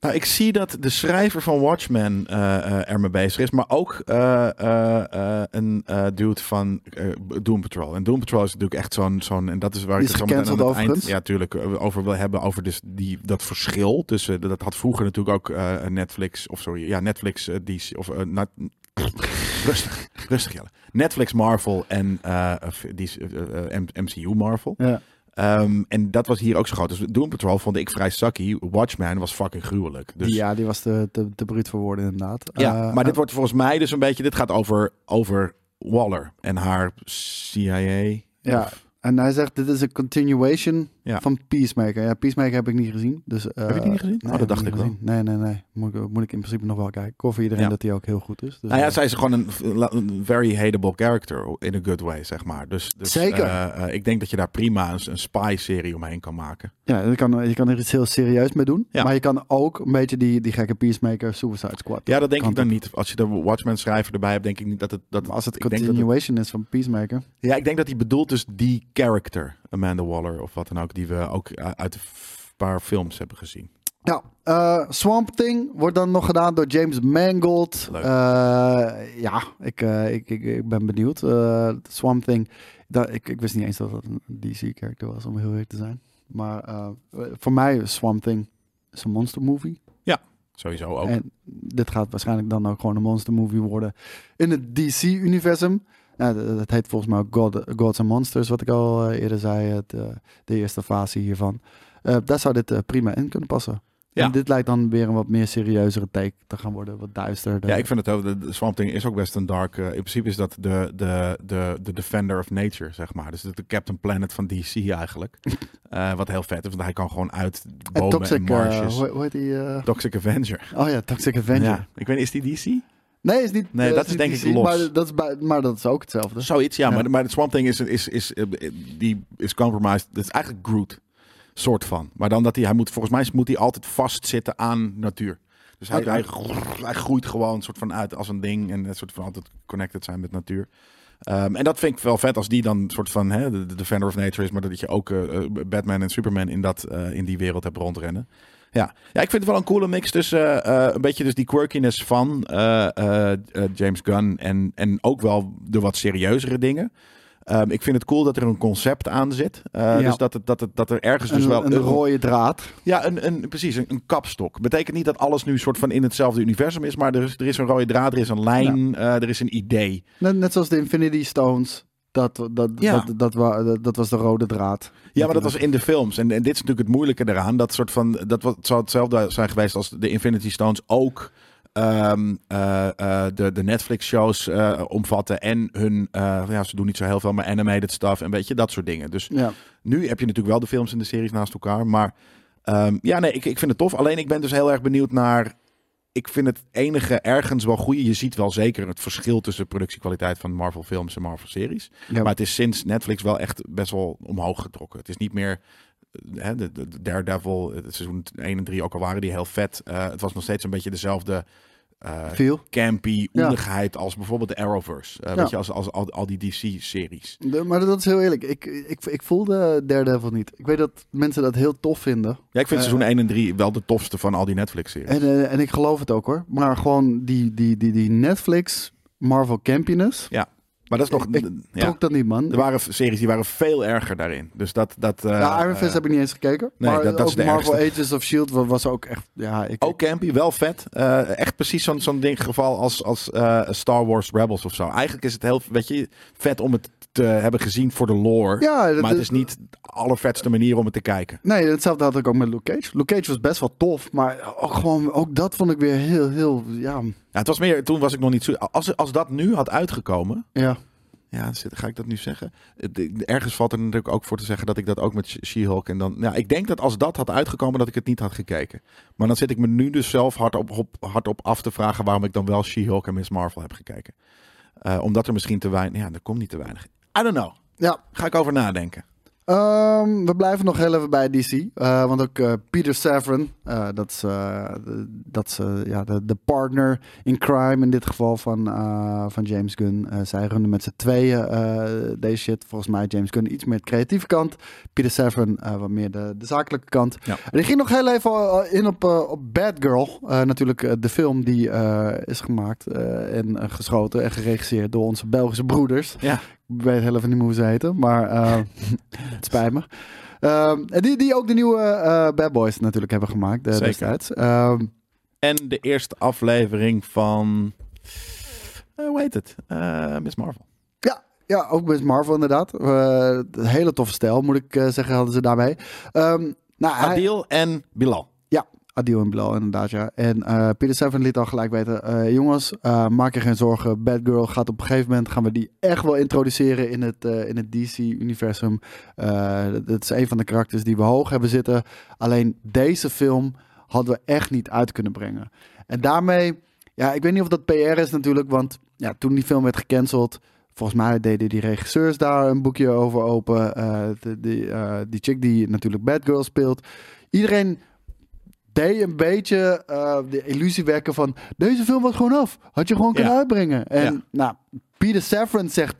S2: Nou, ik zie dat de schrijver van Watchmen eh, eh, er mee bezig is. Maar ook eh, eh, eh, een eh, dude van eh, Doom Patrol. En Doom Patrol is natuurlijk echt zo'n... zo'n en dat is waar
S3: Die
S2: ik
S3: is
S2: het zo meteen aan
S3: gecanceld
S2: het eind...
S3: overigens.
S2: Ja, tuurlijk. eh, Over wil hebben. Over dus die, dat verschil tussen... Dat had vroeger natuurlijk ook eh, Netflix... Of sorry, ja, Netflix... eh, DC, of eh, na- rustig, rustig Jelle. Netflix Marvel en eh, of die, eh, eh, M- MCU Marvel.
S3: Ja.
S2: Ehm, en dat was hier ook zo groot. Dus Doom Patrol vond ik vrij sucky. Watchmen was fucking gruwelijk. Dus,
S3: ja, die was te, te, te bruut voor woorden inderdaad.
S2: ja,
S3: Eh,
S2: maar dit wordt volgens mij dus een beetje... Dit gaat over, over Waller en haar CIA.
S3: Ja,
S2: Of-
S3: en hij zegt dit is een continuation
S2: Ja.
S3: van Peacemaker. Ja, Peacemaker heb ik niet gezien. Dus,
S2: Heb je die niet gezien? Oh, dat
S3: heb
S2: dacht
S3: niet
S2: ik wel.
S3: gezien. Nee, nee, nee. Moet, ik- moet ik in principe nog wel kijken. Ik hoor voor iedereen
S2: Ja.
S3: dat hij ook heel goed is. Dus,
S2: nou ja,
S3: eh,
S2: zij is gewoon een, la- een very hateable character in a good way, zeg maar. Dus, dus,
S3: Zeker.
S2: eh, eh, ik denk dat je daar prima een, een spy-serie omheen kan maken.
S3: ja, je, kan, je kan er iets heel serieus mee doen.
S2: Ja.
S3: Maar je kan ook een beetje die, die gekke Peacemaker Suicide Squad.
S2: Ja, dat denk
S3: Kan
S2: ik dan niet. Als je de Watchmen-schrijver erbij hebt, denk ik niet dat het... Dat,
S3: Maar Als het
S2: ik denk dat het-
S3: continuation is van Peacemaker.
S2: Ja, ik denk dat hij bedoelt dus die character, Amanda Waller of wat dan ook, die we ook eh, uit een f- paar films hebben gezien.
S3: Ja, eh, Swamp Thing wordt dan nog gedaan door James Mangold.
S2: Leuk.
S3: Eh, ja, ik, eh, ik, ik, ik ben benieuwd. Eh, Swamp Thing, dat, ik, ik wist niet eens dat dat een DC-character was, om heel eerlijk te zijn. Maar eh, voor mij is Swamp Thing is een monster movie.
S2: Sowieso ook.
S3: En dit gaat waarschijnlijk dan ook gewoon een monster movie worden in het DC-universum. Nou, dat, dat heet volgens mij ook God, Gods and Monsters, wat ik al eh, eerder zei, het, eh, de eerste fase hiervan. Eh, daar zou dit eh, prima in kunnen passen.
S2: Ja.
S3: En dit lijkt dan weer een wat meer serieuzere take te gaan worden, wat duisterder.
S2: ja, ik vind het ook. De, de Swamp Thing is ook best een dark. eh, in principe is dat de, de, de, de Defender of Nature, zeg maar. Dus de, de Captain Planet van DC eigenlijk. Eh, wat heel vet is, want hij kan gewoon uit bomen
S3: en
S2: en,
S3: Toxic, eh,
S2: marshes.
S3: hoe, hoe heet die? eh?
S2: Toxic Avenger.
S3: Oh ja, Toxic Avenger.
S2: Ja. Ik weet niet, is die DC?
S3: Nee, is niet.
S2: Nee,
S3: eh,
S2: dat is
S3: niet
S2: denk ik
S3: DC,
S2: los.
S3: Maar dat, is, bij- maar dat is ook hetzelfde.
S2: Zoiets, ja.
S3: Ja.
S2: Maar, maar de Swamp Thing is, is, is, eh, die is compromised. Dat is eigenlijk Groot. Soort van. Maar dan dat hij, hij moet, volgens mij moet hij altijd vastzitten aan natuur. Dus hij,
S3: Oké.
S2: hij, hij groeit gewoon soort van uit als een ding. En een soort van altijd connected zijn met natuur. Ehm, en dat vind ik wel vet als die dan soort van hè, de, de Defender of Nature is. Maar dat je ook eh, eh, Batman en Superman in, dat, eh, in die wereld hebt rondrennen. Ja. ja, ik vind het wel een coole mix tussen eh, eh, een beetje dus die quirkiness van eh, eh, eh, James Gunn en, en ook wel de wat serieuzere dingen. Ehm, ik vind het cool dat er een concept aan zit. Eh,
S3: Ja.
S2: Dus dat, het, dat, het, dat er ergens dus
S3: een,
S2: wel...
S3: een rode draad.
S2: Ja, een, een, precies, een, een kapstok. Betekent niet dat alles nu soort van in hetzelfde universum is, maar er is, er is een rode draad, er is een lijn, eh, er is een idee.
S3: Net, net zoals de Infinity Stones. Dat, dat,
S2: Ja.
S3: dat, dat, wa- dat, dat was de rode draad.
S2: Ja, maar dat was in de films. En, en dit is natuurlijk het moeilijke eraan. Dat soort van, dat was, het zou hetzelfde zijn geweest als de Infinity Stones ook ehm, eh, eh, de, de Netflix-shows eh, omvatten. En hun, eh, ja, ze doen niet zo heel veel, maar animated stuff en weet je, dat soort dingen. Dus
S3: Ja.
S2: nu heb je natuurlijk wel de films en de series naast elkaar. Maar ehm, ja, nee, ik, ik vind het tof. Alleen ik ben dus heel erg benieuwd naar. Ik vind het enige ergens wel goede. Je ziet wel zeker het verschil tussen productiekwaliteit van Marvel films en Marvel series.
S3: Ja.
S2: Maar het is sinds Netflix wel echt best wel omhoog getrokken. Het is niet meer. eh, Hè, de, de- de Daredevil, eh, seizoen 1 en 3, ook al waren die heel vet. eh, het was nog steeds een beetje dezelfde eh,
S3: Veel.
S2: campy
S3: Ja.
S2: oenigheid als bijvoorbeeld de Arrowverse. Eh,
S3: Ja.
S2: Weet je, als, als al, al die DC-series.
S3: De- maar dat is heel eerlijk. Ik, ik, ik voel de Daredevil niet. Ik weet dat mensen dat heel tof vinden.
S2: Ja, ik vind
S3: Eh,
S2: seizoen 1 en 3 wel de tofste van al die Netflix-series.
S3: En, eh, en ik geloof het ook hoor. Maar gewoon die, die, die, die Netflix Marvel Campiness.
S2: Ja, maar dat is nog.
S3: eh, Ik- ik
S2: ja.
S3: Trok dat niet man.
S2: Er waren f- series die waren veel erger daarin. Dus dat. dat eh,
S3: ja, Iron Fist
S2: eh,
S3: heb ik niet eens gekeken.
S2: nee,
S3: maar
S2: dat- dat is
S3: ook
S2: de
S3: Marvel
S2: ergste. Oh.
S3: Agents of S.H.I.E.L.D. E wa- was ook echt... Ja, ik,
S2: ook campy, wel vet. Eh, echt precies zo'n zo'n ding geval als, als eh, Star Wars Rebels of zo. Eigenlijk is het heel, weet je, vet om het te hebben gezien voor de lore.
S3: Ja, dat
S2: maar het
S3: is-
S2: is niet de allervetste manier om het te kijken.
S3: Nee, hetzelfde had ik ook met Luke Cage. Luke Cage was best wel tof, maar ook, gewoon, ook dat vond ik weer heel, heel, ja...
S2: Ja, het was meer, toen was ik nog niet zo... Als, als dat nu had uitgekomen...
S3: ja.
S2: Ja, zit- ga ik dat nu zeggen? Het- de- Ergens valt er natuurlijk ook voor te zeggen dat ik dat ook met She- She-Hulk en dan. Nou, ik denk dat als dat had uitgekomen, dat ik het niet had gekeken. Maar dan zit ik me nu dus zelf hard op, op, hard op af te vragen waarom ik dan wel She-Hulk en Miss Marvel heb gekeken. Eh, omdat er misschien te weinig. Ja, er komt niet te weinig. I don't know.
S3: Ja,
S2: Ga ik over nadenken.
S3: Ehm, we blijven nog heel even bij DC. eh, want ook eh, Peter Safran, eh, dat is, eh, de- dat is eh, ja, de, de partner in crime in dit geval van, eh, van James Gunn. Eh, zij runnen met z'n tweeën eh, deze shit. Volgens mij James Gunn iets meer de creatieve kant. Peter Safran eh, wat meer de, de zakelijke kant.
S2: Ja.
S3: En ik ging nog heel even eh, in op, eh, op Bad Girl. Eh, natuurlijk eh, de film die eh, is gemaakt eh, en eh, geschoten en geregisseerd door onze Belgische broeders.
S2: Ja.
S3: Ik weet heel even niet meer hoe ze heten, maar eh, het spijt me. Ehm, en die, die ook de nieuwe eh, Bad Boys natuurlijk hebben gemaakt eh,
S2: Zeker.
S3: destijds. Ehm,
S2: En de eerste aflevering van. eh, hoe heet het? Eh, Miss Marvel.
S3: ja, ja, ook Miss Marvel inderdaad. Eh, een hele toffe stijl, moet ik eh, zeggen, hadden ze daarmee. Ehm nou, hij-
S2: Adil en Bilal.
S3: Ja, Adil en Bilal inderdaad, ja. En eh Peter Seven liet al gelijk weten... eh, jongens, eh, maak je geen zorgen. Bad Girl gaat op een gegeven moment... gaan we die echt wel introduceren in het, eh, in het DC-universum. dat is een van de karakters die we hoog hebben zitten. Alleen deze film hadden we echt niet uit kunnen brengen. En daarmee... Ja, ik weet niet of dat PR is natuurlijk, want ja, toen die film werd gecanceld... Volgens mij deden die regisseurs daar een boekje over open. Eh, de, die, eh, die chick die natuurlijk Bad Girl speelt. Iedereen deed een beetje eh, de illusie wekken van... deze film was gewoon af. Had je gewoon kunnen
S2: Ja.
S3: uitbrengen. En
S2: Ja.
S3: nou, Peter Safran zegt...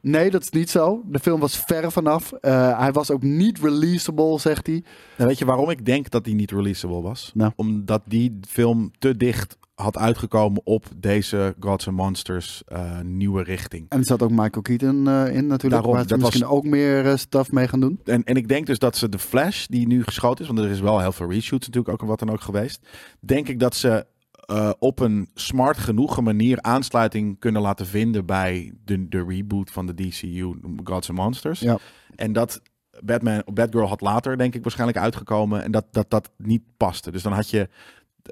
S3: Nee, dat is niet zo. De film was ver vanaf. Eh, hij was ook niet releasable, zegt hij.
S2: Nou, weet je waarom ik denk dat die niet releasable was?
S3: Nou.
S2: Omdat die film te dicht had uitgekomen op deze Gods and Monsters eh, nieuwe richting.
S3: En er zat ook Michael Keaton eh, in natuurlijk.
S2: Daarom,
S3: waar ze
S2: dat was-
S3: misschien ook meer eh, stuff mee gaan doen.
S2: En, en ik denk dus dat ze de Flash, die nu geschoten is, want er is wel heel veel reshoots natuurlijk ook en wat dan ook geweest, denk ik dat ze eh, op een smart genoegen manier aansluiting kunnen laten vinden bij de, de reboot van de DCU Gods and Monsters.
S3: Ja.
S2: En dat Batman, Batgirl had later, denk ik, waarschijnlijk uitgekomen. En dat dat, dat niet paste. Dus dan had je.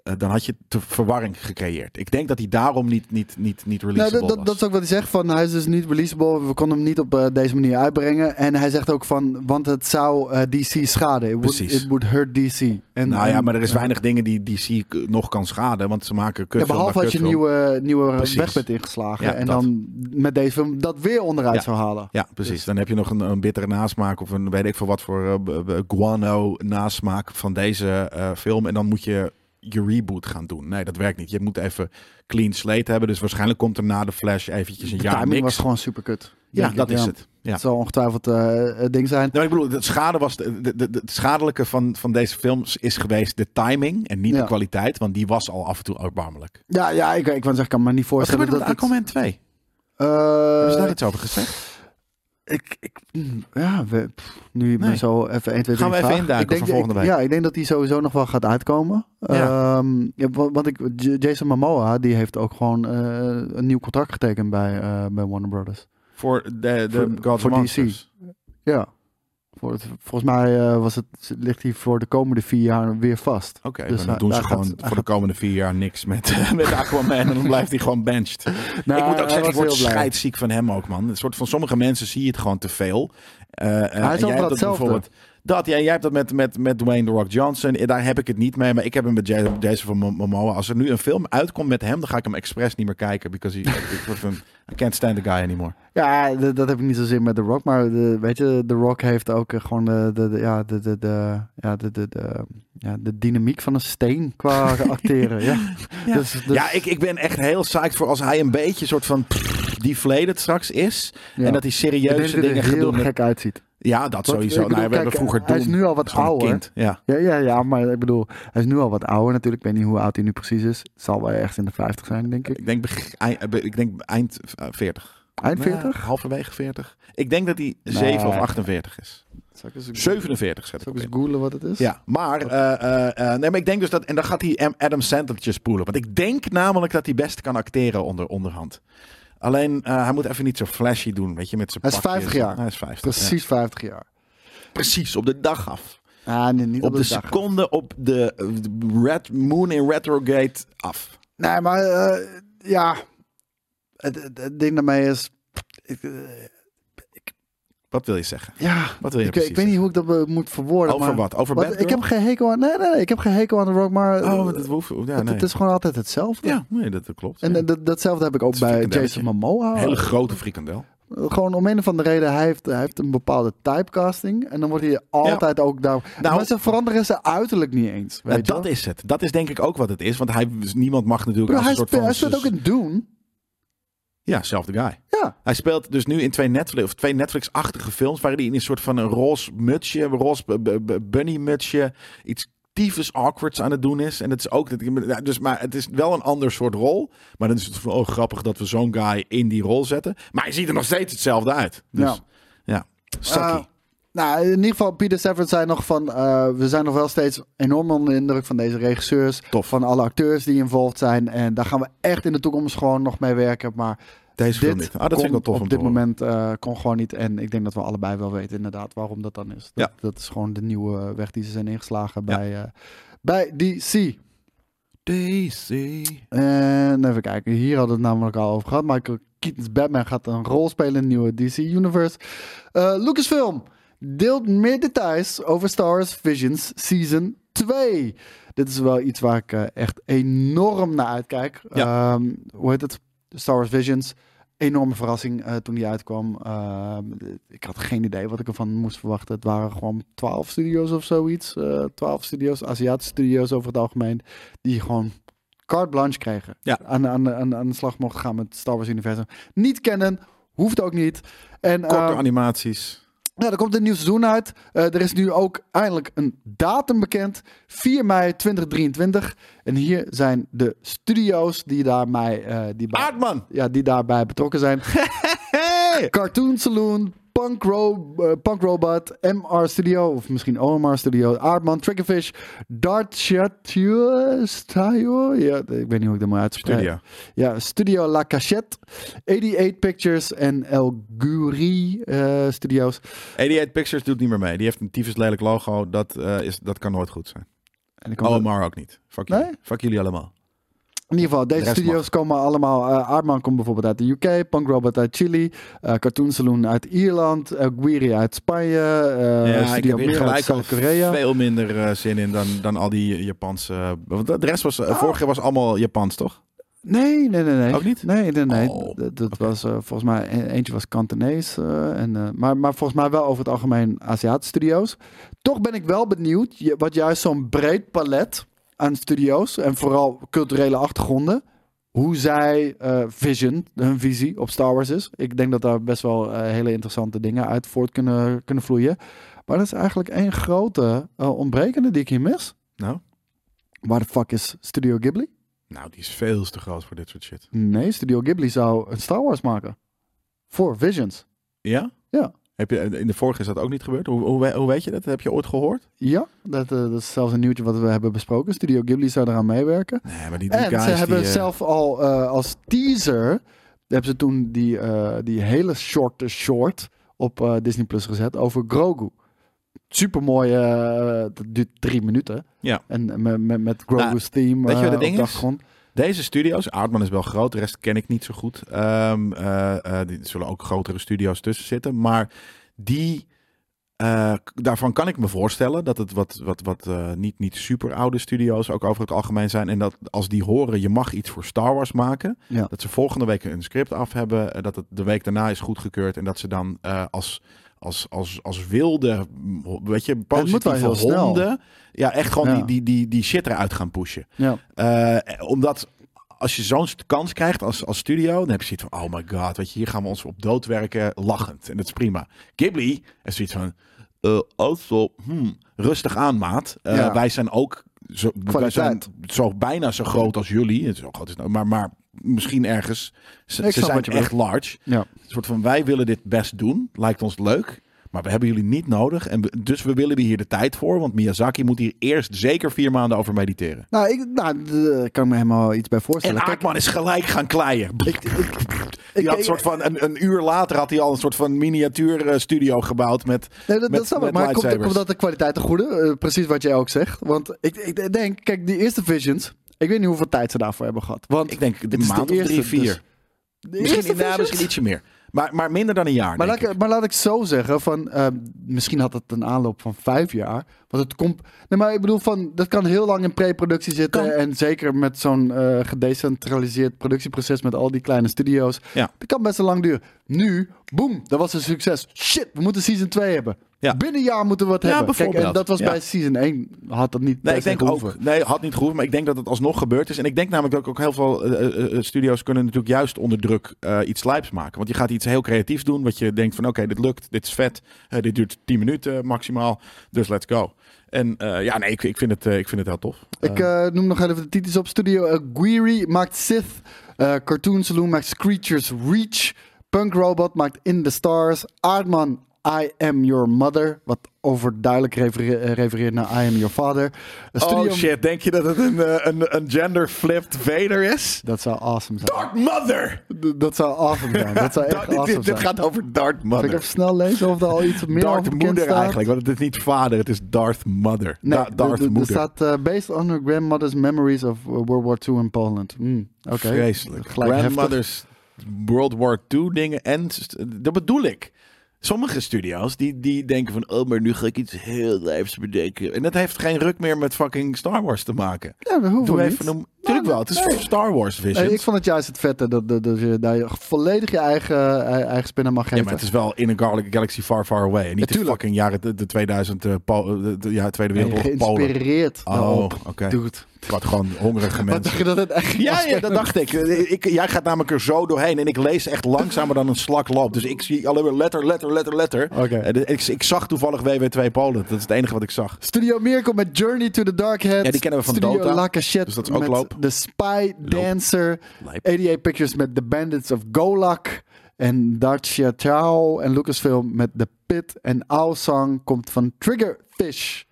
S2: eh, Dan had je te verwarring gecreëerd. Ik denk dat hij daarom niet, niet, niet, niet
S3: Nou,
S2: releasable
S3: dat, dat, dat
S2: was.
S3: is ook wat hij zegt. Van, hij is dus niet releasable. We konden hem niet op eh, deze manier uitbrengen. En hij zegt ook van... Want het zou eh, DC schaden. It would,
S2: Precies.
S3: it would hurt DC. En,
S2: nou ja,
S3: en-
S2: maar er is weinig dingen die DC k- nog kan schaden. Want ze maken
S3: Ja,
S2: kutfilm
S3: behalve
S2: na
S3: als je een
S2: kutfilm.
S3: nieuwe, eh, nieuwe
S2: Precies.
S3: weg bent ingeslagen.
S2: Ja,
S3: en
S2: dat.
S3: dan met deze film dat weer onderuit
S2: Ja.
S3: zou halen.
S2: Ja, precies.
S3: Dus-
S2: Dan heb je nog een, een bittere nasmaak of een weet ik veel wat voor eh, b- b- guano nasmaak van deze eh, film. En dan moet je je reboot gaan doen. Nee, dat werkt niet. Je moet even clean slate hebben. Dus waarschijnlijk komt er na de Flash eventjes een
S3: De
S2: jaar
S3: timing
S2: niks.
S3: was gewoon super kut.
S2: ja, dat is het. Ja.
S3: Het zal ongetwijfeld eh, het ding zijn.
S2: Nou, ik bedoel, het, schade was, de, de, de- het schadelijke van, van deze films is geweest de timing en niet
S3: Ja.
S2: de kwaliteit, want die was al af en toe erbarmelijk.
S3: Ja, ja ik, ik, wou zeggen, ik kan me niet
S2: Wat
S3: voorstellen
S2: gebeurde met
S3: dat het...
S2: Aquaman 2?
S3: Eh,
S2: Hebben ze daar iets over gezegd? Ik, ik,
S3: Ja, we, pff, nu me
S2: Nee.
S3: zo even 1, 2, 3
S2: Gaan we even
S3: vraag.
S2: induiken
S3: Ik denk-
S2: voor volgende
S3: ik-
S2: week.
S3: Ja, ik denk dat die sowieso nog wel gaat uitkomen.
S2: Ja.
S3: Ehm, ja, wa- want ik, J- Jason Momoa, die heeft ook gewoon eh, een nieuw contract getekend bij, eh, bij Warner Brothers.
S2: voor de, de
S3: Voor-
S2: Gods
S3: voor
S2: and
S3: DC.
S2: Monsters.
S3: Ja. Voor het, volgens mij eh, was het, ligt hij voor de komende vier jaar weer vast.
S2: Oké,
S3: Dus
S2: dan
S3: hij-
S2: doen ze
S3: daar
S2: gewoon
S3: gaat- hij
S2: voor de komende vier jaar niks met, eh, met Aquaman. En dan blijft hij gewoon benched.
S3: Nou,
S2: ik moet
S3: hij
S2: ook zeggen,
S3: was
S2: ik word
S3: heel blij.
S2: scheidsziek van hem ook, man. Een soort van sommige mensen zie je het gewoon te veel. Eh, eh, en
S3: overal
S2: jij hebt dat
S3: hetzelfde.
S2: bijvoorbeeld. Dat, ja, jij hebt dat met, met, met Dwayne The Rock Johnson. Eh, Daar heb ik het niet mee, maar ik heb hem met Jason Jason van Mo- Momoa. Als er nu een film uitkomt met hem, dan ga ik hem expres niet meer kijken. Because he, ik word van, I can't stand the guy anymore.
S3: Ja, d- dat heb ik niet zozeer met The Rock. Maar de, weet je, The Rock heeft ook eh, gewoon de, de, de- ja, de, de, de, ja, de, de, de, ja, de dynamiek van een steen qua acteren. Ja, Dus, dus-
S2: Ja, ik, ik ben echt heel psyched voor als hij een beetje soort van pff, deflated straks is.
S3: Ja.
S2: En dat hij
S3: ik denk
S2: serieuze
S3: dat het
S2: dingen
S3: er
S2: gaat
S3: heel
S2: doen. met-
S3: gek uitziet.
S2: Ja, dat
S3: Want,
S2: sowieso.
S3: ik bedoel,
S2: nou, we hebben
S3: kijk,
S2: vroeger
S3: hij is
S2: Doom.
S3: nu al wat
S2: Dat is gewoon een
S3: ouder.
S2: kind. Ja.
S3: Ja, ja, ja, maar ik bedoel, hij is nu al wat ouder natuurlijk. Ik weet niet hoe oud hij nu precies is. Het zal wel ergens in de 50 zijn, denk ik.
S2: Ik denk, beg- ei- eh, be- ik denk eind eh, 40.
S3: Eind
S2: Nou,
S3: 40?
S2: halverwege 40. Ik denk dat hij 7 of 48 is.
S3: Zal ik eens,
S2: 47 zet ik
S3: zal
S2: op
S3: ik eens
S2: in.
S3: googlen wat het is?
S2: Ja, maar, eh, eh, eh, nee, maar ik denk dus dat... En dan gaat hij Am- Adam Sandlertje spoelen. Want ik denk namelijk dat hij best kan acteren onder, onderhand. Alleen, eh, hij moet even niet zo flashy doen, weet je, met zijn
S3: Hij is
S2: pakjes.
S3: 50 jaar.
S2: Hij is 50. ja.
S3: Precies 50 jaar.
S2: Precies, op de dag af.
S3: Ah, nee, niet
S2: Op de
S3: dag.
S2: seconde op de eh, de red, Moon in Retrogate af.
S3: Nee, maar eh, ja. Het, het- het ding daarmee is. Ik, eh,
S2: Wat wil je zeggen?
S3: ja,
S2: Wat wil je
S3: ik,
S2: precies
S3: ik weet niet hoe ik dat eh, moet verwoorden.
S2: Over
S3: maar-
S2: wat? Over
S3: Want
S2: Batgirl?
S3: Ik heb geen hekel aan. Nee, nee, nee, ik heb geen hekel aan de rock, maar.
S2: Oh,
S3: eh,
S2: maar dat hoeft... Ja,
S3: het,
S2: nee.
S3: het is gewoon altijd hetzelfde.
S2: Ja, nee, dat dat klopt.
S3: En
S2: ja.
S3: eh, dat- datzelfde heb ik ook
S2: Het is een
S3: bij
S2: frikandelletje.
S3: Jason Momoa.
S2: Een hele grote frikandel.
S3: Gewoon om een of andere reden, hij heeft, hij heeft een bepaalde typecasting. En dan wordt hij altijd ook daar.
S2: Nou-
S3: maar ze veranderen zijn uiterlijk niet eens. Weet
S2: Nou,
S3: je
S2: dat
S3: wel?
S2: is het. Dat is denk ik ook wat het is. Want hij, niemand mag natuurlijk
S3: Bro,
S2: als
S3: hij,
S2: een soort van...
S3: speelt, hij speelt ook in Dune.
S2: Ja, zelfde guy.
S3: Ja.
S2: Hij speelt dus nu in twee Netflix, of twee Netflix-achtige films... waar hij in een soort van een roze mutsje, een roze bu- bu- bu- bunny mutsje... iets tyfus awkwards aan het doen is. En het is ook... dat- ja, Dus, maar het is wel een ander soort rol. Maar dan is het van, oh grappig dat we zo'n guy in die rol zetten. Maar hij ziet er nog steeds hetzelfde uit. Dus,
S3: Ja.
S2: ja. Sucky.
S3: Eh, nou, in ieder geval, Peter Safran zei nog van... eh, we zijn nog wel steeds enorm onder de indruk van deze regisseurs.
S2: Tof.
S3: Van alle acteurs die involved zijn. En daar gaan we echt in de toekomst gewoon nog mee werken. Maar
S2: Deze film
S3: dit
S2: niet. Ah, dat vind ik wel
S3: kon
S2: tof om
S3: op
S2: te
S3: dit
S2: horen.
S3: moment eh, kon gewoon niet. En ik denk dat we allebei wel weten inderdaad waarom dat dan is. Dat,
S2: Ja.
S3: dat is gewoon de nieuwe weg die ze zijn ingeslagen
S2: Ja.
S3: bij, eh, bij DC.
S2: Daisy.
S3: En even kijken, hier hadden we het namelijk al over gehad. Michael Keaton's Batman gaat een rol spelen in de nieuwe DC Universe. Eh, Lucasfilm deelt meer details over Star Wars Visions Season 2. Dit is wel iets waar ik eh, echt enorm naar uitkijk.
S2: Ja.
S3: Ehm, hoe heet het? Star Wars Visions. Enorme verrassing eh, toen die uitkwam. Ehm, ik had geen idee wat ik ervan moest verwachten. Het waren gewoon 12 studio's of zoiets. Eh 12 studio's, Aziatische studio's over het algemeen. Die gewoon carte blanche kregen.
S2: Ja.
S3: Aan, aan, aan, aan de slag mochten gaan met het Star Wars universum. Niet kennen, hoeft ook niet. En,
S2: Korte
S3: ehm,
S2: animaties.
S3: nou, er komt een nieuw seizoen uit. Eh, er is nu ook eindelijk een datum bekend. 4 mei 2023. En hier zijn de studio's die, daarbij, eh die, bij-
S2: Aardman!
S3: ja, die daarbij betrokken zijn. Cartoon Saloon, Punk, Ro- eh, Punk Robot, MR Studio, of misschien OMR Studio, Aardman, Triggerfish, Dart Studio, Studio, ja, ik weet niet hoe ik dat moet uitspreken.
S2: Studio.
S3: Ja, Studio La Cachette, 88 Pictures en El Guri eh, Studios.
S2: 88 Pictures doet niet meer mee. Die heeft een tyfus lelijk logo. Dat, eh, is, dat kan nooit goed zijn.
S3: En ik hoop dat-
S2: Omar ook niet. Fuck jullie.
S3: Nee?
S2: Fuck jullie allemaal.
S3: Oh, In ieder geval, deze
S2: De rest
S3: studio's
S2: mag.
S3: komen allemaal. eh Aardman komt bijvoorbeeld uit de UK, Punk Robot uit Chili, eh, Cartoon Saloon uit Ierland, El Guiri uit Spanje, eh
S2: ja, ik
S3: Studio
S2: heb hier
S3: Meer uit
S2: gelijk al
S3: Zuid-Korea.
S2: veel minder eh, zin in dan, dan al die Japanse... want de rest was... eh, Vorig jaar was allemaal Japans, toch?
S3: Nee, nee, nee, nee.
S2: Ook niet?
S3: Nee, nee, nee.
S2: Oh,
S3: dat dat was eh, volgens mij, e- eentje was Kantonees. eh, en, eh, maar, maar volgens mij wel over het algemeen Aziatische studio's. Toch ben ik wel benieuwd, je- wat juist zo'n breed palet aan studio's en vooral culturele achtergronden, hoe zij eh, vision, hun visie op Star Wars is. Ik denk dat daar best wel eh, hele interessante dingen uit voort kunnen, kunnen vloeien. Maar dat is eigenlijk één grote eh, ontbrekende die ik hier mis.
S2: Nou?
S3: Waar de fuck is Studio Ghibli?
S2: Nou, die is veel te groot voor dit soort shit.
S3: Nee, Studio Ghibli zou een Star Wars maken. Voor Visions.
S2: Ja?
S3: Ja.
S2: Heb je, in de vorige is dat ook niet gebeurd. Hoe, hoe, we- hoe weet je dat? Heb je ooit gehoord?
S3: Ja, dat, eh, dat is zelfs een nieuwtje wat we hebben besproken. Studio Ghibli zou eraan meewerken.
S2: Nee, maar die, die
S3: En
S2: guys
S3: ze hebben
S2: die, eh,
S3: zelf al eh, als teaser, hebben ze toen die, eh, die hele shorte short op eh, Disney Plus gezet over Grogu. Supermooi, eh dat duurt drie minuten.
S2: Ja.
S3: En met, met, met Grogu's theme
S2: Nou, weet je wat het
S3: eh, op
S2: ding
S3: de
S2: is?
S3: achtergrond.
S2: Deze studio's, Aardman is wel groot, de rest ken ik niet zo goed. Ehm eh, eh, die er zullen ook grotere studio's tussen zitten. Maar die, eh, k- daarvan kan ik me voorstellen dat het wat, wat, wat eh, niet, niet super oude studio's ook over het algemeen zijn. En dat als die horen, je mag iets voor Star Wars maken.
S3: Ja.
S2: Dat ze volgende week een script af hebben. eh, Dat het de week daarna is goedgekeurd. En dat ze dan eh, als, als, als, als wilde, mm, weet je,
S3: moet wel
S2: positieve
S3: heel snel.
S2: honden. Ja, echt gewoon
S3: Ja.
S2: Die, die, die, die shit eruit gaan pushen.
S3: Ja.
S2: Eh, omdat als je zo'n st- kans krijgt als, als studio, dan heb je zoiets van, oh my god, weet je, hier gaan we ons op doodwerken lachend. En dat is prima. Ghibli is zoiets van, eh also, hmm, rustig aan maat. Eh,
S3: Ja.
S2: Wij zijn ook zo, wij zijn
S3: Kwaliteit.
S2: zo bijna zo groot als jullie. Het is Zo groot is het nou, maar, maar misschien ergens, ze,
S3: Ik
S2: ze
S3: snap
S2: zijn
S3: wat je
S2: echt large.
S3: Ja.
S2: Een soort van wij willen dit best doen, lijkt ons leuk, maar we hebben jullie niet nodig. En we- dus we willen hier de tijd voor, want Miyazaki moet hier eerst zeker vier maanden over mediteren.
S3: Nou, ik nou, daar kan ik me helemaal iets bij
S2: En
S3: voorstellen. Kijk,
S2: Aardman is gelijk gaan kleien.
S3: ik-
S2: Die had een
S3: ik-
S2: soort van, een, een uur later had hij al een soort van miniatuur eh, studio gebouwd met,
S3: Nee, dat,
S2: met,
S3: dat snap ik.
S2: met
S3: Maar komt,
S2: lightsabers.
S3: komt dat de kwaliteit ten goede? Eh, precies wat jij ook zegt. Want ik, ik denk, kijk, die eerste Visions. Ik weet niet hoeveel tijd ze daarvoor hebben gehad. Want
S2: Ik denk
S3: dit
S2: een
S3: is
S2: maand
S3: de
S2: of
S3: eerste,
S2: drie, vier.
S3: dus- de eerste
S2: misschien, ja,
S3: Visions?
S2: misschien ietsje meer. Maar, maar minder dan een jaar.
S3: Maar
S2: denk
S3: laat, ik,
S2: ik.
S3: maar laat ik zo zeggen, van, eh, misschien had het een aanloop van vijf jaar. Want het komt. Nee, maar ik bedoel, van, dat kan heel lang in pre-productie zitten.
S2: Kan.
S3: En zeker met zo'n eh, gedecentraliseerd productieproces met al die kleine studio's.
S2: Ja.
S3: Dat kan best wel lang duren. Nu, boem, dat was een succes. Shit, we moeten season 2 hebben.
S2: Ja.
S3: Binnen een jaar moeten we wat
S2: Ja,
S3: hebben. Kijk, en
S2: bijvoorbeeld.
S3: dat was
S2: Ja.
S3: bij season 1 had dat niet. per
S2: Nee,
S3: se
S2: ik denk
S3: gehoeven.
S2: ook. Nee, had niet gehoeven, maar ik denk dat het alsnog gebeurd is. En ik denk namelijk dat ook heel veel eh, eh, eh, studio's kunnen natuurlijk juist onder druk eh, iets slijps maken. Want je gaat iets heel creatiefs doen, wat je denkt van oké, dit lukt, dit is vet, eh, dit duurt 10 minuten maximaal, dus let's go. En eh, ja, nee, ik, ik, vind het, eh, ik vind het heel tof.
S3: Ik eh, noem nog even de titels op. Studio Aguirre maakt Sith. eh, Cartoon Saloon maakt Screechers Reach. Punk Robot maakt In the Stars. Aardman, I Am Your Mother. Wat overduidelijk refere- eh, refereert naar I Am Your Father. Eh,
S2: Oh shit, denk je dat het een, eh, een, een gender-flipped Vader is?
S3: Dat zou awesome zijn.
S2: Dark Mother!
S3: D- Dat zou awesome zijn. Dat zou
S2: Dit-
S3: echt
S2: dit,
S3: awesome
S2: dit
S3: zijn.
S2: gaat over Dark
S3: Zal ik even
S2: Mother.
S3: snel lezen of er al iets meer over
S2: Dark
S3: bekend
S2: Moeder
S3: staat?
S2: eigenlijk, want het is niet vader, het is Darth Mother.
S3: Nee,
S2: Da- Darth
S3: er- er- er
S2: Moeder.
S3: staat eh, based on her grandmother's memories of eh, World War II in Poland. Hmm, Oké.
S2: Vreselijk.
S3: Gelijk heftig.
S2: Grandmothers, World War II dingen en... st- Dat bedoel ik. Sommige studio's die, die denken van... Oh, maar nu ga ik iets heel lijfs bedenken. En dat heeft geen ruk meer met fucking Star Wars te maken.
S3: Ja, dat hoeven
S2: Doe
S3: we
S2: even
S3: niet.
S2: een... Tuurlijk wel, het is Star Wars
S3: Hey,
S2: Visions.
S3: ik vond het juist het vette dat, dat, dat je daar je volledig je eigen, eh, eigen spin aan mag geven.
S2: Ja, maar het is wel in een galaxy far, far away. En niet de
S3: Natuurlijk.
S2: fucking jaren de, de 2000, eh, Pol- eh, de, de- ja, Tweede
S3: Nee,
S2: Wereldoorlog Polen.
S3: geïnspireerd.
S2: Oh,
S3: daarop.
S2: oké.
S3: Dude.
S2: Wat gewoon hongerige
S3: Wat
S2: mensen.
S3: dacht je dat het echt
S2: Ja,
S3: was?
S2: ja, dat dacht ik. Eh, ik. Jij gaat namelijk er zo doorheen. En ik lees echt langzamer dan een slak loopt. Dus ik zie alleen maar letter, letter, letter, letter.
S3: Oké.
S2: En de- ik, ik zag toevallig WW2 Polen. Dat is het enige wat ik zag.
S3: Studio Miracle met Journey to the Dark Head.
S2: Ja, die kennen we van
S3: Studio
S2: Dota.
S3: La Cachette
S2: Dus dat is ook
S3: met
S2: loop.
S3: The Spy Dancer.
S2: Lijp.
S3: 88 Pictures met The Bandits of Golak. En Dacia Tao. En Lucasfilm met The Pit. En Aosang komt van Triggerfish.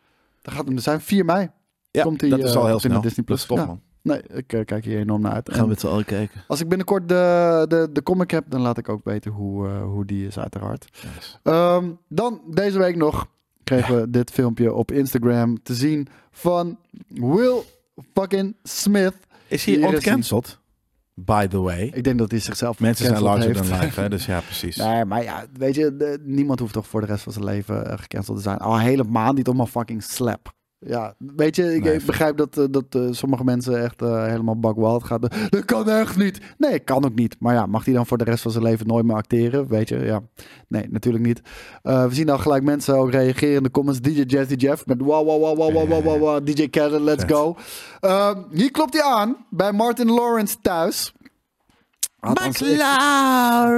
S3: Dat gaat hem zijn. 4 mei.
S2: Ja,
S3: komt die,
S2: dat is
S3: eh,
S2: al heel
S3: op in de
S2: snel.
S3: Disney
S2: Dat
S3: Plus.
S2: is tof,
S3: Ja.
S2: man.
S3: Nee, ik eh, kijk hier enorm naar uit. En-
S2: z'n allen kijken.
S3: Als ik binnenkort de, de, de comic heb, dan laat ik ook weten hoe, eh, hoe die is, uiteraard. Ehm, dan deze week nog kregen we dit filmpje op Instagram te zien van Will fucking Smith.
S2: Is
S3: Hier
S2: hij
S3: is
S2: ontcanceld? By the way.
S3: Ik denk dat hij zichzelf
S2: Mensen zijn
S3: gecanceld
S2: larger
S3: heeft. Nou,
S2: than life. Hè? Dus ja, precies.
S3: Nee, maar ja, weet je, de- niemand hoeft toch voor de rest van zijn leven eh, gecanceld te zijn. Al een hele maand niet om een fucking slap. Ja, weet je, ik,
S2: Nee,
S3: ik begrijp dat, eh, dat eh, sommige mensen echt eh, helemaal bak wild gaan. Dat kan echt niet. Nee, kan ook niet. Maar ja, mag hij dan voor de rest van zijn leven nooit meer acteren? Weet je, ja. Nee, natuurlijk niet. Eh, we zien al gelijk mensen ook reageren in de comments. DJ Jazzy Jeff met wow, wow, wow, wow, wow, wow, wow, wow, DJ Khaled, let's go. Ehm, hier klopt hij aan bij Martin Lawrence thuis. Althans, ik-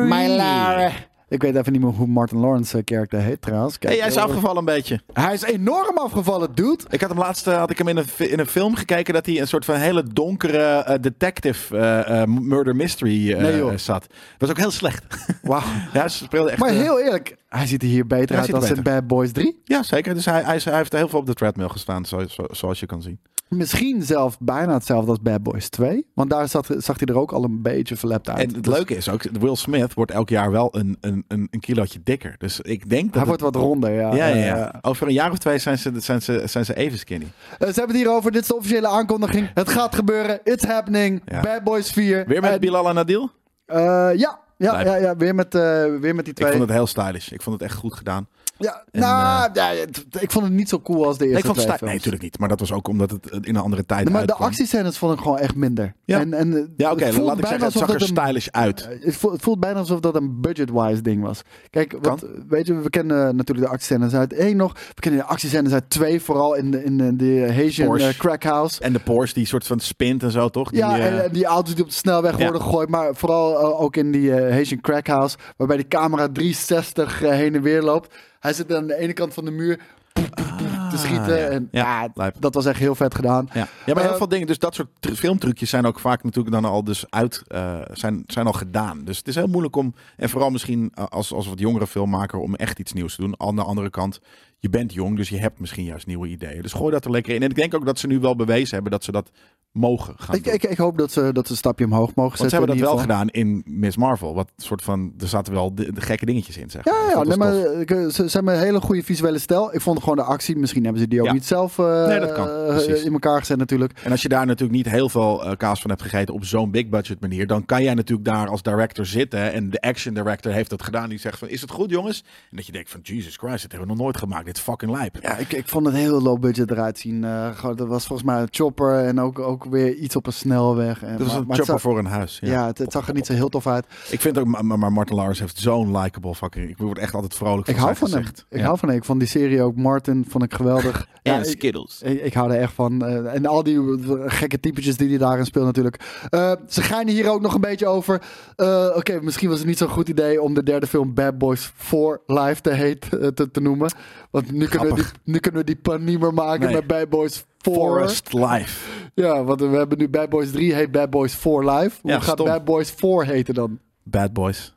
S3: My Larry. Ik weet even niet meer hoe Martin Lawrence's karakter heet trouwens. Kijk,
S2: Hey, hij is
S3: eh,
S2: afgevallen een beetje.
S3: hij is enorm afgevallen, dude.
S2: Ik had hem laatst eh, had ik hem in, een, fi- in een film gekeken dat hij een soort van hele donkere eh, detective eh, eh, murder mystery eh,
S3: Nee, joh.
S2: zat. Was ook heel slecht.
S3: Wauw.
S2: ja, ze speelde echt.
S3: Maar
S2: eh,
S3: heel eerlijk, Hij ziet er hier beter
S2: Hij
S3: uit
S2: ziet
S3: dan
S2: er
S3: in Bad Boys 3.
S2: Ja, zeker. Dus hij, hij, is- hij heeft heel veel op de treadmill gestaan, zo, zo- zoals je kan zien.
S3: Misschien zelf bijna hetzelfde als Bad Boys 2. Want daar zat, zag hij er ook al een beetje verlept uit.
S2: En het
S3: Dus
S2: leuke is ook, Will Smith wordt elk jaar wel een, een, een, een kilootje dikker. Dus ik denk dat...
S3: Hij
S2: het-
S3: wordt wat ronder, ja.
S2: Ja, ja,
S3: Eh,
S2: ja. Over een jaar of twee zijn ze, zijn ze, zijn ze even skinny.
S3: eh, ze hebben het hier over. Dit is de officiële aankondiging. Het gaat gebeuren. It's happening.
S2: Ja.
S3: Bad Boys 4.
S2: Weer met
S3: En,
S2: Bilal en Adil?
S3: eh, ja, ja,
S2: Lijp.
S3: ja, ja, weer met, eh, weer met die
S2: Ik
S3: twee.
S2: vond het heel stylish. Ik vond het echt goed gedaan.
S3: ja, nou, ja, het- ik vond het niet zo cool als de eerste
S2: Nee, ik vond het
S3: twee
S2: sty- Nee,
S3: films.
S2: natuurlijk niet. Maar dat was ook omdat het eh, in een andere tijd
S3: Nee, maar de
S2: uitkwam.
S3: actiescènes vond ik gewoon echt minder.
S2: Ja.
S3: en, en, eh,
S2: Ja, oké.
S3: het voelt
S2: laat ik
S3: bijna
S2: zeggen, het
S3: alsof
S2: zag er
S3: dat een- Eh,
S2: stylish uit.
S3: Het voelt, het voelt bijna alsof dat een budget-wise ding was. Kijk, wat, weet je, we kennen natuurlijk de actiescènes uit één nog. We kennen de actiescènes uit twee, vooral in de, in de, die Haitian
S2: Porsche.
S3: eh, crack house.
S2: En de Porsche die soort van spint en zo, toch? Die,
S3: ja,
S2: eh,
S3: en, en die auto's die op de snelweg
S2: Ja.
S3: worden gegooid. Maar vooral eh, ook in die eh, Haitian crack house, waarbij die camera 360 eh, heen en weer loopt. Hij zit aan de ene kant van de muur poef, poef, poef, te schieten.
S2: Ah, ja.
S3: En,
S2: Ja,
S3: ah,
S2: lijp.
S3: dat was echt heel vet gedaan.
S2: ja. ja, maar heel
S3: Eh,
S2: veel dingen. Dus dat soort tr- filmtrucjes zijn ook vaak natuurlijk dan al dus uit, eh, zijn, zijn al gedaan. Dus het is heel moeilijk om, en vooral misschien eh, als, als wat jongere filmmaker, om echt iets nieuws te doen. Aan de andere kant, je bent jong, dus je hebt misschien juist nieuwe ideeën. Dus gooi dat er lekker in. En ik denk ook dat ze nu wel bewezen hebben dat ze dat mogen gaan
S3: Ik,
S2: doen.
S3: ik, ik hoop dat ze, dat ze een stapje omhoog mogen
S2: Want ze
S3: zetten.
S2: hebben
S3: in
S2: dat wel
S3: ieder geval.
S2: gedaan in Miss Marvel. Wat soort van, er zaten wel de, de gekke dingetjes in, zeg
S3: Ja,
S2: maar. Dus
S3: ja
S2: dat
S3: nee,
S2: was tof.
S3: maar ik- ze, ze hebben een hele goede visuele stijl. Ik vond gewoon de actie, misschien hebben ze die ook
S2: Ja.
S3: niet zelf eh,
S2: Nee, dat kan.
S3: eh,
S2: Precies.
S3: in elkaar gezet natuurlijk.
S2: En als je daar natuurlijk niet heel veel eh, kaas van hebt gegeten op zo'n big budget manier, dan kan jij natuurlijk daar als director zitten en de action director heeft dat gedaan. Die zegt van, is het goed jongens? En dat je denkt van, Jesus Christ, dit hebben we nog nooit gemaakt. Dit is fucking lijp.
S3: Ja, ik, ik vond het heel low budget eruit zien. Eh, gewoon, dat was volgens mij een chopper en ook, ook weer iets op een snelweg. En,
S2: dat was een
S3: het
S2: chopper
S3: zag-
S2: voor een huis. Ja,
S3: Ja, het, het zag er niet zo heel tof uit.
S2: Ik vind ook, maar, maar Martin Lars heeft zo'n likable fucking... Ik word echt altijd vrolijk van
S3: Ik hou
S2: zijn
S3: van hem.
S2: gezicht.
S3: Ik
S2: Ja.
S3: hou van hem. Ik vond die serie ook Martin, vond ik geweldig.
S4: En
S3: Ja, ik,
S4: Skittles.
S3: ik, ik hou er echt van. Eh, en al die eh, gekke typetjes die hij daarin speelt natuurlijk. Eh, ze geinen hier ook nog een beetje over. eh, Oké, misschien was het niet zo'n goed idee om de derde film Bad Boys for Life te, heet, eh, te, te noemen. Want nu kunnen, we die,
S2: Grappig.
S3: nu kunnen we die pun niet meer maken
S2: Nee.
S3: met Bad Boys for...
S2: Forest Life.
S3: Ja, want we hebben nu Bad Boys 3 heet Bad Boys for Life. Hoe
S2: Ja,
S3: gaat
S2: stom.
S3: Bad Boys 4 heten dan?
S2: Bad boys.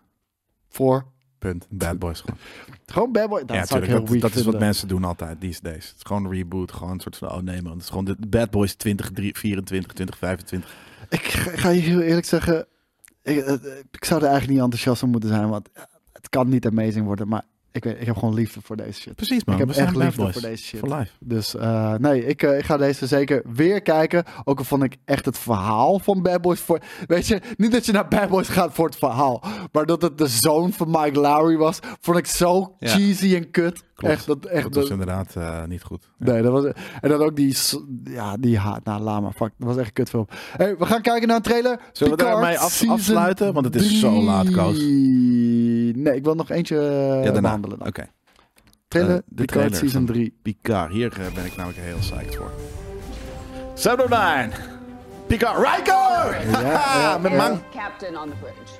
S3: Voor?
S2: Punt. Bad boys gewoon.
S3: Gewoon Bad Boys. Dat
S2: ja,
S3: zou ik
S2: natuurlijk.
S3: heel
S2: Dat,
S3: weak
S2: dat is wat
S3: vinden.
S2: mensen doen altijd these days. Het is gewoon een reboot. Gewoon een soort van, oh nee man. Het is gewoon de Bad Boys 2024, 2025.
S3: Ik ga ga je heel eerlijk zeggen, ik, eh, ik zou er eigenlijk niet enthousiast om moeten zijn, want het kan niet amazing worden, maar ik, weet, ik heb gewoon liefde voor deze shit.
S2: Precies man.
S3: ik heb
S2: We
S3: echt
S2: zijn Bad
S3: liefde
S2: Boys.
S3: voor deze shit.
S2: For life.
S3: Dus eh, nee, ik, eh, ik ga deze zeker weer kijken. Ook al vond ik echt het verhaal van Bad Boys voor. Weet je, niet dat je naar Bad Boys gaat voor het verhaal. Maar dat het de zoon van Mike Lowry was, vond ik zo
S2: Ja.
S3: cheesy en kut.
S2: Klopt.
S3: Echt, dat, echt,
S2: dat
S3: dat-
S2: was inderdaad eh, niet goed.
S3: Nee, dat was, en dan ook die, s- ja, die haat naar Lama. Fuck, dat was echt een kutfilm. Hey, we gaan kijken naar een trailer.
S2: Zullen we
S3: Picard
S2: daarmee af-
S3: season
S2: afsluiten? Want het is
S3: drie.
S2: zo laat, Koos.
S3: Nee, ik wil nog eentje eh,
S2: ja, daarna.
S3: behandelen.
S2: Oké.
S3: Dan. Trailer,
S2: Eh, de
S3: Picard
S2: trailer
S3: season
S2: van-
S3: 3.
S2: Picard. Hier eh, ben ik namelijk heel psyched voor. 709. Picard. Riker! Haha, Met man.
S7: Captain on the bridge.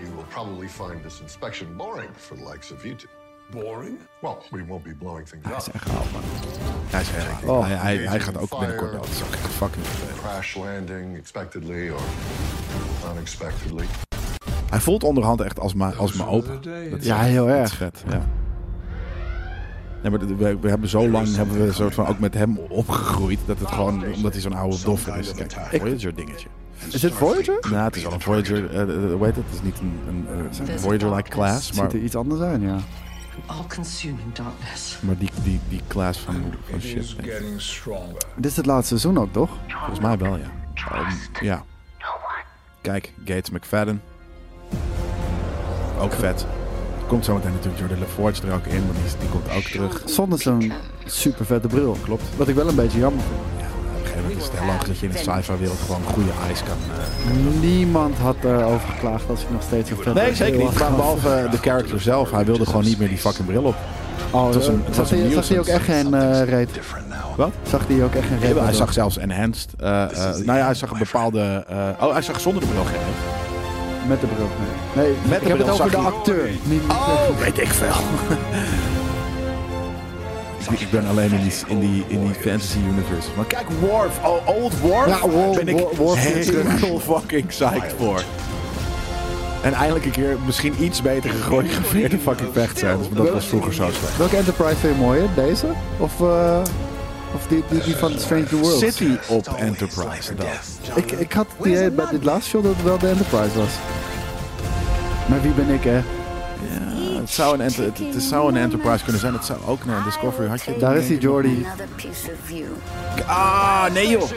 S10: You will probably find this inspection boring for the likes of you two.
S6: Boring?
S10: Well, we won't be blowing things
S3: Ah,
S2: Hij
S10: up.
S2: is echt gehaald, man. Hij is heel oud.
S3: Oh.
S2: hij, hij, hij gaat ook binnenkort dood. Dat is ook echt fucking vervelend.
S10: Crash landing expectedly or unexpectedly.
S2: Hij voelt onderhand echt als mijn als mijn opa. Dat is
S3: Ja,
S2: echt-
S3: heel
S2: dat
S3: erg.
S2: is vet, ja. Nee, maar d- we, we hebben zo lang hebben we een soort van ook met hem opgegroeid dat het gewoon omdat hij zo'n oude doffer is. Kijk, Voyager dingetje.
S3: Is dit Voyager?
S2: Nou, het is al een Voyager. eh, eh, hoe heet het? Het is niet een, een, eh, het is een Voyager-like class,
S3: Het
S2: maar,
S3: ziet er iets anders uit, ja.
S7: All-consuming darkness.
S2: maar die, die, die class van, van shit. denk ik.
S6: getting stronger.
S3: Dit is het laatste seizoen ook, toch?
S2: Volgens mij wel, ja. Ehm, ja. Kijk, Gates McFadden. Ook vet. Komt zometeen natuurlijk Jordan LaForge er ook in, want die, die komt ook terug.
S3: Zonder zo'n super vette bril. Klopt. Wat ik wel een beetje jammer vind.
S2: Ja, op een gegeven moment is het heel logisch dat je in de sci-fi wereld gewoon goede eyes kan... eh,
S3: Niemand had erover geklaagd als ik nog steeds een vette
S2: Nee, zeker
S3: bril
S2: niet.
S3: had
S2: Maar
S3: gehad.
S2: behalve de character zelf. Hij wilde gewoon niet meer die fucking bril op.
S3: Oh,
S2: was een-
S3: eh,
S2: het
S3: zag
S2: was een
S3: hij- Zag hij ook echt geen eh reet?
S2: Wat?
S3: Zag hij ook echt geen reet?
S2: Ja, hij zag zelfs enhanced. eh, eh, nou ja, hij zag een bepaalde... eh, oh, hij zag zonder de bril geen.
S3: Met de bril. Nee, nee
S2: Met
S3: ik
S2: de bril
S3: heb het
S2: zag
S3: over de
S2: hij-
S3: acteur. Niet, niet-
S2: Oh, weet ik veel. Ik- Ik ben alleen in die, in die, in die fantasy universe. Maar kijk, Worf. Oh, old Worf.
S3: Ja, Worf-
S2: ben ik
S3: Worf- Worf is
S2: heel
S3: terug.
S2: fucking psyched voor. En eindelijk een keer misschien iets beter gechoreografeerde fucking vecht zijn. Dus Dat was vroeger zo slecht.
S3: Welke Enterprise vind je mooier? Deze? Of, eh, of die, die, die van Strange New Worlds?
S2: City op Enterprise. inderdaad.
S3: Ik, ik had het idee bij dit laatste show dat het wel de Enterprise was. Maar wie ben ik, hè?
S2: Ja, het, zou een enter- het, het zou een Enterprise kunnen zijn. Het zou ook naar Discovery had je.
S3: Daar is die Jordy.
S2: Ah, nee joh.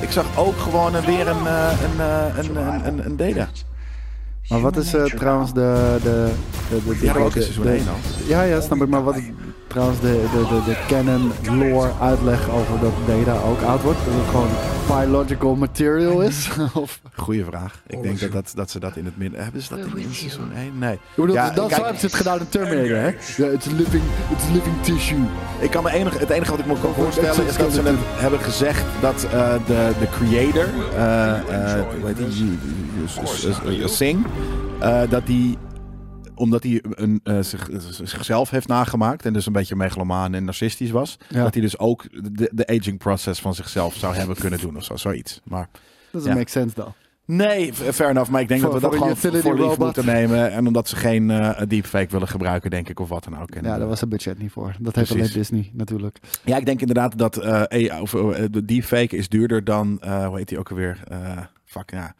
S2: Ik zag ook gewoon eh, weer een, eh, een, eh, een, een, een, een Data.
S3: Maar wat is eh, trouwens de... de, de, de,
S2: Die hadden we ook in
S3: de-
S2: seizoen
S3: de-
S2: één al.
S3: Ja, ja, snap ik. Maar wat is trouwens de, de, de, de canon lore uitleg over dat Data ook oud wordt? Dat het gewoon biological material is? of...
S2: Goeie vraag. Ik denk dat, dat, dat ze dat in het midden... Hebben ze dat in in seizoen 1? Nee.
S3: Ik bedoel,
S2: Ja,
S3: dat
S2: kijk,
S3: hebben ze het gedaan in Terminator, hè? Ja, it's living, it's living tissue.
S2: Ik kan me enige, het enige wat ik me kan voorstellen is dat ze net
S3: Skeleton.
S2: hebben gezegd dat eh, de, de creator, eh, eh, hoe heet die? Yu- Yu- S- S- S- Singh, eh, dat die omdat hij een, eh, zich, zichzelf heeft nagemaakt en dus een beetje megalomaan en narcistisch was,
S3: Ja.
S2: dat hij dus ook de, de aging process van zichzelf zou hebben kunnen doen of zo, zoiets. Maar
S3: Dat
S2: Ja.
S3: make sense dan.
S2: nee, f- fair enough, maar ik denk
S3: Voor-
S2: dat we dat
S3: voor een
S2: gewoon voor
S3: utility
S2: lief
S3: robot.
S2: moeten nemen en omdat ze geen eh, deepfake willen gebruiken, denk ik, of wat dan ook. En,
S3: Ja,
S2: eh,
S3: daar was het budget niet voor. Dat heeft alleen
S2: Precies.
S3: Disney, natuurlijk.
S2: Ja, ik denk inderdaad dat eh AI of, eh, de deepfake is duurder dan, eh, hoe heet hij ook alweer? Eh, fuck, ja.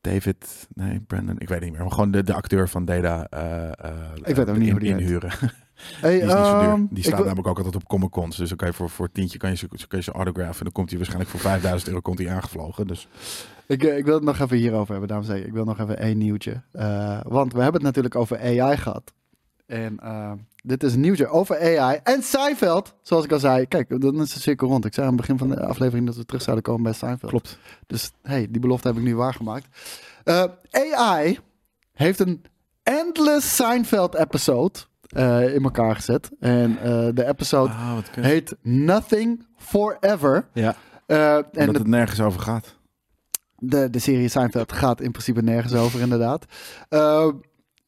S2: David, nee, Brandon, ik weet het niet meer. Maar gewoon de, de acteur van Data eh, eh,
S3: Ik weet ook niet hoe die heet.
S2: inhuren.
S3: Hey,
S2: Die is niet zo
S3: ehm,
S2: duur. Die
S3: ik
S2: staat
S3: wil-
S2: namelijk ook altijd op Comic Cons. Dus dan kan je voor, voor tientje kan je, zo- zo kan je zijn autograph. En dan komt hij waarschijnlijk voor 5000 euro komt hij aangevlogen. Dus
S3: Ik, eh, ik wil het nog even hierover hebben, dames en heren. Ik wil nog even één nieuwtje. Eh, want we hebben het natuurlijk over AI gehad. En eh, dit is een nieuwtje over AI en Seinfeld. Zoals ik al zei. Kijk, dan is de cirkel rond. Ik zei aan het begin van de aflevering dat we terug zouden komen bij Seinfeld. Klopt. Dus hey, die belofte heb ik nu waargemaakt. Eh, AI heeft een endless Seinfeld episode eh, in elkaar gezet. En eh, de episode
S2: Ah, wat kut.
S3: heet Nothing Forever.
S2: ja,
S3: Eh, en
S2: dat
S3: het
S2: het nergens over gaat.
S3: de, de serie Seinfeld gaat in principe nergens over, inderdaad. Eh,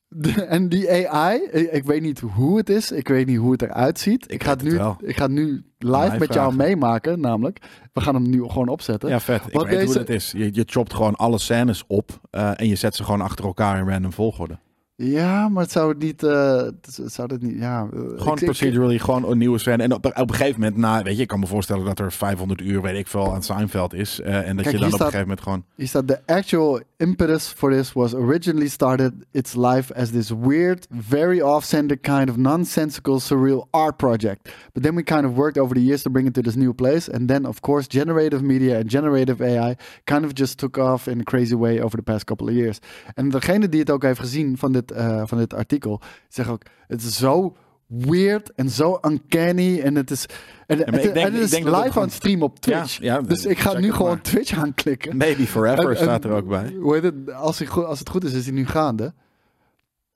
S3: de- en die AI, ik, ik weet niet hoe het is, ik weet niet hoe het eruit ziet. Ik ga het
S2: weet
S3: nu,
S2: het wel.
S3: ik ga het nu live
S2: Live
S3: met jou
S2: vragen.
S3: meemaken, namelijk. We gaan hem nu gewoon opzetten.
S2: Ja, vet. Ik
S3: Wat
S2: weet hoe
S3: deze-
S2: dat is. Je, je chopt gewoon alle scènes op eh, en je zet ze gewoon achter elkaar in random volgorde.
S3: Ja, maar het zou het niet, eh, het zou dit niet, ja. eh,
S2: Gewoon
S3: ik- ik-
S2: procedurally, gewoon een nieuwe scène. En op, op een gegeven moment, na, weet je, ik kan me voorstellen dat er 500 uur, weet ik veel, aan Seinfeld is. eh, en dat
S3: Kijk,
S2: je
S3: hier
S2: dan op een
S3: staat-
S2: gegeven moment gewoon...
S3: He said the actual impetus for this was originally started its life as this weird, very off-center kind of nonsensical, surreal art project. But then we kind of worked over the years to bring it to this new place. And then, of course, generative media and generative AI kind of just took off in a crazy way over the past couple of years. En degene die het ook heeft gezien van dit, eh, van dit artikel, zegt ook, het is zo weird en zo uncanny. En het is, en,
S2: maar
S3: het-
S2: ik denk-
S3: en het
S2: ik
S3: is
S2: denk dat het
S3: live aan
S2: gewoon-
S3: het stream op
S2: Ja,
S3: Twitch.
S2: ja,
S3: dus ik ga
S2: check
S3: nu
S2: het
S3: gewoon
S2: maar.
S3: Twitch aanklikken.
S2: Maybe Forever
S3: En- en-
S2: staat er ook bij.
S3: Hoe heet het? Als, hij goed- als het goed is, is hij nu gaande.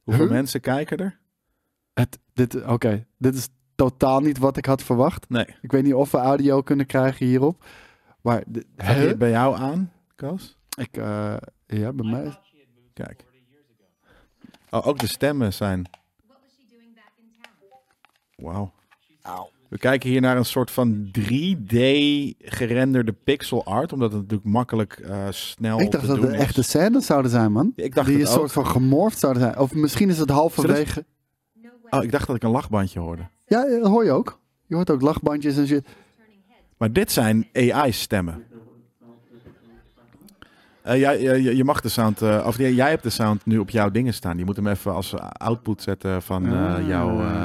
S2: Hoeveel
S3: Huh?
S2: mensen kijken er?
S3: Het, dit, oké, dit is totaal niet wat ik had verwacht.
S2: Nee.
S3: Ik weet niet of we audio kunnen krijgen hierop. Maar, dit-
S2: Heb je
S3: Huh?
S2: het bij jou aan, Koos?
S3: Ik, eh, ja, bij mij. is-
S2: Kijk. Oh, ook de stemmen zijn... Wauw. We kijken hier naar een soort van 3D gerenderde pixel art, omdat het natuurlijk makkelijk eh, snel
S3: Ik dacht
S2: te
S3: dat
S2: doen
S3: het
S2: is.
S3: echte scènes zouden zijn, man.
S2: Ik dacht
S3: die een
S2: het
S3: soort
S2: ook.
S3: van gemorfd zouden zijn. Of misschien is het halverwege.
S2: Oh, ik dacht dat ik een lachbandje hoorde.
S3: Ja, eh, dat hoor je ook. Je hoort ook lachbandjes en shit.
S2: Maar dit zijn AI-stemmen. Eh, jij- jij- je, je mag de sound, eh, of jij, jij hebt de sound nu op jouw dingen staan. Je moet hem even als eh, output zetten van eh,
S3: Ah.
S2: jouw eh,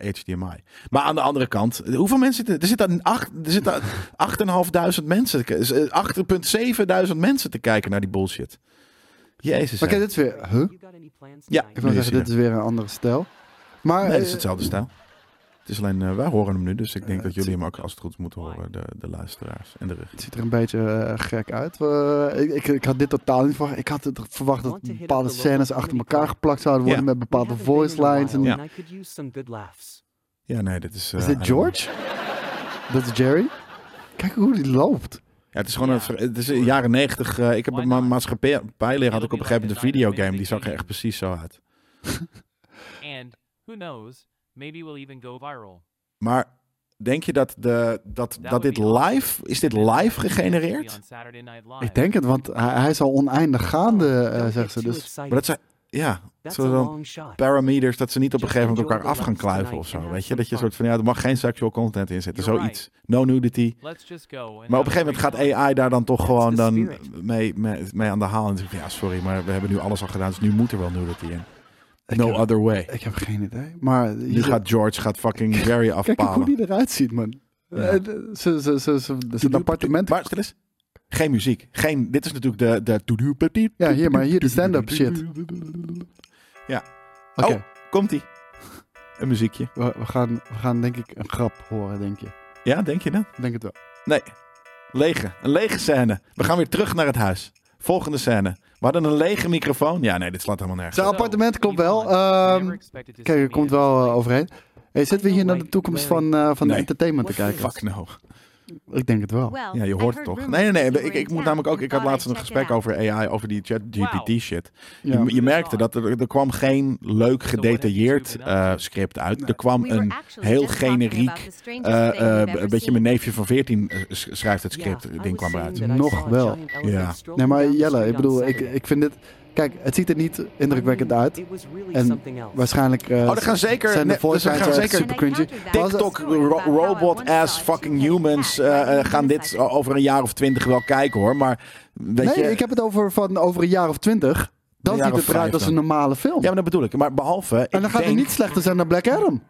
S2: eh, HDMI. Maar aan de andere kant, eh, hoeveel mensen zitten er? Zitten acht, er zitten 8.500 mensen, te k- eh, 8.700 mensen te kijken naar die bullshit. Jezus.
S3: Maar
S2: hè.
S3: kijk, dit is weer. Huh?
S2: ja,
S3: Ik
S2: nu
S3: wil
S2: is
S3: zeggen,
S2: hij
S3: dit
S2: er.
S3: is weer een andere stijl. Maar
S2: Nee, het is
S3: eh,
S2: hetzelfde stijl. Het is alleen, eh, wij horen hem nu, dus ik denk dat jullie hem ook als het goed is moeten horen, de, de luisteraars en de regie.
S3: Het ziet er een beetje eh, gek uit. We- ik, ik, ik had dit totaal niet verwacht. Ik had het verwacht dat bepaalde scènes achter elkaar geplakt zouden worden
S2: Ja.
S3: met bepaalde voice lines. En,
S2: Ja.
S11: I could use some good laughs.
S2: Ja, nee, dit is... eh,
S3: Is dit
S2: hij-
S3: George? Dat is Jerry? Kijk hoe die loopt.
S2: Ja, het is gewoon een, ver- het is in jaren negentig. eh, ik heb een ma maatschappijleer had ik op een gegeven moment een videogame. Die zag er echt precies zo uit.
S11: And who knows, maybe we'll even go viral.
S2: Maar Denk je dat, de, dat, dat dit live, is dit live gegenereerd?
S3: Ik denk het, want hij, hij is al oneindig gaande, eh, zegt ze. Dus
S2: Maar dat zijn, ja, zullen we dan parameters dat ze niet op een gegeven moment elkaar af gaan kluiven of zo. Weet je, dat je soort van, ja, er mag geen sexual content in zitten, zoiets. No nudity. Maar op een gegeven moment gaat AI daar dan toch gewoon dan mee, mee, mee aan de haal. En zegt, ja, sorry, maar we hebben nu alles al gedaan, dus nu moet er wel nudity in. No other way.
S3: ik heb geen idee. Maar
S2: Nu gaat George gaat fucking Jerry
S3: Kijk ook hoe
S2: afpalen.
S3: die eruit ziet, man. Eh, de- Ze, ze, ze, ze, ze, zijn appartement.
S2: Maar stil eens. Geen muziek. Geen, dit is natuurlijk de... de
S3: Ja, hier, maar hier de stand-up shit.
S2: Ja.
S3: Oké,
S2: Oh, komt-ie. Een muziekje.
S3: we, we gaan, we gaan denk ik een grap horen, denk je.
S2: Ja, denk je dat?
S3: Ik Denk het wel.
S2: Nee. Lege. Een lege scène. We gaan weer terug naar het huis. Volgende scène. We hadden een lege microfoon. Ja, nee, dit slaat helemaal nergens.
S3: Zijn
S2: op.
S3: appartement klopt wel. Ehm, kijk, er komt wel eh, overheen. Hey, zitten we hier naar de toekomst van, eh,
S2: Nee.
S3: van de entertainment te
S2: Fuck,
S3: kijken?
S2: Fuck no.
S3: Ik denk het wel.
S2: Ja, je hoort het toch? Nee, nee, nee. Ik, ik moet namelijk ook. Ik had laatst een gesprek over AI, over die ChatGPT shit.
S3: Ja.
S2: Je, je merkte dat er, er kwam geen leuk gedetailleerd eh, script uit. Er kwam een heel generiek. eh, eh, een beetje mijn neefje van 14 s- schrijft het script. ding kwam eruit.
S3: Nog wel.
S2: Ja.
S3: Nee, maar Jelle, dus ik bedoel, ik, ik vind dit... Kijk, het ziet er niet indrukwekkend
S11: Mm,
S3: uit. En waarschijnlijk eh,
S2: Oh, er gaan zeker-
S3: zijn de
S2: nee, dus er
S3: voorzijds
S2: gaan
S3: echt
S2: zeker-
S3: super cringy. Maar als-
S2: TikTok, ro- robot ass fucking humans eh, eh, gaan dit o- over een jaar of twintig wel kijken hoor. Maar weet
S3: Nee,
S2: je.
S3: ik heb het over, van, over een jaar of twintig. Dan
S2: Een jaar
S3: ziet
S2: of
S3: het eruit
S2: vijf
S3: als
S2: dan.
S3: een normale film.
S2: Ja, maar dat bedoel ik. Maar behalve.
S3: en dan
S2: ik
S3: gaat
S2: denk,
S3: het niet slechter zijn dan Black Adam.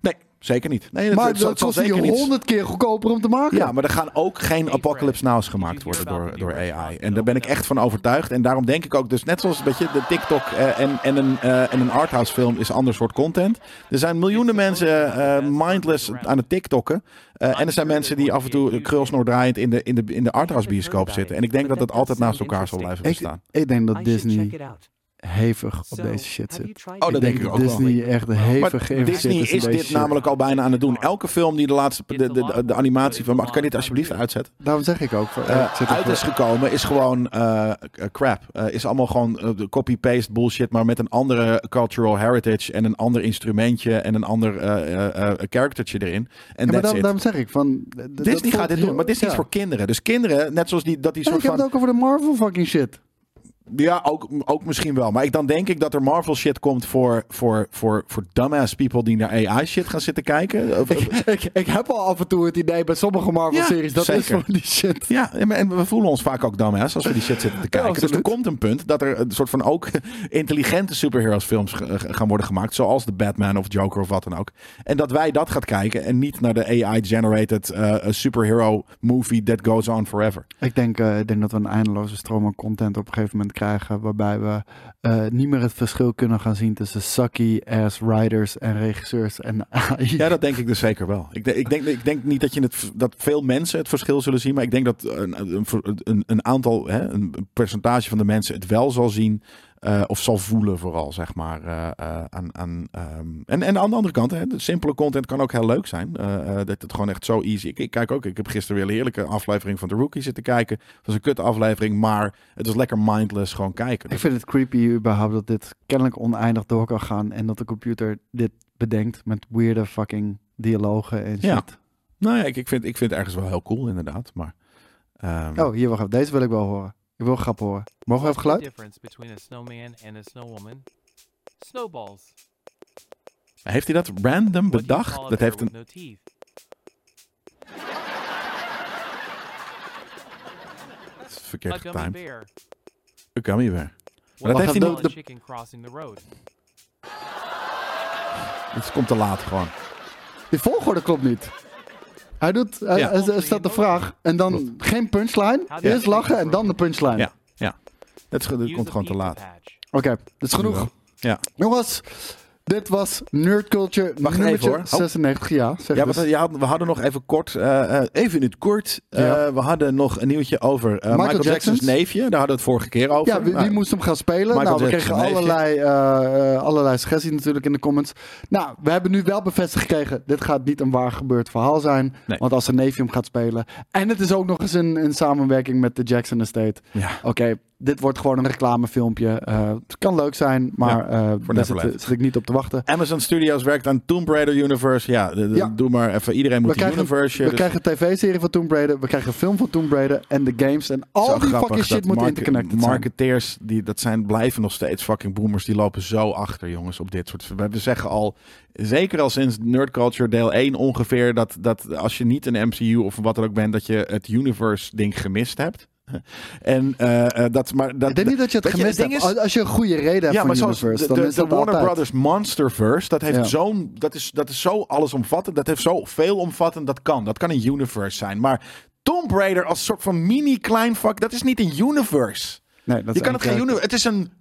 S2: Nee, zeker niet. Nee, dat,
S3: maar
S2: dat, zal-
S3: dat
S2: zal
S3: kost
S2: zeker
S3: je
S2: niet.
S3: honderd keer goedkoper om te maken.
S2: Ja, maar er gaan ook geen apocalypse nows gemaakt worden door, door AI. En daar ben ik echt van overtuigd. En daarom denk ik ook, dus net zoals weet je, de TikTok eh, en, en een, eh, en een arthouse film is een ander soort content. Er zijn miljoenen mensen eh, mindless aan het TikTokken. Eh, en er zijn mensen die af en toe krulsnoor draaiend in de, in de, in de arthouse bioscoop zitten. En ik denk dat dat altijd naast elkaar zal blijven
S3: ik,
S2: bestaan.
S3: ik denk dat Disney hevig op deze shit zit.
S2: Oh, dat denk ik ook wel.
S3: Disney echt
S2: Maar
S3: hevig
S2: Disney
S3: geïnvesteerd is in
S2: is
S3: deze
S2: dit
S3: shit.
S2: namelijk al bijna aan het doen. Elke film die de laatste de, de, de, de animatie van maakt, kan je dit alsjeblieft uitzetten.
S3: Daarom zeg ik ook.
S2: eh,
S3: eh, ik zit
S2: uit
S3: er-
S2: is gekomen, is gewoon eh, eh, crap. Eh, is allemaal gewoon eh, de copy-paste bullshit, maar met een andere cultural heritage en een ander instrumentje en een ander eh eh, eh, charactertje erin. En
S3: Ja, maar
S2: that's
S3: daarom,
S2: it.
S3: daarom zeg ik van. d- d- dat
S2: Disney
S3: voelt
S2: gaat dit
S3: heel-
S2: doen, maar Disney is
S3: ja.
S2: voor kinderen. Dus kinderen, net zoals die, dat die
S3: Nee,
S2: soort
S3: ik heb
S2: van...
S3: het ook over de Marvel fucking shit.
S2: Ja, ook, ook misschien wel. Maar ik, dan denk ik dat er Marvel shit komt voor, voor, voor, voor dumbass people die naar AI shit gaan zitten kijken. Of-
S3: ik, ik heb al af en toe het idee bij sommige Marvel-series
S2: Ja,
S3: dat is
S2: zeker.
S3: voor die shit.
S2: Ja, en we- en we voelen ons vaak ook dumbass als we die shit zitten te kijken. dus er
S3: absoluut.
S2: komt een punt dat er een soort van ook intelligente superheroes films ge- ge- gaan worden gemaakt. Zoals de Batman of Joker of wat dan ook. En dat wij dat gaan kijken en niet naar de AI-generated eh, superhero movie that goes on forever.
S3: Ik denk, eh, ik denk dat we een eindeloze stroom aan content op een gegeven moment krijgen. Waarbij we eh, niet meer het verschil kunnen gaan zien tussen sucky ass writers en regisseurs en AI.
S2: Ja, dat denk ik dus zeker wel. Ik, denk- ik, denk, ik denk niet dat, je het, dat veel mensen het verschil zullen zien. Maar ik denk dat een, een, een, een aantal, hè, een percentage van de mensen het wel zal zien. eh, of zal voelen vooral, zeg maar. eh, eh, aan, aan, ehm, en, en aan de andere kant, hè, de simpele content kan ook heel leuk zijn. Eh, eh, dat het gewoon echt zo easy. Ik, ik kijk ook, ik heb gisteren weer een heerlijke aflevering van The Rookie zitten kijken. Het was een kut aflevering, maar het was lekker mindless gewoon kijken.
S3: Ik vind het creepy überhaupt dat dit kennelijk oneindig door kan gaan. En dat de computer dit bedenkt met weirde fucking dialogen en shit.
S2: Ja. nou ja, ik, ik, vind, ik vind het ergens wel heel cool inderdaad. Maar, ehm,
S3: Oh, hier, wacht even. Deze wil ik wel horen. Ik wil grap horen. Mogen we even eh, geluid?
S2: Heeft hij dat random bedacht? Dat heeft een, Het is verkeerd getimed. Een gummy bear. Maar dat
S3: Wacht,
S2: heeft hij
S3: de-
S2: niet... Het komt te laat gewoon.
S3: De volgorde klopt niet. Hij doet, hij,
S2: Ja.
S3: hij- hij stelt de vraag en dan geen punchline. Eerst lachen en dan de punchline.
S2: Ja, ja. Dat, is, dat komt gewoon te laat.
S3: Oké, dat is genoeg.
S2: Ja.
S3: Jongens, dit was Nerd Culture
S2: Wacht even,
S3: nummertje
S2: hoor. Oh.
S3: 96. Ja, zeg
S2: Ja,
S3: dus.
S2: want, eh, ja, we hadden nog even kort, eh, eh, even in het kort, eh,
S3: Ja.
S2: we hadden nog een nieuwtje over eh, Michael, Jackson's
S3: Jackson's?
S2: neefje. Daar hadden we het vorige keer over.
S3: Ja, wie, wie
S2: Nou,
S3: moest hem gaan spelen?
S2: Michael
S3: nou, we
S2: Jackson,
S3: kregen
S2: neefje.
S3: allerlei, eh, eh, allerlei suggesties natuurlijk in de comments. Nou, we hebben nu wel bevestigd gekregen, dit gaat niet een waar gebeurd verhaal zijn.
S2: Nee.
S3: Want als zijn neefje hem gaat spelen. En het is ook nog eens in, in samenwerking met de Jackson Estate.
S2: Ja.
S3: Oké, dit wordt gewoon een reclamefilmpje. Eh, het kan leuk zijn, maar
S2: Ja,
S3: eh, daar zit,
S2: Neverland.
S3: zit ik niet op te wachten.
S2: Amazon Studios werkt aan Tomb Raider Universe. Ja, de- de-
S3: Ja.
S2: doe maar even. Iedereen moet
S3: We
S2: die
S3: krijgen,
S2: universe.
S3: we
S2: dus-
S3: krijgen een tv-serie van Tomb Raider, we krijgen een film van Tomb Raider en de games en al
S2: Zo
S3: die
S2: grappig
S3: fucking shit
S2: dat
S3: moet
S2: mark-
S3: interconnected zijn.
S2: Marketeers, die, dat zijn, blijven nog steeds fucking boomers. Die lopen zo achter, jongens, op dit soort... We we zeggen al, zeker al sinds Nerd Culture deel 1 ongeveer... dat, dat als je niet een MCU of wat dan ook bent... dat je het universe-ding gemist hebt. En eh, eh, dat... Maar dat,
S3: Ik denk niet dat je het
S2: Weet
S3: gemist
S2: ding
S3: hebt.
S2: is-
S3: Als- Als je een goede reden hebt
S2: ja,
S3: van
S2: maar zoals
S3: Universe,
S2: de,
S3: dan
S2: de-
S3: is
S2: de
S3: dat
S2: Warner
S3: altijd.
S2: Brothers Monsterverse, dat heeft
S3: Ja.
S2: zo'n, dat is, dat is zo allesomvattend, dat heeft zo veelomvattend, dat kan. Dat kan een universe zijn, maar Tomb Raider als soort van mini klein vak, dat is niet een universe.
S3: Nee, dat
S2: Je kan het
S3: is één
S2: geen
S3: character.
S2: universe, het is een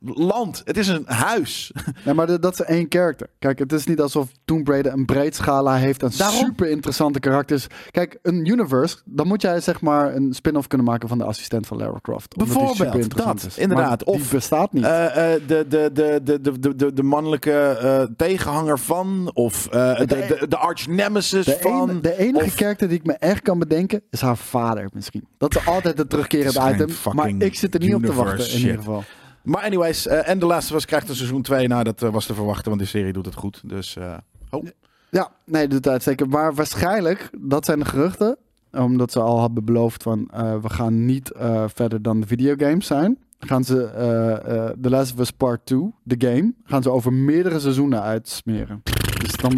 S2: land, het is een huis.
S3: Nee, maar de- dat is één karakter. Kijk, het is niet alsof Tomb Raider een breed scala heeft aan
S2: Daarom.
S3: super interessante karakters. Kijk, een universe, dan moet jij zeg maar een spin-off kunnen maken van de assistent van Lara Croft. Omdat die
S2: Bijvoorbeeld,
S3: superinteressant
S2: dat,
S3: is.
S2: inderdaad.
S3: Maar die
S2: Of,
S3: bestaat niet.
S2: Eh, eh, de, de, de, de, de, de- de, de mannelijke eh, tegenhanger van, of eh, de, de, de arch nemesis
S3: e- de,
S2: van.
S3: een- de enige
S2: of-
S3: karakter die ik me echt kan bedenken is haar vader misschien. Dat is altijd het terugkerend
S2: Het is geen
S3: item. Maar
S2: fucking
S3: ik zit er niet op te
S2: universe
S3: wachten in
S2: shit.
S3: ieder geval.
S2: Maar anyways, eh, en de laatste was krijgt een seizoen 2. Nou, dat eh, was te verwachten, want die serie doet het goed. Dus eh, oh.
S3: Ja, nee, dat doet zeker. Maar waarschijnlijk, dat zijn de geruchten. Omdat ze al hadden beloofd van eh, we gaan niet eh, verder dan de videogames zijn. Gaan ze eh, eh, The Last of Us Part 2, de game, gaan ze over meerdere seizoenen uitsmeren. Dus dan,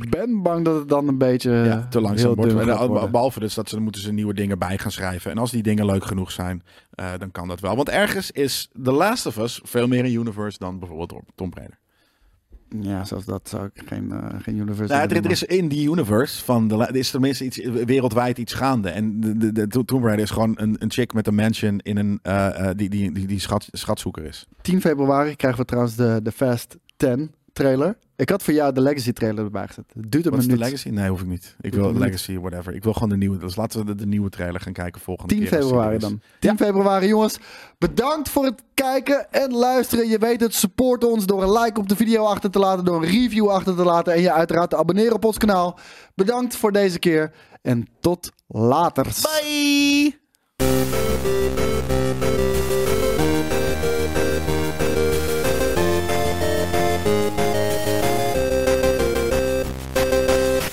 S3: ik ben bang dat het dan een beetje
S2: ja, te langzaam
S3: heel
S2: wordt.
S3: dun
S2: En,
S3: gaat
S2: eh,
S3: worden.
S2: Behalve dus dat ze dan moeten ze nieuwe dingen bij gaan schrijven. En als die dingen leuk genoeg zijn, eh, dan kan dat wel. Want ergens is The Last of Us veel meer een universe dan bijvoorbeeld Tom Raider.
S3: Dus Ja, zelfs dat zou ik geen, eh, geen universe
S2: oh, Nou,
S3: willen
S2: er, er is in die universe van de, la- er is tenminste iets eh, wereldwijd iets gaande. En de, de, de Tomb Raider is gewoon een, een chick met een mansion in een eh, eh, die, die, die, die schat, schatzoeker is.
S3: maken. 10 februari krijgen we trouwens de, de Fast 10 trailer. Ik had voor jou de Legacy trailer erbij gezet. Het duurt een
S2: Wat is de
S3: minuut.
S2: legacy? Nee, hoef ik niet. Ik
S3: Doe
S2: wil
S3: het niet.
S2: legacy, whatever. Ik wil gewoon de nieuwe. Dus laten we de, de nieuwe trailer gaan kijken volgende
S3: 10
S2: keer. Dus- als die er
S3: februari
S2: is.
S3: dan. 10 februari, jongens. Bedankt voor het kijken en luisteren. Je weet het, support ons door een like op de video achter te laten, door een review achter te laten en je uiteraard te abonneren op ons kanaal. Bedankt voor deze keer en tot later.
S2: Bye!